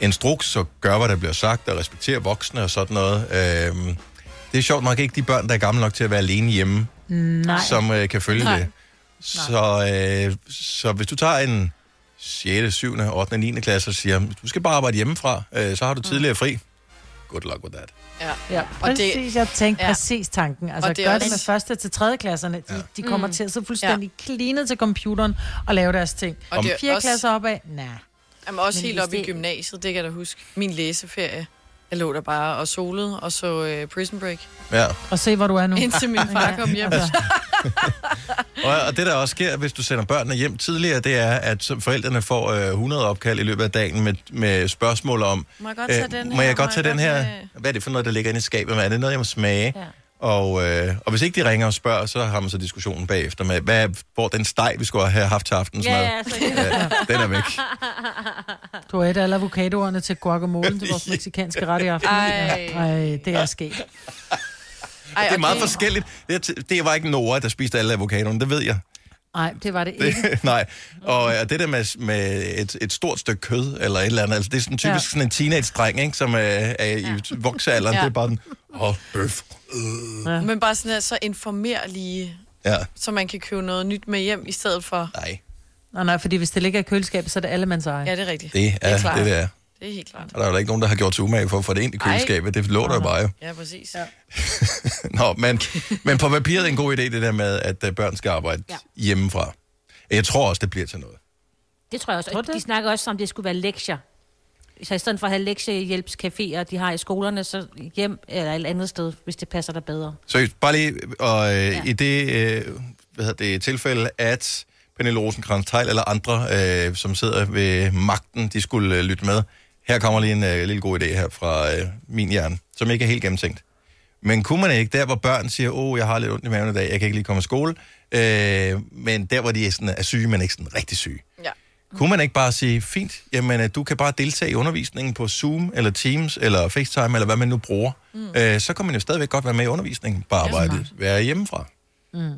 [SPEAKER 1] instruks og gør, hvad der bliver sagt, og respekterer voksne og sådan noget. Øhm, det er sjovt nok ikke de børn, der er gamle nok til at være alene hjemme,
[SPEAKER 2] Nej.
[SPEAKER 1] som øh, kan følge
[SPEAKER 2] Nej.
[SPEAKER 1] det. Så, øh, så hvis du tager en 6., 7., 8., 9. klasse og siger, du skal bare arbejde hjemmefra, øh, så har du
[SPEAKER 2] Mm.
[SPEAKER 1] tidligere fri. Good luck with that.
[SPEAKER 4] Ja,
[SPEAKER 2] ja.
[SPEAKER 4] Og det-
[SPEAKER 2] præcis. Jeg tænkte ja. præcis tanken. Altså,
[SPEAKER 4] Og
[SPEAKER 2] det
[SPEAKER 4] det
[SPEAKER 2] gør
[SPEAKER 4] er
[SPEAKER 2] det
[SPEAKER 4] også-
[SPEAKER 2] med første til tredje klasserne. De, ja. de kommer
[SPEAKER 4] Mm.
[SPEAKER 2] til at sidde fuldstændig ja. cleanet til computeren og lave deres ting.
[SPEAKER 4] Og
[SPEAKER 2] Og
[SPEAKER 4] det er
[SPEAKER 2] Fire
[SPEAKER 4] også-
[SPEAKER 2] klasser opad? Nej.
[SPEAKER 4] Jamen også
[SPEAKER 2] Men
[SPEAKER 4] helt
[SPEAKER 2] hvis
[SPEAKER 4] op i
[SPEAKER 2] det-
[SPEAKER 4] gymnasiet, det kan jeg da huske. Min læseferie. Jeg lå der bare og solede og så øh, Prison Break.
[SPEAKER 1] Ja.
[SPEAKER 2] Og se, hvor du er nu.
[SPEAKER 4] Indtil min far kom hjem.
[SPEAKER 1] Og, og det, der også sker, hvis du sender børnene hjem tidligere, det er, at så forældrene får øh, 100 opkald i løbet af dagen med, med spørgsmål om... øh,
[SPEAKER 4] Må jeg godt tage den
[SPEAKER 1] Må
[SPEAKER 4] her?
[SPEAKER 1] jeg godt
[SPEAKER 4] Må
[SPEAKER 1] tage
[SPEAKER 4] jeg
[SPEAKER 1] den
[SPEAKER 4] godt
[SPEAKER 1] her?
[SPEAKER 4] tage-
[SPEAKER 1] Hvad er det for noget, der ligger inde i skabet? Hvad er det noget, jeg må smage? Ja. Og, øh, og hvis ikke de ringer og spørger, så har man så diskussionen bagefter med, hvad, hvor den steg, vi skulle have haft til aftensmad,
[SPEAKER 2] Ja, ja,
[SPEAKER 4] altså,
[SPEAKER 2] så-
[SPEAKER 1] den er væk.
[SPEAKER 2] Du er et af alle avocadoerne til guacamole til vores meksikanske ret i aften.
[SPEAKER 4] Ej.
[SPEAKER 2] Ej, det er sket.
[SPEAKER 1] Ej, det er
[SPEAKER 2] okay.
[SPEAKER 1] meget forskelligt. Det, er- det var ikke Nora, der spiste alle avocadoerne, det ved jeg.
[SPEAKER 2] Nej, det var det ikke.
[SPEAKER 1] Det, nej, og øh, det der med, med et, et stort stykke kød eller et eller andet, altså det er sådan typisk
[SPEAKER 2] Ja.
[SPEAKER 1] ja. sådan en teenage-dreng, ikke, som øh, er i ja. voksealderen,
[SPEAKER 4] Ja.
[SPEAKER 1] ja. det er bare den, åh, oh, bøf. Øh.
[SPEAKER 4] Ja. Men bare sådan her, så informer lige,
[SPEAKER 1] Ja.
[SPEAKER 4] så man kan købe noget nyt med hjem i stedet for.
[SPEAKER 1] Nej.
[SPEAKER 2] Nå, nej, fordi hvis det ligger i køleskabet, så er det alle mands eje.
[SPEAKER 4] Ja, det er rigtigt.
[SPEAKER 1] Det er det,
[SPEAKER 4] klart.
[SPEAKER 1] det, det er.
[SPEAKER 4] Det er helt klart.
[SPEAKER 1] Og der er jo da ikke nogen, der har gjort sig umage for at få det ind i
[SPEAKER 4] Ej.
[SPEAKER 1] køleskabet, det lå der jo bare jo.
[SPEAKER 4] Ja, præcis. Ja.
[SPEAKER 1] Nå, men, men på papiret er det en god idé, det der med, at øh, børn skal arbejde ja. hjemmefra. Jeg tror også, det bliver til noget.
[SPEAKER 7] Det tror jeg også. Og de snakker også om, at det skulle være lektier. Så i stedet for at have lektiehjælpscaféer, de har i skolerne, så hjem eller et andet sted, hvis det passer dig bedre.
[SPEAKER 1] Seriøst, bare lige, og øh, ja. i det, øh, hvad hedder det tilfælde, at Pernille rosenkrantz teil eller andre, øh, som sidder ved magten, de skulle øh, lytte med. Her kommer lige en øh, lille god idé her fra øh, min hjerne, som ikke er helt gennemtænkt. Men kunne man ikke, der hvor børn siger, åh, oh, jeg har lidt ondt i maven i dag, jeg kan ikke lige komme i skole, øh, men der hvor de er, sådan, er syge, men ikke sådan rigtig syge,
[SPEAKER 4] Ja.
[SPEAKER 1] Kunne man ikke bare sige, fint, jamen, øh, du kan bare deltage i undervisningen på Zoom, eller Teams, eller FaceTime, eller hvad man nu bruger. Mm. Øh, så kan man jo stadigvæk godt være med i undervisningen, bare arbejde, være hjemmefra.
[SPEAKER 7] Mm.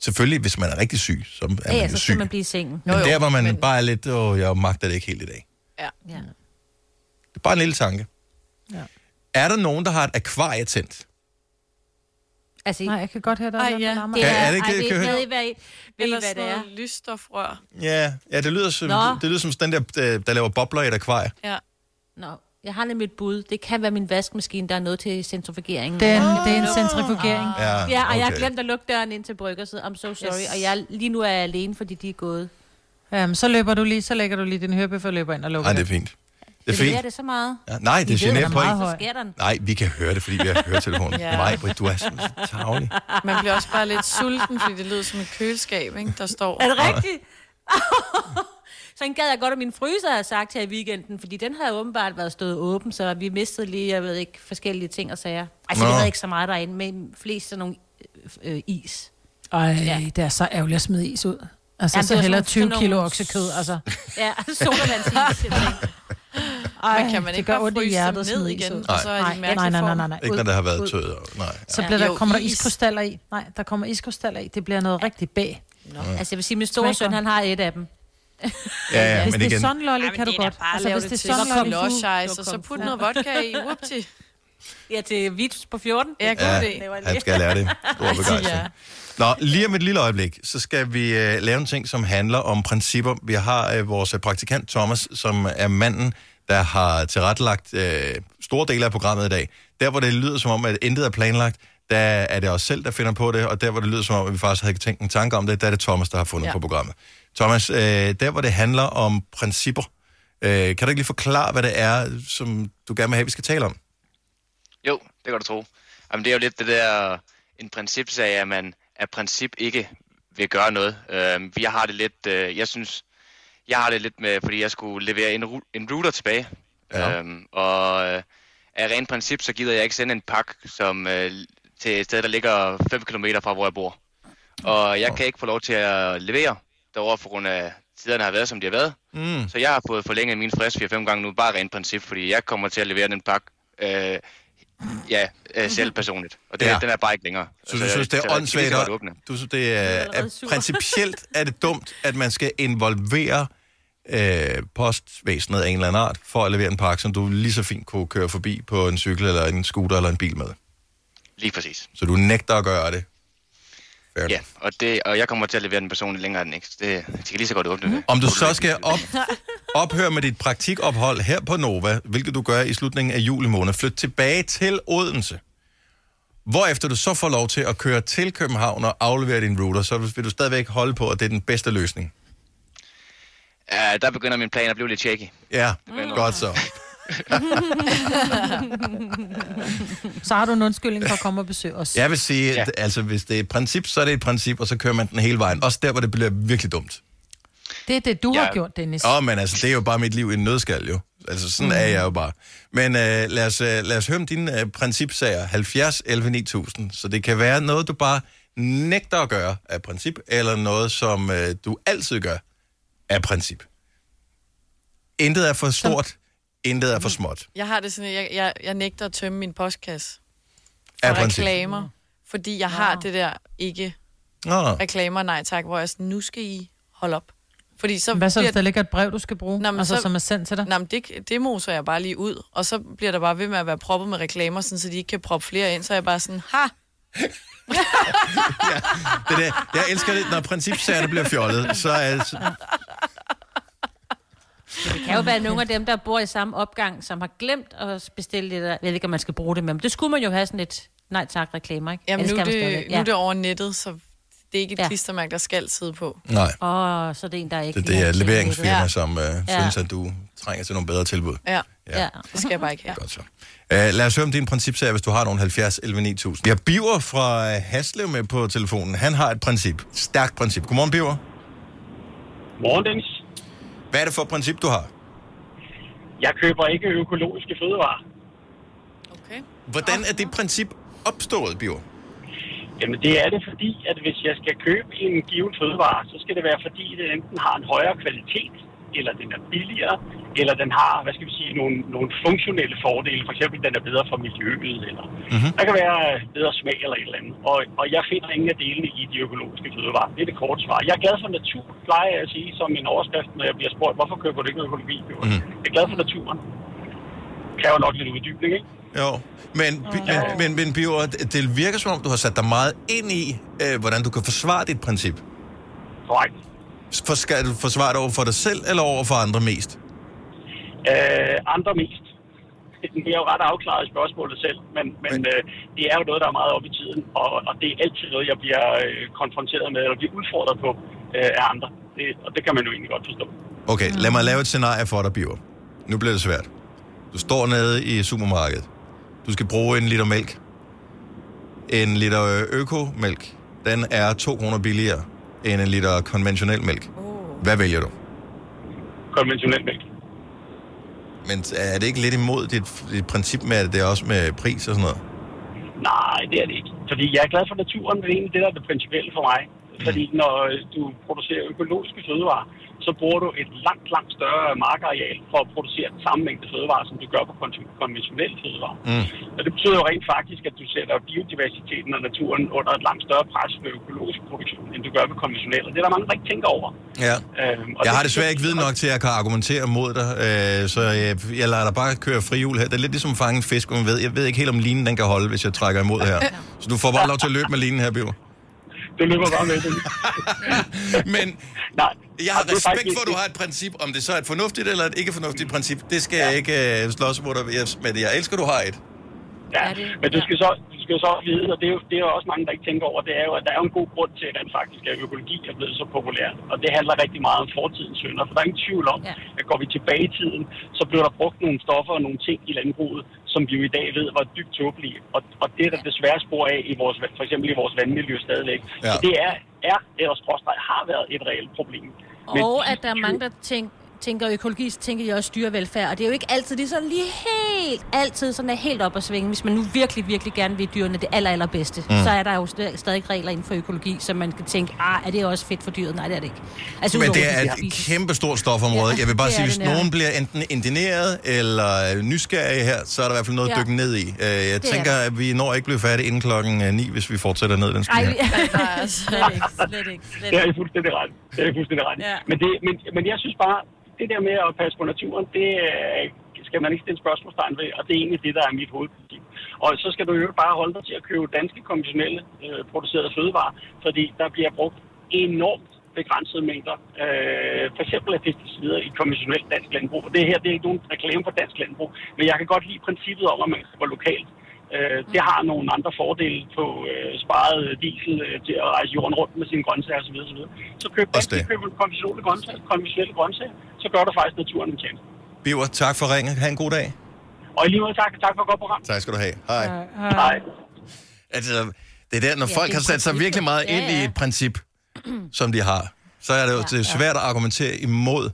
[SPEAKER 1] Selvfølgelig, hvis man er rigtig syg, så er
[SPEAKER 7] Ja,
[SPEAKER 1] man
[SPEAKER 7] ja,
[SPEAKER 1] jo
[SPEAKER 7] så
[SPEAKER 1] syg.
[SPEAKER 7] skal man blive i sengen.
[SPEAKER 1] Men der, hvor man men... bare er lidt, åh, jeg magter det ikke helt i dag.
[SPEAKER 4] Ja.
[SPEAKER 7] ja.
[SPEAKER 1] Det er bare en lille tanke.
[SPEAKER 2] Ja.
[SPEAKER 1] Er der nogen, der har et akvarie tændt?
[SPEAKER 2] Altså, Nej, jeg kan godt høre dig.
[SPEAKER 4] Ej,
[SPEAKER 2] der
[SPEAKER 4] ja.
[SPEAKER 2] larmer.
[SPEAKER 1] Det er- Ja, er det ikke- ej, det- kan jeg høre-
[SPEAKER 4] ved
[SPEAKER 7] I, hvad,
[SPEAKER 4] ved I,
[SPEAKER 7] Eller
[SPEAKER 4] hvad det
[SPEAKER 7] sådan
[SPEAKER 4] er? Lysterfrør.
[SPEAKER 1] Ja, ja det, lyder som,
[SPEAKER 7] Nå.
[SPEAKER 1] det lyder som den der, øh, der laver bobler i et akvarie.
[SPEAKER 4] Ja.
[SPEAKER 7] Nå, jeg har nemlig et bud. Det kan være min vaskemaskine, der er noget til centrifugeringen.
[SPEAKER 2] Den- det er en
[SPEAKER 7] Nå.
[SPEAKER 2] centrifugering.
[SPEAKER 7] Ja,
[SPEAKER 2] Ja,
[SPEAKER 7] ja og jeg har
[SPEAKER 2] okay.
[SPEAKER 7] glemt at lukke døren ind til bryggerset. I'm so sorry.
[SPEAKER 2] Yes.
[SPEAKER 7] Yes. Og jeg, lige nu er jeg alene, fordi de er gået.
[SPEAKER 2] Jamen, så løber du lige, så lægger du lige din hørbøf og løber ind og lukker
[SPEAKER 1] Nej, Ah, det er fint. Det er
[SPEAKER 7] Generer
[SPEAKER 1] fint.
[SPEAKER 7] det så meget?
[SPEAKER 1] Ja, nej, det
[SPEAKER 7] I
[SPEAKER 1] er
[SPEAKER 7] ved,
[SPEAKER 1] generelt
[SPEAKER 7] den
[SPEAKER 1] point.
[SPEAKER 7] meget høj. Så sker der den.
[SPEAKER 1] Nej, vi kan høre det, fordi vi har høretelefonen.
[SPEAKER 4] Ja.
[SPEAKER 1] ja. Nej, Britt, du er sådan tavlig.
[SPEAKER 4] Man bliver også bare lidt sulten, fordi det lyder som et køleskab, ikke? Der står...
[SPEAKER 7] Er det rigtigt? så en gad jeg godt, at min fryser har sagt her i weekenden, fordi den havde åbenbart været stået åben, så vi mistede lige, jeg ved ikke, forskellige ting og sager. Altså,
[SPEAKER 2] Nå.
[SPEAKER 7] vi havde ikke så meget derinde, men flest sådan nogle øh, øh, is.
[SPEAKER 2] Ej, ja. det er så ærgerligt at smide is ud. Altså,
[SPEAKER 7] Jamen,
[SPEAKER 2] Jamen,
[SPEAKER 7] det
[SPEAKER 2] så
[SPEAKER 7] var
[SPEAKER 2] hælder
[SPEAKER 7] sådan-
[SPEAKER 2] 20
[SPEAKER 7] sådan
[SPEAKER 2] kilo
[SPEAKER 7] nogle-
[SPEAKER 2] oksekød, altså.
[SPEAKER 7] Ja, sodavandsis. jeg tænker.
[SPEAKER 2] Ej,
[SPEAKER 4] Men kan man
[SPEAKER 2] det
[SPEAKER 4] ikke
[SPEAKER 2] gør
[SPEAKER 4] bare
[SPEAKER 2] ondt i
[SPEAKER 4] fryse dem
[SPEAKER 2] hjertet at
[SPEAKER 4] ned
[SPEAKER 2] smide is
[SPEAKER 4] igen,
[SPEAKER 2] ud?
[SPEAKER 1] og så
[SPEAKER 4] er de
[SPEAKER 2] Nej, nej,
[SPEAKER 4] mærkelig
[SPEAKER 2] nej, nej,
[SPEAKER 4] form?
[SPEAKER 2] nej, nej.
[SPEAKER 1] Ikke når
[SPEAKER 2] Ud,
[SPEAKER 1] der har været
[SPEAKER 2] ud.
[SPEAKER 1] tøjet. og- Nej.
[SPEAKER 2] Så
[SPEAKER 1] Ja.
[SPEAKER 2] bliver der,
[SPEAKER 7] Jo,
[SPEAKER 2] kommer der
[SPEAKER 7] is.
[SPEAKER 2] iskrystaller i. Nej, der kommer iskrystaller i. Det bliver noget rigtig bag.
[SPEAKER 7] Nå. Altså, jeg vil sige, min store søn, han har et af dem.
[SPEAKER 1] Ja, ja,
[SPEAKER 2] hvis
[SPEAKER 1] men
[SPEAKER 2] det
[SPEAKER 1] igen.
[SPEAKER 2] er sunlolly, kan du godt.
[SPEAKER 4] Bare altså, hvis det er sådan noget løsjejs, og så put noget vodka i. Whoopty.
[SPEAKER 7] Ja, til Vitus på 14.
[SPEAKER 4] Ja, god idé.
[SPEAKER 1] Ja, han skal lære det. Stor begejstring.
[SPEAKER 4] Ja.
[SPEAKER 1] Nå, lige om et lille øjeblik, så skal vi øh, lave en ting, som handler om principper. Vi har øh, vores øh, praktikant Thomas, som er manden, der har tilrettelagt øh, store dele af programmet i dag. Der, hvor det lyder som om, at intet er planlagt, der er det os selv, der finder på det, og der, hvor det lyder som om, at vi faktisk havde tænkt en tanke om det, der er det Thomas, der har fundet ja.
[SPEAKER 24] Ja.
[SPEAKER 1] på programmet. Thomas, øh, der, hvor det handler om principper, øh, kan du ikke lige forklare, hvad det er, som du gerne vil have, vi skal tale om?
[SPEAKER 5] Jo, det kan du tro. Jamen, det er jo lidt det der, øh, en principsag, at man af princip ikke vil gøre noget. Øh, jeg har det lidt, øh, jeg synes, jeg har det lidt med, fordi jeg skulle levere en, ru- en router tilbage.
[SPEAKER 1] Ja.
[SPEAKER 5] Øhm, og øh, af rent princip, så gider jeg ikke sende en pakke som, øh, til et sted, der ligger 5 km fra, hvor jeg bor. Og jeg kan ikke få lov til at levere derovre, på grund af tiderne har været, som de har været.
[SPEAKER 1] Mm.
[SPEAKER 5] Så jeg har fået forlænget min frist 4-5 gange nu, bare rent princip, fordi jeg kommer til at levere den pakke øh, ja, øh, selv personligt. Og
[SPEAKER 1] Mhm.
[SPEAKER 5] det,
[SPEAKER 1] Ja.
[SPEAKER 5] ja. den er bare ikke længere. Altså,
[SPEAKER 1] Så du synes, det er åndssvagt,
[SPEAKER 5] at
[SPEAKER 1] og
[SPEAKER 5] åbne.
[SPEAKER 1] du synes, det er, er
[SPEAKER 5] sur.
[SPEAKER 1] principielt er det dumt, at man skal involvere øh, postvæsenet af en eller anden art, for at levere en pakke, som du lige så fint kunne køre forbi på en cykel, eller en scooter, eller en bil med.
[SPEAKER 5] Lige præcis.
[SPEAKER 1] Så du nægter at gøre det.
[SPEAKER 5] Ja, og, det, og jeg kommer til at levere den personligt længere end ikke. Det, jeg kan lige så godt åbne det.
[SPEAKER 1] Om du så skal op, ophøre med dit praktikophold her på Nova, hvilket du gør i slutningen af juli måned, flyt tilbage til Odense, hvorefter du så får lov til at køre til København og aflevere din router, så vil du stadigvæk holde på, at det er den bedste løsning.
[SPEAKER 5] Ja, der begynder min plan at blive lidt shaky.
[SPEAKER 1] Ja,
[SPEAKER 2] Mm.
[SPEAKER 1] godt så.
[SPEAKER 2] Så har du en undskyldning for at komme og besøge os.
[SPEAKER 1] Jeg vil sige, ja. at, altså, hvis det er et princip, så er det et princip, og så kører man den hele vejen. Også der, hvor det bliver virkelig dumt.
[SPEAKER 2] Det er det, du
[SPEAKER 1] Ja.
[SPEAKER 2] har gjort, Dennis.
[SPEAKER 1] Åh, oh, men altså, det er jo bare mit liv i en nødskal, jo. Altså, sådan mm. er jeg jo bare. Men øh, lad, os, øh, lad os høre om dine øh, principsager. 70 11 9000. Så det kan være noget, du bare nægter at gøre af princip, eller noget, som øh, du altid gør af princip. Intet er for stort, intet er for småt.
[SPEAKER 4] Jeg har det sådan, at jeg, jeg, jeg nægter at tømme min postkasse for
[SPEAKER 1] Af princip.
[SPEAKER 4] reklamer, fordi jeg har det der ikke
[SPEAKER 1] Nå.
[SPEAKER 4] reklamer, nej tak, hvor jeg er sådan, nu skal I holde op. Fordi så
[SPEAKER 2] Hvad så,
[SPEAKER 4] bliver-
[SPEAKER 2] hvis der ligger et brev, du skal bruge?
[SPEAKER 4] Nå, men
[SPEAKER 2] altså,
[SPEAKER 4] så-
[SPEAKER 2] som er sendt til dig?
[SPEAKER 4] Nå, men det, det moser jeg bare lige ud, og så bliver der bare ved med at være proppet med reklamer, sådan, så de ikke kan proppe flere ind, så er jeg bare sådan, ha!
[SPEAKER 1] Det der, jeg elsker det, når principsagerne bliver fjollet, så er,
[SPEAKER 7] Det kan jo være nogle af dem, der bor i samme opgang, som har glemt at bestille det der. Jeg ved ikke, om man skal bruge det, men det skulle man jo have sådan et nej tak reklamer, ikke?
[SPEAKER 4] Jamen,
[SPEAKER 7] Ja,
[SPEAKER 4] nu, er
[SPEAKER 7] skal man
[SPEAKER 4] det,
[SPEAKER 7] stadigvæk.
[SPEAKER 4] nu er det over nettet, så det er ikke et ja. klistermærke, der skal sidde på.
[SPEAKER 1] Nej.
[SPEAKER 7] Åh, oh, så det er en, der ikke...
[SPEAKER 1] Det, det er et leveringsfirma,
[SPEAKER 4] Ja.
[SPEAKER 1] som øh,
[SPEAKER 4] Ja.
[SPEAKER 1] synes, at du trænger til nogle bedre tilbud.
[SPEAKER 4] Ja.
[SPEAKER 1] Ja.
[SPEAKER 4] ja, det skal jeg bare ikke have.
[SPEAKER 1] Godt så. Uh, lad os høre om din principsager, hvis du har nogen 70 11 9000. Jeg har Biver fra øh, Haslev med på telefonen. Han har et princip. Stærkt princip. Godmorgen, Biver.
[SPEAKER 25] Godmorgen, Dennis.
[SPEAKER 1] Hvad er det for et princip, du har?
[SPEAKER 25] Jeg køber ikke økologiske fødevarer.
[SPEAKER 1] Hvordan er det princip opstået, Biver?
[SPEAKER 25] Jamen, det er det fordi, at hvis jeg skal købe en given fødevare, så skal det være fordi, den enten har en højere kvalitet, eller den er billigere, eller den har, hvad skal vi sige, nogle, nogle funktionelle fordele. For eksempel, den er bedre for miljøet, eller mm-hmm. der kan være bedre smag eller et eller andet. Og, og jeg finder ingen af delene i de økologiske fødevarer. Det er det korte svar. Jeg er glad for natur, plejer jeg at sige som en overskrift, når jeg bliver spurgt, hvorfor køber du ikke økologi? Mm. Jeg er glad for naturen. Kræver nok lidt uddybning, ikke?
[SPEAKER 1] Jo, men, bi- men, men, men Biver, det det virker som om, du har sat dig meget ind i, øh, hvordan du kan forsvare dit princip.
[SPEAKER 25] Korrekt.
[SPEAKER 1] For skal du forsvare det over for dig selv, eller over for andre mest?
[SPEAKER 25] Øh, andre mest. Vi er jo ret afklaret i spørgsmålet selv, men, men øh, det er jo noget, der er meget op i tiden, og, og det er altid noget, jeg bliver øh, konfronteret med, eller bliver udfordret på øh, af andre. Det, og det kan man jo egentlig godt forstå.
[SPEAKER 1] Okay, lad mig lave et scenarie for dig, Biver. Nu bliver det svært. Du står nede i supermarkedet. Du skal bruge en liter mælk. En liter øh, økomælk, den er 2 kroner billigere end en liter konventionel mælk. Hvad vælger du?
[SPEAKER 25] Konventionel mælk.
[SPEAKER 1] Men er det ikke lidt imod dit, dit princip med, at det er også med pris og sådan noget?
[SPEAKER 25] Nej, det er det ikke. Fordi jeg er glad for naturen, det er egentlig det, der er det principielle for mig. Fordi når øh, du producerer økologiske fødevarer, så bruger du et langt, langt større markareal for at producere den samme mængde fødevarer, som du gør på kon- konventionelle fødevarer.
[SPEAKER 8] Mm.
[SPEAKER 25] Og det betyder jo rent faktisk, at du sætter biodiversiteten og naturen under et langt større pres ved økologisk produktion, end du gør ved konventionel. Og det er der mange, der ikke tænker over.
[SPEAKER 1] Ja.
[SPEAKER 25] Øhm,
[SPEAKER 1] Jeg har desværre ikke viden nok til, at jeg kan argumentere mod dig, øh, så jeg, jeg lader dig bare køre frihjul her. Det er lidt ligesom at fange en fisk, hvor man ved. Jeg ved ikke helt, om linen den kan holde, hvis jeg trækker imod her. Så du får bare lov til at løbe med linen her, Biver.
[SPEAKER 25] Du løber bare med den.
[SPEAKER 1] Men
[SPEAKER 25] Nej,
[SPEAKER 1] jeg
[SPEAKER 25] og
[SPEAKER 1] har
[SPEAKER 25] det er
[SPEAKER 1] respekt
[SPEAKER 25] faktisk-
[SPEAKER 1] for, at du har et princip. Om det så er et fornuftigt eller et ikke fornuftigt princip, det skal jeg ikke øh, slås mod dig med. Men Jeg elsker, du har et.
[SPEAKER 25] Ja, men du skal så, du skal så vide, og det er, jo, det er jo også mange, der ikke tænker over, det er jo, at der er jo en god grund til, at den faktisk at økologi er blevet så populær. Og det handler rigtig meget om fortidens synder, for der er ingen tvivl om, ja. at går vi tilbage i tiden, så blev der brugt nogle stoffer og nogle ting i landbruget, som vi jo i dag ved var dybt tåbelige. Og, og det er der desværre spor af, i vores, vand- for eksempel i vores vandmiljø stadigvæk. Ja. Så det er, er eller skråstreg, har været et reelt problem. Men
[SPEAKER 7] Og
[SPEAKER 25] de
[SPEAKER 7] at der er mange, der tænker, tænker økologi, så tænker de også dyrevelfærd. Og det er jo ikke altid, det er sådan lige helt, altid sådan er helt op at svinge. Hvis man nu virkelig, virkelig gerne vil dyrene det aller, allerbedste,
[SPEAKER 1] Mm.
[SPEAKER 7] mm. så er der jo st- stadig regler inden for økologi, som man kan tænke, ah, er det også fedt for dyret? Nej, det er det ikke. Altså,
[SPEAKER 1] Men
[SPEAKER 7] udover,
[SPEAKER 1] det
[SPEAKER 7] at de
[SPEAKER 1] er
[SPEAKER 7] spiser-
[SPEAKER 1] et kæmpe stort stofområde.
[SPEAKER 7] Ja,
[SPEAKER 1] Jeg vil bare
[SPEAKER 7] det
[SPEAKER 1] sige,
[SPEAKER 7] er
[SPEAKER 1] hvis
[SPEAKER 7] det nemlig.
[SPEAKER 1] nogen bliver enten indineret eller nysgerrige her, så er der i hvert fald noget at
[SPEAKER 7] Ja.
[SPEAKER 1] dykke ned i. Øh, Jeg
[SPEAKER 7] Det er
[SPEAKER 1] tænker,
[SPEAKER 7] det.
[SPEAKER 1] at vi når ikke blive færdige inden klokken øh, 9, hvis vi fortsætter ned den
[SPEAKER 7] Ej,
[SPEAKER 1] stil her.
[SPEAKER 7] ja. slet ikke, slet ikke, slet
[SPEAKER 25] Det er
[SPEAKER 7] ikke.
[SPEAKER 25] I fuldstændig ret. Det er I fuldstændig ret.
[SPEAKER 7] Ja.
[SPEAKER 25] Ja. Men, det, men, men jeg synes bare, det der med at passe på naturen, det øh, skal man ikke stille spørgsmålstegn ved, og det er egentlig det, der er mit hovedprincip. Og så skal du jo bare holde dig til at købe danske konventionelle øh, producerede fødevarer, fordi der bliver brugt enormt begrænsede mængder, øh, for eksempel af pesticider i konventionelt dansk landbrug. Og det her, det er ikke nogen reklame for dansk landbrug, men jeg kan godt lide princippet om, at man køber lokalt. Øh, det har nogle andre fordele på øh, sparet diesel øh, til at rejse jorden rundt med sine grøntsager osv. osv. Så køb danske, køb konventionelle grøntsager, konventionelle grøntsager, så gør du faktisk naturen en tjeneste.
[SPEAKER 1] Biver, tak for ringen. Ha' en god dag.
[SPEAKER 25] Og i lige måde tak, tak for et godt program.
[SPEAKER 1] Tak skal du have. Hej.
[SPEAKER 25] Hej.
[SPEAKER 1] Altså, det er der, når
[SPEAKER 25] Ja,
[SPEAKER 1] ja, folk
[SPEAKER 25] det er
[SPEAKER 1] har sat sig
[SPEAKER 25] princippet.
[SPEAKER 1] virkelig meget
[SPEAKER 25] Ja,
[SPEAKER 1] ja, ind i
[SPEAKER 25] ja.
[SPEAKER 1] et princip,
[SPEAKER 4] altså-
[SPEAKER 1] som de har, så er det jo ja, svært at argumentere imod.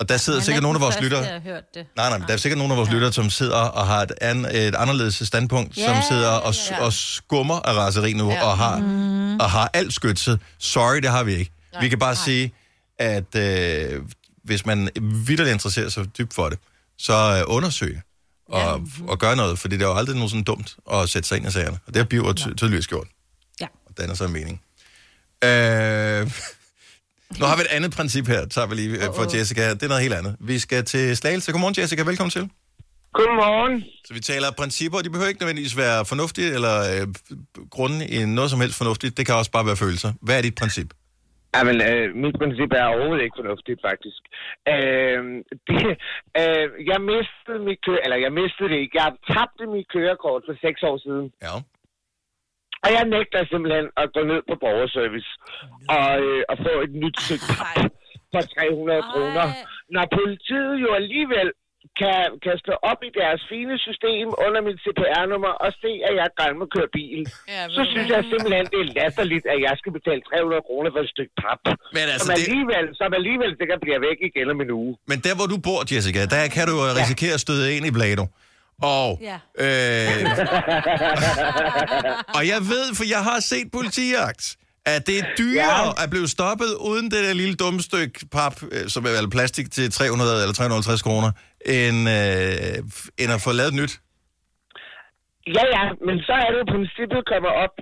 [SPEAKER 1] Og der sidder
[SPEAKER 7] Han er
[SPEAKER 1] sikkert nogle af
[SPEAKER 7] den
[SPEAKER 1] vores
[SPEAKER 7] første,
[SPEAKER 1] lyttere...
[SPEAKER 7] der har hørt det.
[SPEAKER 1] Nej, nej, men der er sikkert nogle af vores lyttere, som sidder og har et, an, et anderledes standpunkt,
[SPEAKER 7] Ja,
[SPEAKER 1] som sidder og, s-
[SPEAKER 7] ja.
[SPEAKER 1] og skummer af raseri nu,
[SPEAKER 7] Ja. Mm.
[SPEAKER 1] og, har, og har alt skytset. Sorry, det har vi ikke. vi kan bare sige, at øh, hvis man vidderligt interesserer sig dybt for det, så øh, undersøg det, og, og gør noget, for det er jo aldrig noget sådan dumt at sætte sig ind i sagerne. Og det har Biver ty- tydeligvis gjort.
[SPEAKER 7] Ja.
[SPEAKER 1] Og danner sig en mening. Øh, nu har vi et andet princip her, tager vi lige øh, for Jessica. Det er noget helt andet. Vi skal til Slagelse. Godmorgen, Jessica. Velkommen til.
[SPEAKER 24] Godmorgen.
[SPEAKER 1] Så vi taler principper, og de behøver ikke nødvendigvis være fornuftige, eller øh, grunde i noget som helst fornuftigt. Det kan også bare være følelser. Hvad er dit princip?
[SPEAKER 24] Jamen, øh, mit princip er overhovedet ikke fornuftigt, faktisk. Øh, det, øh, jeg mistede mit kø- eller jeg mistede det ikke. Jeg tabte mit kørekort for seks år siden.
[SPEAKER 1] Ja.
[SPEAKER 24] Og jeg nægter simpelthen at gå ned på borgerservice og, øh, og få et nyt kørekort for 300 kroner. Når politiet jo alligevel kan, kan stå op i deres fine system under mit CPR-nummer og se, at jeg gerne må køre bil, ja, så synes jeg simpelthen, det er latterligt, at jeg skal betale 300 kroner for et stykke pap.
[SPEAKER 1] Men altså,
[SPEAKER 24] som,
[SPEAKER 1] det-
[SPEAKER 24] alligevel, det... som alligevel sikkert bliver væk igen om en uge.
[SPEAKER 1] Men der, hvor du bor, Jessica, der kan du jo risikere at støde ind i Blado. Og,
[SPEAKER 24] Ja.
[SPEAKER 1] øh, og jeg ved, for jeg har set politijagt, at det er dyrere ja. at blive stoppet uden det der lille dumme stykke pap, øh, som er vel plastik til 300 eller 350 kroner, end, øh, f- end at få lavet nyt.
[SPEAKER 24] Ja, ja, men så er det jo princippet kommer op.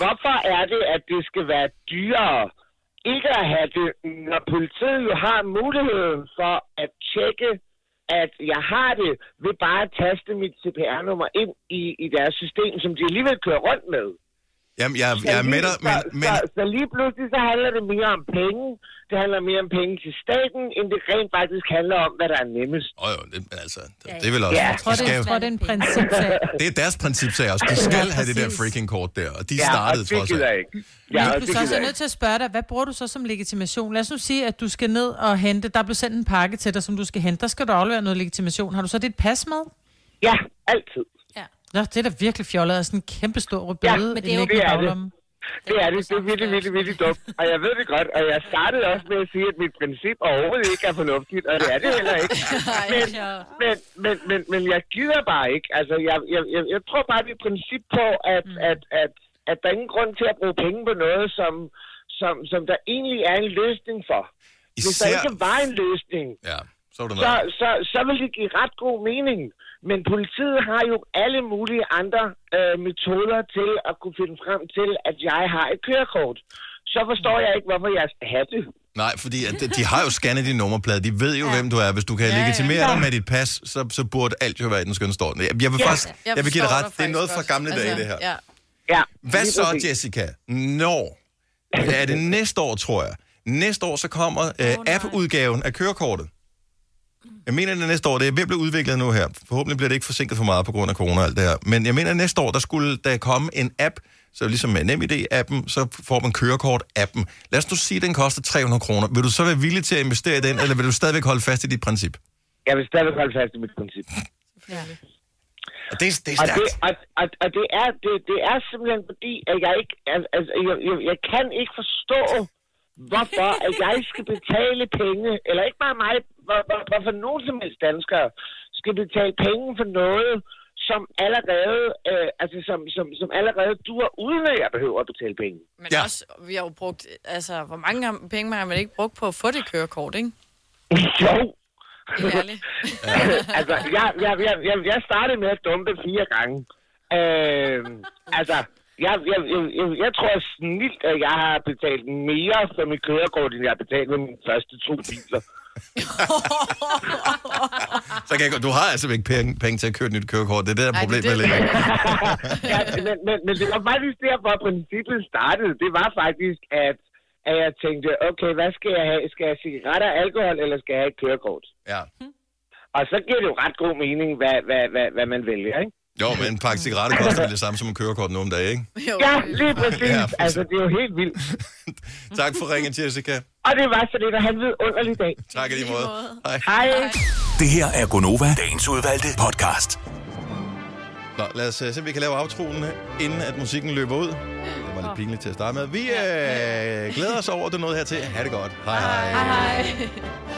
[SPEAKER 24] Hvorfor er det, at det skal være dyrere ikke at have det, når politiet jo har muligheden for at tjekke at jeg har det ved bare at taste mit CPR-nummer ind i, i deres system, som de alligevel kører rundt med.
[SPEAKER 1] Jamen, jeg, jeg er med dig, men,
[SPEAKER 24] så,
[SPEAKER 1] men
[SPEAKER 24] Så, så lige pludselig så handler det mere om penge. Det handler mere om penge til staten, end det rent faktisk handler om, hvad der er nemmest.
[SPEAKER 1] Åh jo, det, altså, det er vel også...
[SPEAKER 2] Jeg tror,
[SPEAKER 1] de
[SPEAKER 2] det,
[SPEAKER 1] skal
[SPEAKER 2] jeg
[SPEAKER 1] jo-
[SPEAKER 2] tror, det er en principsag.
[SPEAKER 1] det er deres principsag også. De skal have det der freaking kort der, og de
[SPEAKER 24] Ja, og
[SPEAKER 1] startede
[SPEAKER 24] det
[SPEAKER 1] trods
[SPEAKER 24] gider jeg
[SPEAKER 1] alt.
[SPEAKER 24] ikke.
[SPEAKER 2] Men du så også er nødt til at spørge dig, hvad bruger du så som legitimation? Lad os nu sige, at du skal ned og hente, der blev sendt en pakke til dig, som du skal hente. Der skal du aflevere noget legitimation. Har du så dit pas med?
[SPEAKER 24] Ja, altid.
[SPEAKER 2] Ja. Nå, det er da virkelig fjollet, og sådan en kæmpe stor rubede ja, men det er jo
[SPEAKER 24] det er
[SPEAKER 2] baglommen.
[SPEAKER 24] det. Det er det. Det er virkelig, virkelig, virkelig dumt. Og jeg ved det godt, og jeg startede også med at sige, at mit princip overhovedet ikke er fornuftigt, og det er det heller ikke. Men,
[SPEAKER 7] Altså,
[SPEAKER 24] men, men, men, men jeg gider bare ikke. Altså, jeg, jeg, jeg, jeg tror bare, det er et princip på, at, at, at, at der er ingen grund til at bruge penge på noget, som, som, som der egentlig er en løsning for. Hvis der
[SPEAKER 1] Især-
[SPEAKER 24] ikke var en løsning,
[SPEAKER 1] Ja, så er det
[SPEAKER 24] så,
[SPEAKER 1] noget.
[SPEAKER 24] så, så vil det give ret god mening. Men politiet har jo alle mulige andre øh, metoder til at kunne finde frem til, at jeg har et kørekort. Så forstår jeg ikke, hvorfor jeg skal have det.
[SPEAKER 1] Nej, fordi at de- de har jo scannet din nummerplade. De ved jo, ja. hvem du er. Hvis du kan
[SPEAKER 24] Ja, ja.
[SPEAKER 1] legitimere dig
[SPEAKER 24] Ja.
[SPEAKER 1] med dit pas, så, så burde alt jo være i den skønne stående. Jeg, jeg vil
[SPEAKER 24] Ja,
[SPEAKER 1] faktisk...
[SPEAKER 4] jeg
[SPEAKER 1] Jeg, vil give dig
[SPEAKER 4] forstår
[SPEAKER 1] ret.
[SPEAKER 4] dig
[SPEAKER 1] Det er noget fra
[SPEAKER 4] faktisk
[SPEAKER 1] gamle
[SPEAKER 4] godt.
[SPEAKER 1] dage,
[SPEAKER 4] Altså,
[SPEAKER 1] det her.
[SPEAKER 4] ja.
[SPEAKER 24] Ja,
[SPEAKER 1] Hvad
[SPEAKER 4] lige
[SPEAKER 1] så,
[SPEAKER 4] præcis.
[SPEAKER 1] Jessica? Når? Eller er det næste år, tror jeg? Næste år, så kommer øh, app-udgaven af kørekortet. Jeg mener, det er næste år. Det er ved at blive udviklet nu her. Forhåbentlig bliver det ikke forsinket for meget på grund af corona og alt det her. Men jeg mener, at næste år, der skulle der komme en app, så ligesom med NemID-appen, så får man kørekort-appen. Lad os nu sige, at den koster 300 kroner. Vil du så være villig til at investere i den, eller vil du stadigvæk holde fast i dit princip?
[SPEAKER 24] Jeg vil stadigvæk holde fast i mit princip.
[SPEAKER 1] Og det, det er
[SPEAKER 24] Og
[SPEAKER 1] stærkt.
[SPEAKER 24] det, og, og, og det, er, det, det er simpelthen fordi, at jeg ikke, al- altså, jeg, jeg, jeg kan ikke forstå, hvorfor at jeg skal betale penge, eller ikke bare mig, hvor, hvor, hvorfor nogen som helst danskere skal betale penge for noget, som allerede, øh, altså som, som, som allerede du er uden at jeg behøver at betale penge.
[SPEAKER 4] Men ja. også, vi har jo brugt, altså, hvor mange har- penge har man ikke brugt på at få det kørekort, ikke?
[SPEAKER 24] Jo.
[SPEAKER 4] Ærligt.
[SPEAKER 24] altså, jeg, jeg, jeg, jeg, jeg startede med at dumpe fire gange. Øh, altså, jeg, jeg, jeg, jeg, jeg tror snilt, at jeg har betalt mere for mit kørekort, end jeg har betalt med mine første to biler.
[SPEAKER 1] Så kan jeg, godt- du har altså ikke penge, penge til at købe et nyt kørekort. Det er det, der er problemet. Det, det.
[SPEAKER 24] ja, men, men, men det var faktisk derfor, at princippet startede. Det var faktisk, at, at jeg tænkte, okay, hvad skal jeg have? Skal jeg have cigaretter og alkohol, eller skal jeg have et kørekort?
[SPEAKER 1] Ja.
[SPEAKER 24] Og så giver det jo ret god mening, hvad, hvad, hvad, hvad man vælger, ikke?
[SPEAKER 1] Jo, men en pakke cigaretter koster vel det samme som en kørekort nu om dagen, ikke?
[SPEAKER 24] Ja, lige præcis.
[SPEAKER 1] Ja,
[SPEAKER 24] Ja,
[SPEAKER 1] præcis.
[SPEAKER 24] altså, det er jo helt vildt.
[SPEAKER 1] Tak for ringen, Jessica.
[SPEAKER 24] Og det var så det, der han ved underlig dag.
[SPEAKER 1] Tak i lige måde. Hej.
[SPEAKER 24] Hej.
[SPEAKER 6] Det her er Gonova, dagens udvalgte podcast.
[SPEAKER 1] Nå, lad os øh, se, om vi kan lave aftroen, øh, inden at musikken løber ud. Det var lidt pinligt til at starte med. Vi øh, glæder os over, at du nåede hertil. Ha' det godt. Hej hej.
[SPEAKER 4] Hej.